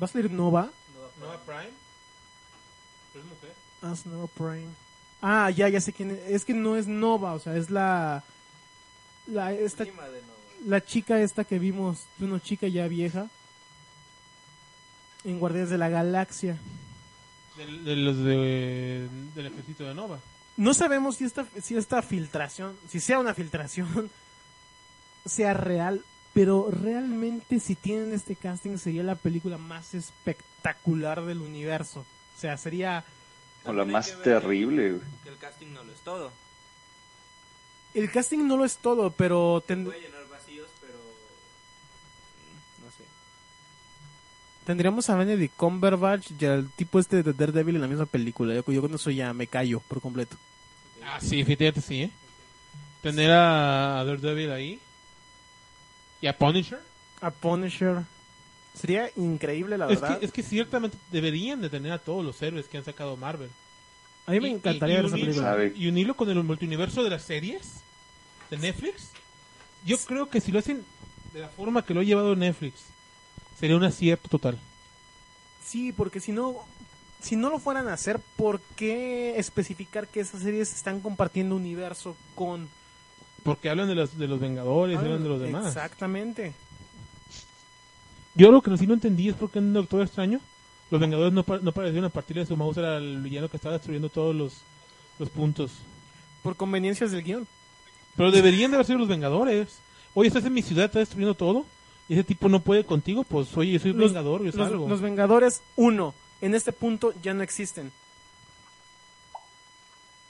[SPEAKER 4] ¿Va a salir Nova?
[SPEAKER 3] Nova Prime. Pero es mujer.
[SPEAKER 4] As Nova Prime. Ah, ya, ya sé quién es. Es que no es Nova, o sea, es la. La, esta,
[SPEAKER 5] Prima de nuevo.
[SPEAKER 4] la chica esta que vimos, una chica ya vieja. En Guardianes de la Galaxia.
[SPEAKER 3] De, de los de- del ejército de Nova.
[SPEAKER 4] No sabemos si esta, si esta filtración, si <laughs> sea una filtración, sea real Pero realmente si tienen este casting sería la película más espectacular del universo. O sea, sería...
[SPEAKER 6] O la
[SPEAKER 5] También hay
[SPEAKER 6] más
[SPEAKER 5] que ver
[SPEAKER 6] terrible, güey.
[SPEAKER 5] Que el casting no lo es todo.
[SPEAKER 4] El casting no lo es todo, pero ten-
[SPEAKER 5] Puede llenar vacíos, pero. No sé.
[SPEAKER 4] tendríamos a Benedict Cumberbatch y al tipo este de Daredevil en la misma película. Yo, yo con eso ya me callo por completo.
[SPEAKER 3] Ah, sí, fíjate, sí, ¿eh? Tener a Daredevil ahí. Y a Punisher.
[SPEAKER 4] A Punisher. Sería increíble, la
[SPEAKER 3] Es
[SPEAKER 4] verdad.
[SPEAKER 3] que, es que ciertamente deberían de tener a todos los héroes que han sacado Marvel.
[SPEAKER 4] A mí me
[SPEAKER 3] Y- y-
[SPEAKER 4] encantaría
[SPEAKER 3] y
[SPEAKER 4] ver esa
[SPEAKER 3] unirlo-
[SPEAKER 4] película.
[SPEAKER 6] Sabe.
[SPEAKER 3] Y unirlo con el multiverso de las series de Netflix. Yo creo que si lo hacen de la forma que lo ha llevado Netflix, sería un acierto total.
[SPEAKER 4] Sí, porque si no, si no lo fueran a hacer, ¿por qué especificar que esas series están compartiendo universo con...
[SPEAKER 3] Porque hablan de los, de los Vengadores,
[SPEAKER 4] Ah,
[SPEAKER 3] hablan de los demás.
[SPEAKER 4] Exactamente.
[SPEAKER 3] Yo lo que sí no entendí es por qué en Doctor Extraño los Vengadores no, pa- no aparecieron a partir de su mouse era el villano que estaba destruyendo todos los, los puntos.
[SPEAKER 4] Por conveniencias del guión.
[SPEAKER 3] Pero deberían de haber sido los Vengadores. Oye, estás en mi ciudad, estás destruyendo todo. Y ese tipo no puede contigo, pues oye, yo soy
[SPEAKER 4] Los-
[SPEAKER 3] Vengador, yo
[SPEAKER 4] Los,
[SPEAKER 3] salgo.
[SPEAKER 4] los Vengadores 1, en este punto ya no existen.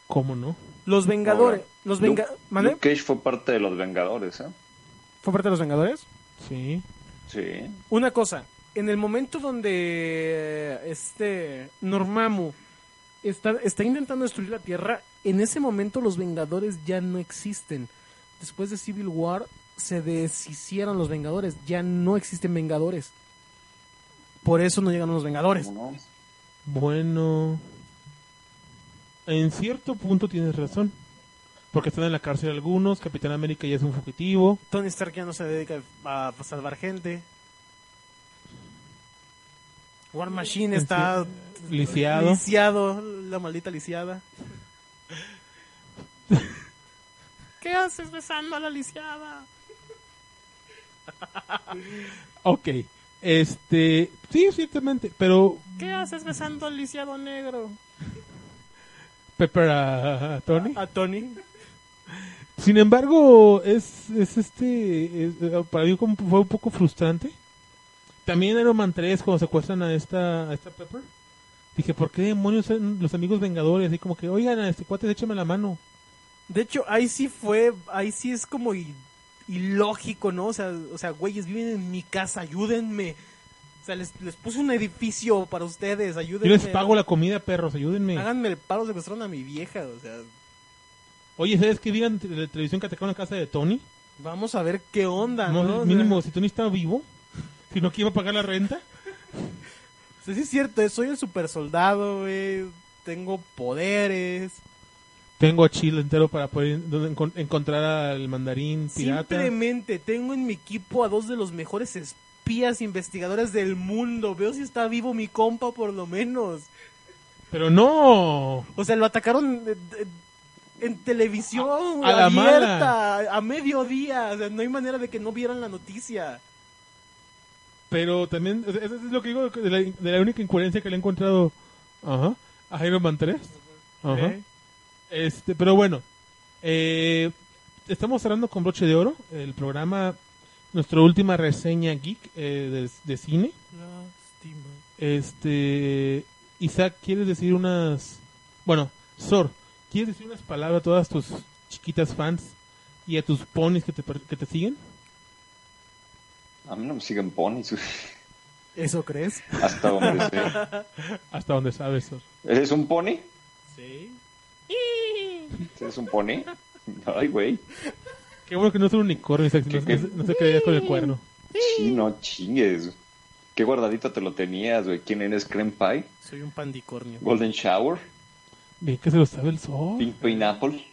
[SPEAKER 3] ¿Cómo no?
[SPEAKER 4] Los Vengadores...
[SPEAKER 6] Ahora,
[SPEAKER 4] los
[SPEAKER 6] Luke,
[SPEAKER 4] venga ¿Mande?
[SPEAKER 6] Luke Cage fue parte de los Vengadores, ¿eh?
[SPEAKER 4] ¿Fue parte de los Vengadores?
[SPEAKER 3] Sí.
[SPEAKER 6] Sí.
[SPEAKER 4] Una cosa, en el momento donde eh, este Normamu está, está intentando destruir la Tierra, en ese momento los Vengadores ya no existen. Después de Civil War se deshicieron los Vengadores, ya no existen Vengadores. Por eso no llegaron los Vengadores.
[SPEAKER 6] ¿Cómo no?
[SPEAKER 3] Bueno. En cierto punto tienes razón. Porque están en la cárcel algunos, Capitán América ya es un fugitivo.
[SPEAKER 4] Tony Stark ya no se dedica a salvar gente. War Machine está
[SPEAKER 3] Lisiado.
[SPEAKER 4] Lisiado, la maldita lisiada. <laughs> ¿Qué haces besando a la lisiada?
[SPEAKER 3] Ok. Este. Sí, ciertamente. Pero
[SPEAKER 4] ¿Qué haces besando al lisiado negro?
[SPEAKER 3] Pepper a, a Tony.
[SPEAKER 4] A Tony.
[SPEAKER 3] Sin embargo, es, es este. es, eh, para mí como fue un poco frustrante. También en Iron Man 3, cuando secuestran a esta, a esta Pepper, dije, ¿por qué demonios son los amigos vengadores? Así como que, oigan, a este cuate, échame la mano.
[SPEAKER 4] De hecho, ahí sí fue, ahí sí es como i- ilógico, ¿no? O sea, o sea, güeyes, viven en mi casa, ayúdenme. O sea, les, les puse un edificio para ustedes,
[SPEAKER 3] Yo
[SPEAKER 4] ayúdenme.
[SPEAKER 3] les pago la comida, perros, ayúdenme.
[SPEAKER 4] Háganme el paro, secuestraron a mi vieja, o sea,
[SPEAKER 3] Oye, ¿sabes qué? Digan en la televisión que atacaron la casa de Tony.
[SPEAKER 4] vamos a ver qué onda, Ah, ¿no?
[SPEAKER 3] No,
[SPEAKER 4] O sea,
[SPEAKER 3] mínimo, si Tony está vivo, <laughs> si no, ¿quién va a pagar la renta?
[SPEAKER 4] O sea, sí es cierto, eh, soy el super soldado, güey. Tengo poderes.
[SPEAKER 3] Tengo a Chile entero para poder en- donde encon- encontrar al mandarín pirata.
[SPEAKER 4] Simplemente tengo en mi equipo a dos de los mejores espías investigadores del mundo. Veo si está vivo mi compa, por lo menos.
[SPEAKER 3] Pero no.
[SPEAKER 4] O sea, lo atacaron eh, eh, en televisión,
[SPEAKER 3] A- a la
[SPEAKER 4] abierta, a mediodía. O sea, no hay manera de que no vieran la noticia.
[SPEAKER 3] Pero también, o sea, eso es lo que digo de la, de la única incoherencia que le he encontrado ajá, a Iron Man 3. Ajá.
[SPEAKER 4] ¿Eh?
[SPEAKER 3] Este, pero bueno, eh, estamos cerrando con broche de oro el programa, nuestra última reseña geek eh, de, de cine.
[SPEAKER 4] Lástima.
[SPEAKER 3] Este, Isaac, ¿quieres decir unas... Bueno, Sor, ¿quieres decir unas palabras a todas tus chiquitas fans y a tus ponis que te, per- que te siguen?
[SPEAKER 6] A mí no me siguen ponis, <laughs> güey.
[SPEAKER 4] ¿Eso crees?
[SPEAKER 6] Hasta donde sea.
[SPEAKER 3] Hasta donde sabes, Sor.
[SPEAKER 6] ¿Eres un pony?
[SPEAKER 4] Sí.
[SPEAKER 6] ¿Eres un pony? Ay, güey.
[SPEAKER 3] Qué bueno que no es un unicornio, Isaac, si no,
[SPEAKER 6] ¿Qué- qué?
[SPEAKER 3] no se- no se creía con el cuerno.
[SPEAKER 6] Sí, no chingues. Qué guardadito te lo tenías, güey. ¿Quién eres? Cream Pie,
[SPEAKER 4] Soy un pandicornio.
[SPEAKER 6] Golden Shower,
[SPEAKER 3] Bien que se lo sabe el Sor.
[SPEAKER 6] Pink Pineapple.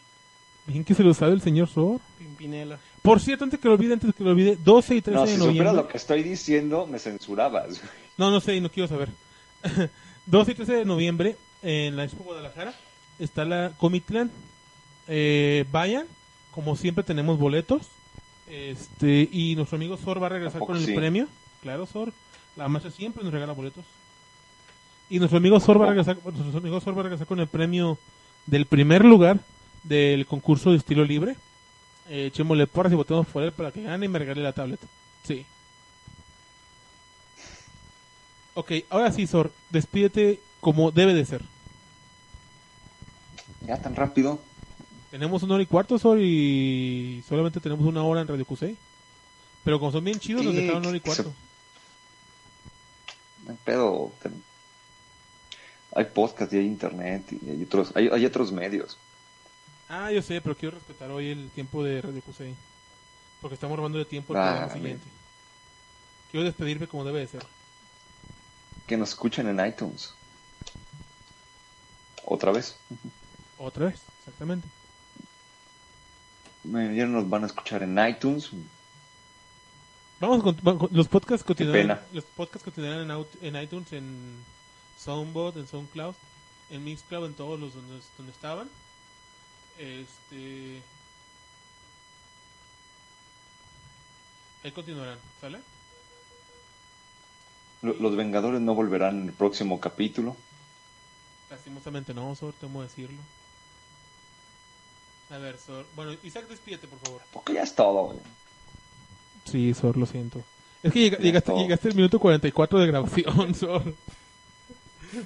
[SPEAKER 3] Bien que se lo sabe el señor Sor.
[SPEAKER 4] Pimpinela.
[SPEAKER 3] Por cierto, antes que lo olvide, antes que lo olvide, 12 y 13
[SPEAKER 6] No,
[SPEAKER 3] de
[SPEAKER 6] si supieras
[SPEAKER 3] noviembre.
[SPEAKER 6] lo que estoy diciendo, me censurabas. güey.
[SPEAKER 3] No, no sé, no quiero saber. <laughs> 12 y 13 de noviembre en la Expo Guadalajara está la Comitlán. Eh, vayan, como siempre tenemos boletos. Este, y nuestro amigo Sor va a regresar
[SPEAKER 6] ¿A poco
[SPEAKER 3] con el
[SPEAKER 6] sí?
[SPEAKER 3] premio. Claro, Sor. La marcha siempre nos regala boletos. Y nuestro amigo Sor va a regresar, nuestro amigo Sor va a regresar con el premio del primer lugar del concurso de estilo libre. eh, echémosle porras y votemos por él para que gane y me regale la tablet. Sí. Ok, ahora sí, Sor, despídete como debe de ser.
[SPEAKER 6] Ya tan rápido.
[SPEAKER 3] Tenemos una hora y cuarto, Sor, y solamente tenemos una hora en Radio QC. Pero como son bien chidos, nos
[SPEAKER 6] ¿Qué?
[SPEAKER 3] dejaron una hora y
[SPEAKER 6] ¿Qué se-
[SPEAKER 3] cuarto.
[SPEAKER 6] No hay pedo. te- Hay podcast y hay internet y hay otros, hay, hay otros medios.
[SPEAKER 3] Ah, yo sé, pero quiero respetar hoy el tiempo de Radio QC. Porque estamos robando de tiempo al
[SPEAKER 6] Ah,
[SPEAKER 3] programa
[SPEAKER 6] bien.
[SPEAKER 3] siguiente. Quiero despedirme como debe de ser.
[SPEAKER 6] Que nos escuchen en iTunes. Otra vez.
[SPEAKER 3] Otra vez, exactamente.
[SPEAKER 6] Bueno, ya nos van a escuchar en iTunes.
[SPEAKER 3] Vamos con, va- con- los podcasts continuarán,
[SPEAKER 6] pena.
[SPEAKER 3] los podcasts continuarán en, out- en iTunes, en Soundbot, en Soundcloud, en Mixcloud, en todos los donde, donde estaban. Este ahí continuarán, ¿sale?
[SPEAKER 6] Lo- Los Vengadores no volverán en el próximo capítulo.
[SPEAKER 3] Lastimosamente no, Sor, temo decirlo. A ver, Sor, bueno, Isaac despídete, por favor.
[SPEAKER 6] Porque ya es todo. güey.
[SPEAKER 3] Sí, Sor, lo siento. Es que llega-
[SPEAKER 6] Ya
[SPEAKER 3] llegaste,
[SPEAKER 6] todo.
[SPEAKER 3] llegaste al minuto 44 de grabación, <laughs> Sor.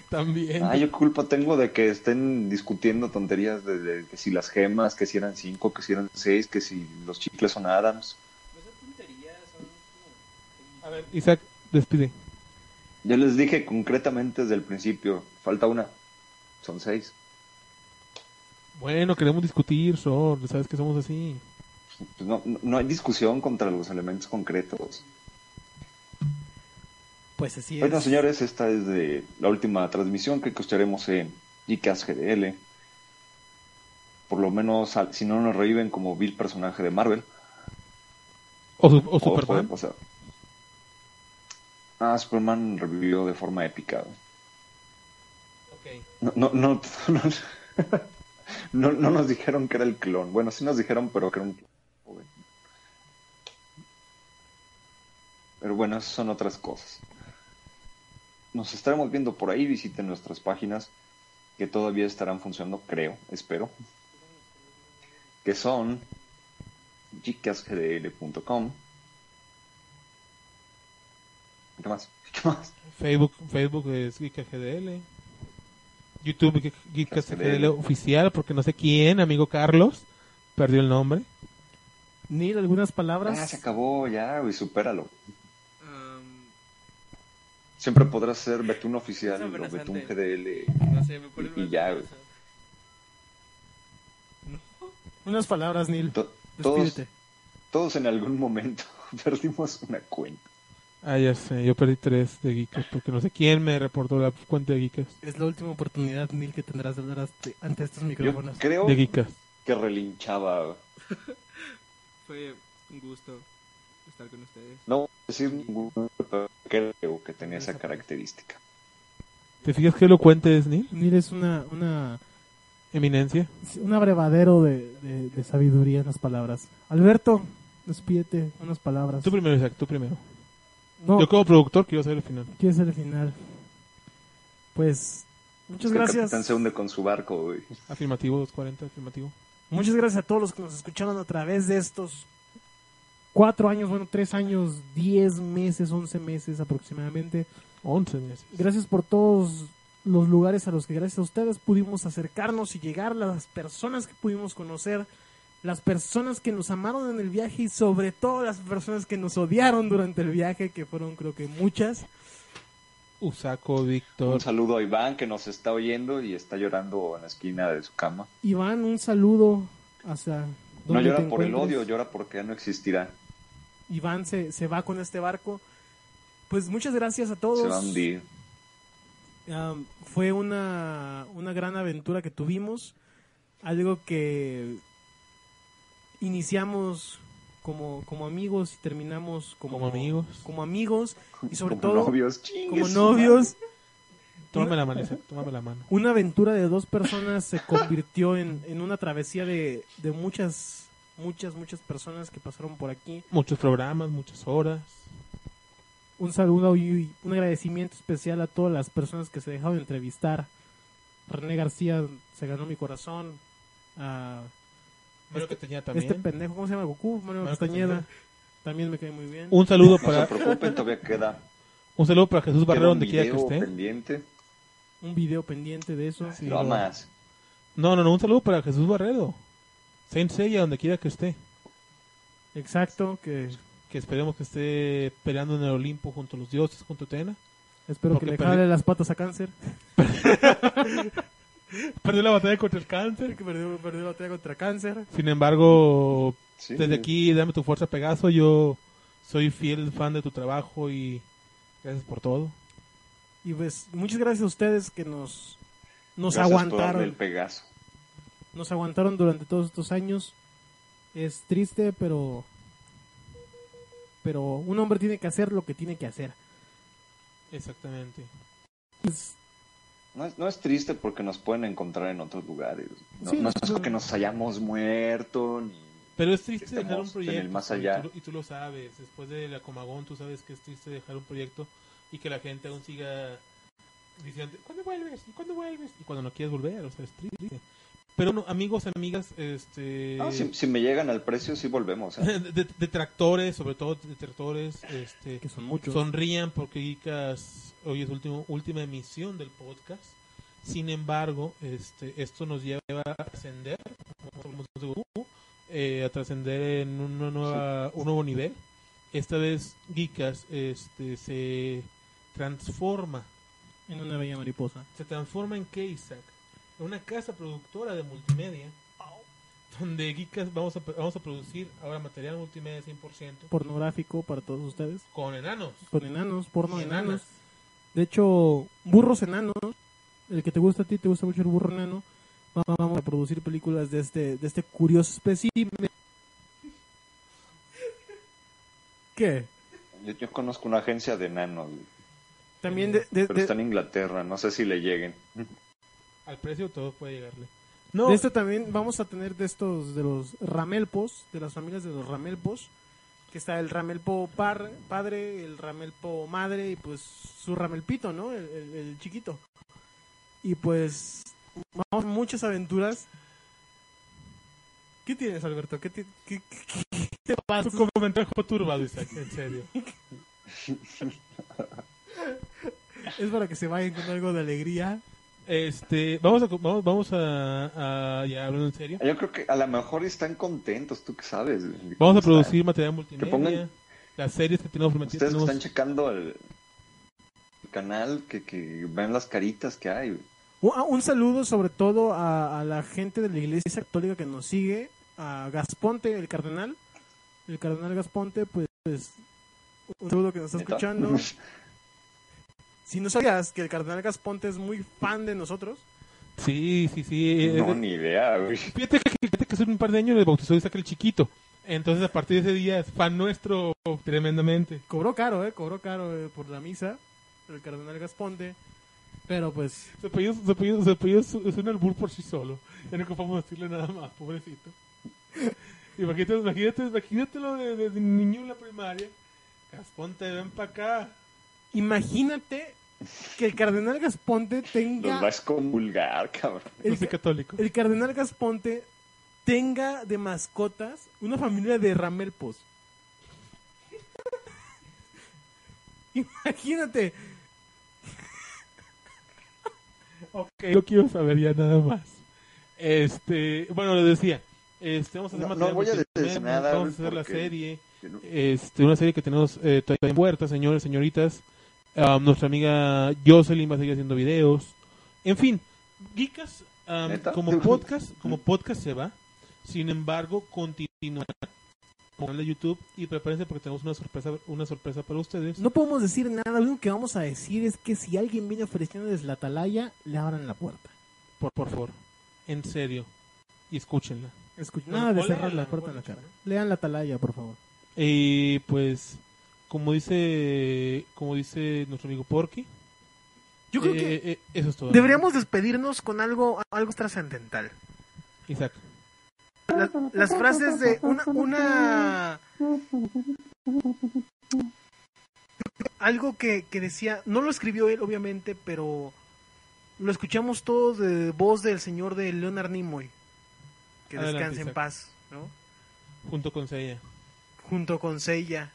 [SPEAKER 3] También.
[SPEAKER 6] Ah, yo qué culpa tengo de que estén discutiendo tonterías de, de que si las gemas, que si eran cinco, que si eran seis, que si los chicles son Adams.
[SPEAKER 5] No son tonterías, son como...
[SPEAKER 3] A ver, Isaac, despide.
[SPEAKER 6] Yo les dije concretamente desde el principio, falta una, son seis.
[SPEAKER 3] Bueno, queremos discutir, Sor. Sabes que somos así.
[SPEAKER 6] Pues no, no- no hay discusión contra los elementos concretos.
[SPEAKER 4] Pues así es.
[SPEAKER 6] Bueno, señores, esta es de la última transmisión que escucharemos en Geekas GDL. Por lo menos, al- si no nos reviven como vil personaje de Marvel.
[SPEAKER 3] O, su- o
[SPEAKER 6] o puede
[SPEAKER 3] Superman.
[SPEAKER 6] pasar. Ah, Superman revivió de forma épica. güey. No, no, no, <laughs> no, no- no nos dijeron que era el clon. Bueno, sí nos dijeron, pero que era un clon. Joder. Pero bueno, esas son otras cosas. Nos estaremos viendo por ahí. Visiten nuestras páginas que todavía estarán funcionando, creo, espero. Que son gcasgdl.com. ¿Qué más?
[SPEAKER 4] <laughs>
[SPEAKER 6] ¿Qué más?
[SPEAKER 3] Facebook, Facebook es GKGDL. YouTube Geek- GeekCastGDL oficial, porque no sé quién, amigo Carlos, perdió el nombre.
[SPEAKER 4] Neil, algunas
[SPEAKER 6] Ya se
[SPEAKER 4] palabras.
[SPEAKER 6] acabó, ya, güey, supéralo.
[SPEAKER 5] Am,
[SPEAKER 6] Siempre podrás ser Betún oficial
[SPEAKER 5] Es
[SPEAKER 6] o
[SPEAKER 5] amenazante.
[SPEAKER 6] Betún GDL.
[SPEAKER 5] no sé, me ponen
[SPEAKER 6] Y- y ya, güey.
[SPEAKER 4] Unas palabras, Neil.
[SPEAKER 6] To- todos,
[SPEAKER 4] Despídete.
[SPEAKER 6] todos en algún momento <laughs> perdimos una cuenta.
[SPEAKER 3] Ah, ya sé, yo perdí tres de Geekers, porque no sé quién me reportó la cuenta de Geekers.
[SPEAKER 4] Es la última oportunidad, Neil, que tendrás de hablar ante- ante estos
[SPEAKER 6] Yo
[SPEAKER 4] micrófonos.
[SPEAKER 6] creo
[SPEAKER 3] De Geekers.
[SPEAKER 6] que relinchaba.
[SPEAKER 5] Fue un gusto estar con ustedes.
[SPEAKER 6] No voy a decir ningún, pero creo que tenía esa característica.
[SPEAKER 3] ¿Te fijas qué elocuente es, Neil?
[SPEAKER 4] Neil es una, una,
[SPEAKER 3] Eminencia.
[SPEAKER 4] un abrevadero de, de- de sabiduría en las palabras. Alberto, despídete, unas palabras.
[SPEAKER 3] Tú primero, Isaac, tú primero.
[SPEAKER 4] No,
[SPEAKER 3] Yo como productor quiero saber el final.
[SPEAKER 4] ¿quieres ser el final? Pues, muchas
[SPEAKER 6] Es que El
[SPEAKER 4] gracias.
[SPEAKER 6] capitán se hunde con su barco, güey.
[SPEAKER 3] Afirmativo 240, afirmativo.
[SPEAKER 4] Muchas gracias a todos los que nos escucharon a través de estos cuatro años, bueno, tres años, diez meses, once meses aproximadamente.
[SPEAKER 3] 11 meses.
[SPEAKER 4] Gracias por todos los lugares a los que gracias a ustedes pudimos acercarnos y llegar, las personas que pudimos conocer, las personas que nos amaron en el viaje y sobre todo las personas que nos odiaron durante el viaje, que fueron creo que muchas.
[SPEAKER 3] Usaco, Víctor.
[SPEAKER 6] Un saludo a Iván que nos está oyendo y está llorando en la esquina de su cama.
[SPEAKER 4] Iván, un saludo hacia...
[SPEAKER 6] No
[SPEAKER 4] donde
[SPEAKER 6] llora
[SPEAKER 4] te
[SPEAKER 6] por el
[SPEAKER 4] encuentres.
[SPEAKER 6] odio, llora porque ya no existirá.
[SPEAKER 4] Iván se, se va con este barco. Pues muchas gracias a todos.
[SPEAKER 6] Se va a hundir.
[SPEAKER 4] Am, fue una, una gran aventura que tuvimos, algo que iniciamos como, como amigos y terminamos como,
[SPEAKER 3] Como amigos.
[SPEAKER 4] como amigos y sobre
[SPEAKER 6] como
[SPEAKER 4] todo
[SPEAKER 6] novios. Chingue
[SPEAKER 4] como
[SPEAKER 6] su
[SPEAKER 4] novios.
[SPEAKER 3] Tómame la mano, Isaac, tómame la mano.
[SPEAKER 4] Una aventura de dos personas se convirtió en, en una travesía de, de muchas, muchas, muchas personas que pasaron por aquí.
[SPEAKER 3] Muchos programas, muchas horas.
[SPEAKER 4] un saludo y un agradecimiento especial a todas las personas que se dejaron entrevistar. René García se ganó mi corazón. A
[SPEAKER 3] Mario Castañeda también.
[SPEAKER 4] Este pendejo, ¿cómo se llama? Goku, Mario,
[SPEAKER 3] Mario
[SPEAKER 4] Castañeda.
[SPEAKER 3] Castañeda.
[SPEAKER 4] También me cae muy bien.
[SPEAKER 3] Un saludo
[SPEAKER 6] No se
[SPEAKER 3] para
[SPEAKER 6] preocupen, todavía queda,
[SPEAKER 3] un saludo para Jesús Barrera
[SPEAKER 6] queda un
[SPEAKER 3] donde quiera que
[SPEAKER 6] video
[SPEAKER 3] esté.
[SPEAKER 6] pendiente.
[SPEAKER 4] Un video pendiente de eso.
[SPEAKER 6] Lo amas.
[SPEAKER 3] No, no, no, un saludo para Jesús Barredo. Saint Seiya donde quiera que esté,
[SPEAKER 4] Exacto, que
[SPEAKER 3] que esperemos que esté peleando en el Olimpo junto a los dioses, junto a Atena.
[SPEAKER 4] espero
[SPEAKER 3] Porque
[SPEAKER 4] que le
[SPEAKER 3] perdí-
[SPEAKER 4] jale las patas a cáncer.
[SPEAKER 3] Perdió la batalla contra el cáncer.
[SPEAKER 4] <laughs> Que perdió, perdió la batalla contra cáncer.
[SPEAKER 3] Sin embargo,
[SPEAKER 6] Sí.
[SPEAKER 3] desde aquí dame tu fuerza Pegaso, yo soy fiel fan de tu trabajo y gracias por todo.
[SPEAKER 4] Y pues, muchas gracias a ustedes que nos, nos
[SPEAKER 6] Gracias por darle
[SPEAKER 4] aguantaron.
[SPEAKER 6] el Pegaso.
[SPEAKER 4] Nos aguantaron durante todos estos años. Es triste, pero. Pero un hombre tiene que hacer lo que tiene que hacer.
[SPEAKER 3] Exactamente.
[SPEAKER 4] Es-
[SPEAKER 6] No es, no es triste porque nos pueden encontrar en otros lugares. No,
[SPEAKER 4] Sí,
[SPEAKER 6] no es
[SPEAKER 4] nosotros-
[SPEAKER 6] que nos hayamos muerto ni...
[SPEAKER 3] Pero es triste
[SPEAKER 6] Estamos
[SPEAKER 3] dejar un
[SPEAKER 6] en
[SPEAKER 3] proyecto.
[SPEAKER 6] el más
[SPEAKER 3] y
[SPEAKER 6] allá.
[SPEAKER 3] tú lo- Y, tú, lo sabes. Después de la Comagón, tú sabes que es triste dejar un proyecto y que la gente aún siga diciendo: ¿Cuándo vuelves? ¿Y cuándo vuelves? Y cuando no quieres volver, o sea, es triste. Pero bueno, amigos, amigas, este.
[SPEAKER 6] No, si, si me llegan al precio, sí volvemos.
[SPEAKER 3] <laughs>
[SPEAKER 6] ¿eh?
[SPEAKER 3] de- de- Detractores, sobre todo detractores, este,
[SPEAKER 4] que son muchos.
[SPEAKER 3] sonrían porque Geekas hoy es último, última emisión del podcast. Sin embargo, este, esto nos lleva a ascender, como somos de grupo, eh, a trascender en una nueva, un nuevo nivel. Esta vez Geekas este, se transforma,
[SPEAKER 4] En una bella mariposa.
[SPEAKER 3] se transforma en Keisak, en una casa productora de multimedia, donde Geekas vamos a, vamos a producir ahora material multimedia 100%
[SPEAKER 4] Pornográfico para todos ustedes.
[SPEAKER 3] con enanos.
[SPEAKER 4] Con enanos, porno
[SPEAKER 3] y
[SPEAKER 4] de enanos. De hecho, burros enanos. El que te gusta a ti, te gusta mucho el burro enano. va- va- Vamos a producir películas de este, de este curioso espécimen. ¿Qué?
[SPEAKER 6] Yo, yo conozco una agencia de enanos, güey,
[SPEAKER 4] También de, de-
[SPEAKER 6] pero
[SPEAKER 4] de-
[SPEAKER 6] está en Inglaterra, no sé si le lleguen. <laughs>
[SPEAKER 3] Al precio todo puede llegarle. No,
[SPEAKER 4] de esto también vamos a tener de estos, de los ramelpos, de las familias de los ramelpos, que está el ramelpo par- padre, el ramelpo madre y pues su ramelpito, ¿no? El, el- el chiquito. Y pues vamos a muchas aventuras. ¿Qué tienes, Alberto? ¿Qué, ti- qué- qué- qué te pasa?
[SPEAKER 3] Tu comentario fue turbado, Isaac, en serio.
[SPEAKER 4] Es para que se vayan con algo de alegría.
[SPEAKER 3] Este, vamos a, vamos, vamos a, a- ya hablando en serio.
[SPEAKER 6] Yo creo que a lo mejor están contentos, tú que sabes. güey.
[SPEAKER 3] Vamos a
[SPEAKER 6] Están-
[SPEAKER 3] producir material multimedia,
[SPEAKER 6] pongan-
[SPEAKER 3] las series que tenemos prometidas.
[SPEAKER 6] Ustedes que
[SPEAKER 3] tenemos-
[SPEAKER 6] están checando el, el canal, que, que ven las caritas que hay. güey.
[SPEAKER 4] Un, ah, un saludo sobre todo a, a la gente de la Iglesia Católica que nos sigue, a Gasponte, el cardenal. El cardenal Gasponte, pues, pues, un saludo que nos está
[SPEAKER 6] ¿Neta? <laughs>
[SPEAKER 4] escuchando. Si no sabías que el cardenal Gasponte es muy fan de nosotros,
[SPEAKER 3] Sí, sí, sí. eh,
[SPEAKER 6] No,
[SPEAKER 3] eh,
[SPEAKER 6] ni idea, güey.
[SPEAKER 3] Fíjate que, fíjate que hace un par de años le bautizó Isaac el chiquito. Entonces, a partir de ese día es fan nuestro tremendamente.
[SPEAKER 4] cobró caro, ¿eh? Cobró caro eh, por la misa, el cardenal Gasponte. Pero pues,
[SPEAKER 3] Su apellido, su apellido- su apellido es, es un albur por sí solo. Ya no ocupamos decirle nada más, pobrecito. <laughs> Imagínate, imagínate, imagínatelo de- desde niño en la primaria. Gasponte, ven para acá.
[SPEAKER 4] imagínate que el cardenal Gasponte tenga...
[SPEAKER 6] Los va a excomulgar, cabrón.
[SPEAKER 3] No soy católico.
[SPEAKER 4] el cardenal Gasponte tenga de mascotas una familia de ramelpos. <laughs> Imagínate,
[SPEAKER 3] Ok, no quiero saber ya nada más. Este, bueno, les decía, este, vamos a hacer
[SPEAKER 6] No- no
[SPEAKER 3] material
[SPEAKER 6] voy a decir
[SPEAKER 3] multimedia,
[SPEAKER 6] nada,
[SPEAKER 3] vamos a hacer
[SPEAKER 6] porque-
[SPEAKER 3] la serie,
[SPEAKER 6] Que no-
[SPEAKER 3] este, una serie que tenemos eh, todavía en puerta, señores, señoritas. Ah, nuestra amiga Jocelyn va a seguir haciendo videos. En fin, Geekas ah,
[SPEAKER 6] ¿Neta? <laughs>
[SPEAKER 3] como podcast, como podcast se va. Sin embargo, continúa con el canal de YouTube y prepárense porque tenemos una sorpresa, una sorpresa para ustedes.
[SPEAKER 4] no podemos decir nada. Lo único que vamos a decir es que si alguien viene ofreciéndoles la atalaya, le abran la puerta.
[SPEAKER 3] Por, por favor, en serio, y escúchenla.
[SPEAKER 4] Escuchen,
[SPEAKER 3] Bueno,
[SPEAKER 4] nada de
[SPEAKER 3] o
[SPEAKER 4] cerrar
[SPEAKER 3] léanla,
[SPEAKER 4] la puerta en la
[SPEAKER 3] mejor
[SPEAKER 4] cara. Lean la atalaya, por favor.
[SPEAKER 3] Y pues, como dice, como dice nuestro amigo Porky,
[SPEAKER 4] Yo creo
[SPEAKER 3] eh,
[SPEAKER 4] que
[SPEAKER 3] eh, eso es todo.
[SPEAKER 4] deberíamos despedirnos con algo, algo trascendental.
[SPEAKER 3] Isaac,
[SPEAKER 4] las, las frases de una, una- algo que, que decía no lo escribió él obviamente pero lo escuchamos todos de voz del señor de Leonard Nimoy que
[SPEAKER 3] Adelante,
[SPEAKER 4] descanse en
[SPEAKER 3] Isaac.
[SPEAKER 4] paz ¿no?
[SPEAKER 3] Junto con Seiya.
[SPEAKER 4] Junto con Seiya.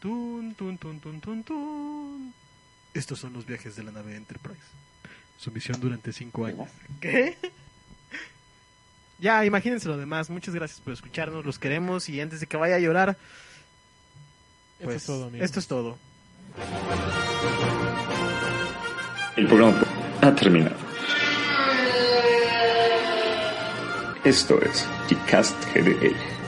[SPEAKER 4] Tun, tun, tun, tun, tun, tun. Estos son los viajes de la nave Enterprise. Su misión durante cinco años. ¿Qué? Ya, imagínense lo demás. Muchas gracias por escucharnos. Los queremos. Y antes de que vaya a llorar, pues,
[SPEAKER 3] Esto es todo, amigos.
[SPEAKER 4] Esto es todo.
[SPEAKER 6] El programa ha terminado. Esto es Kicast GDL.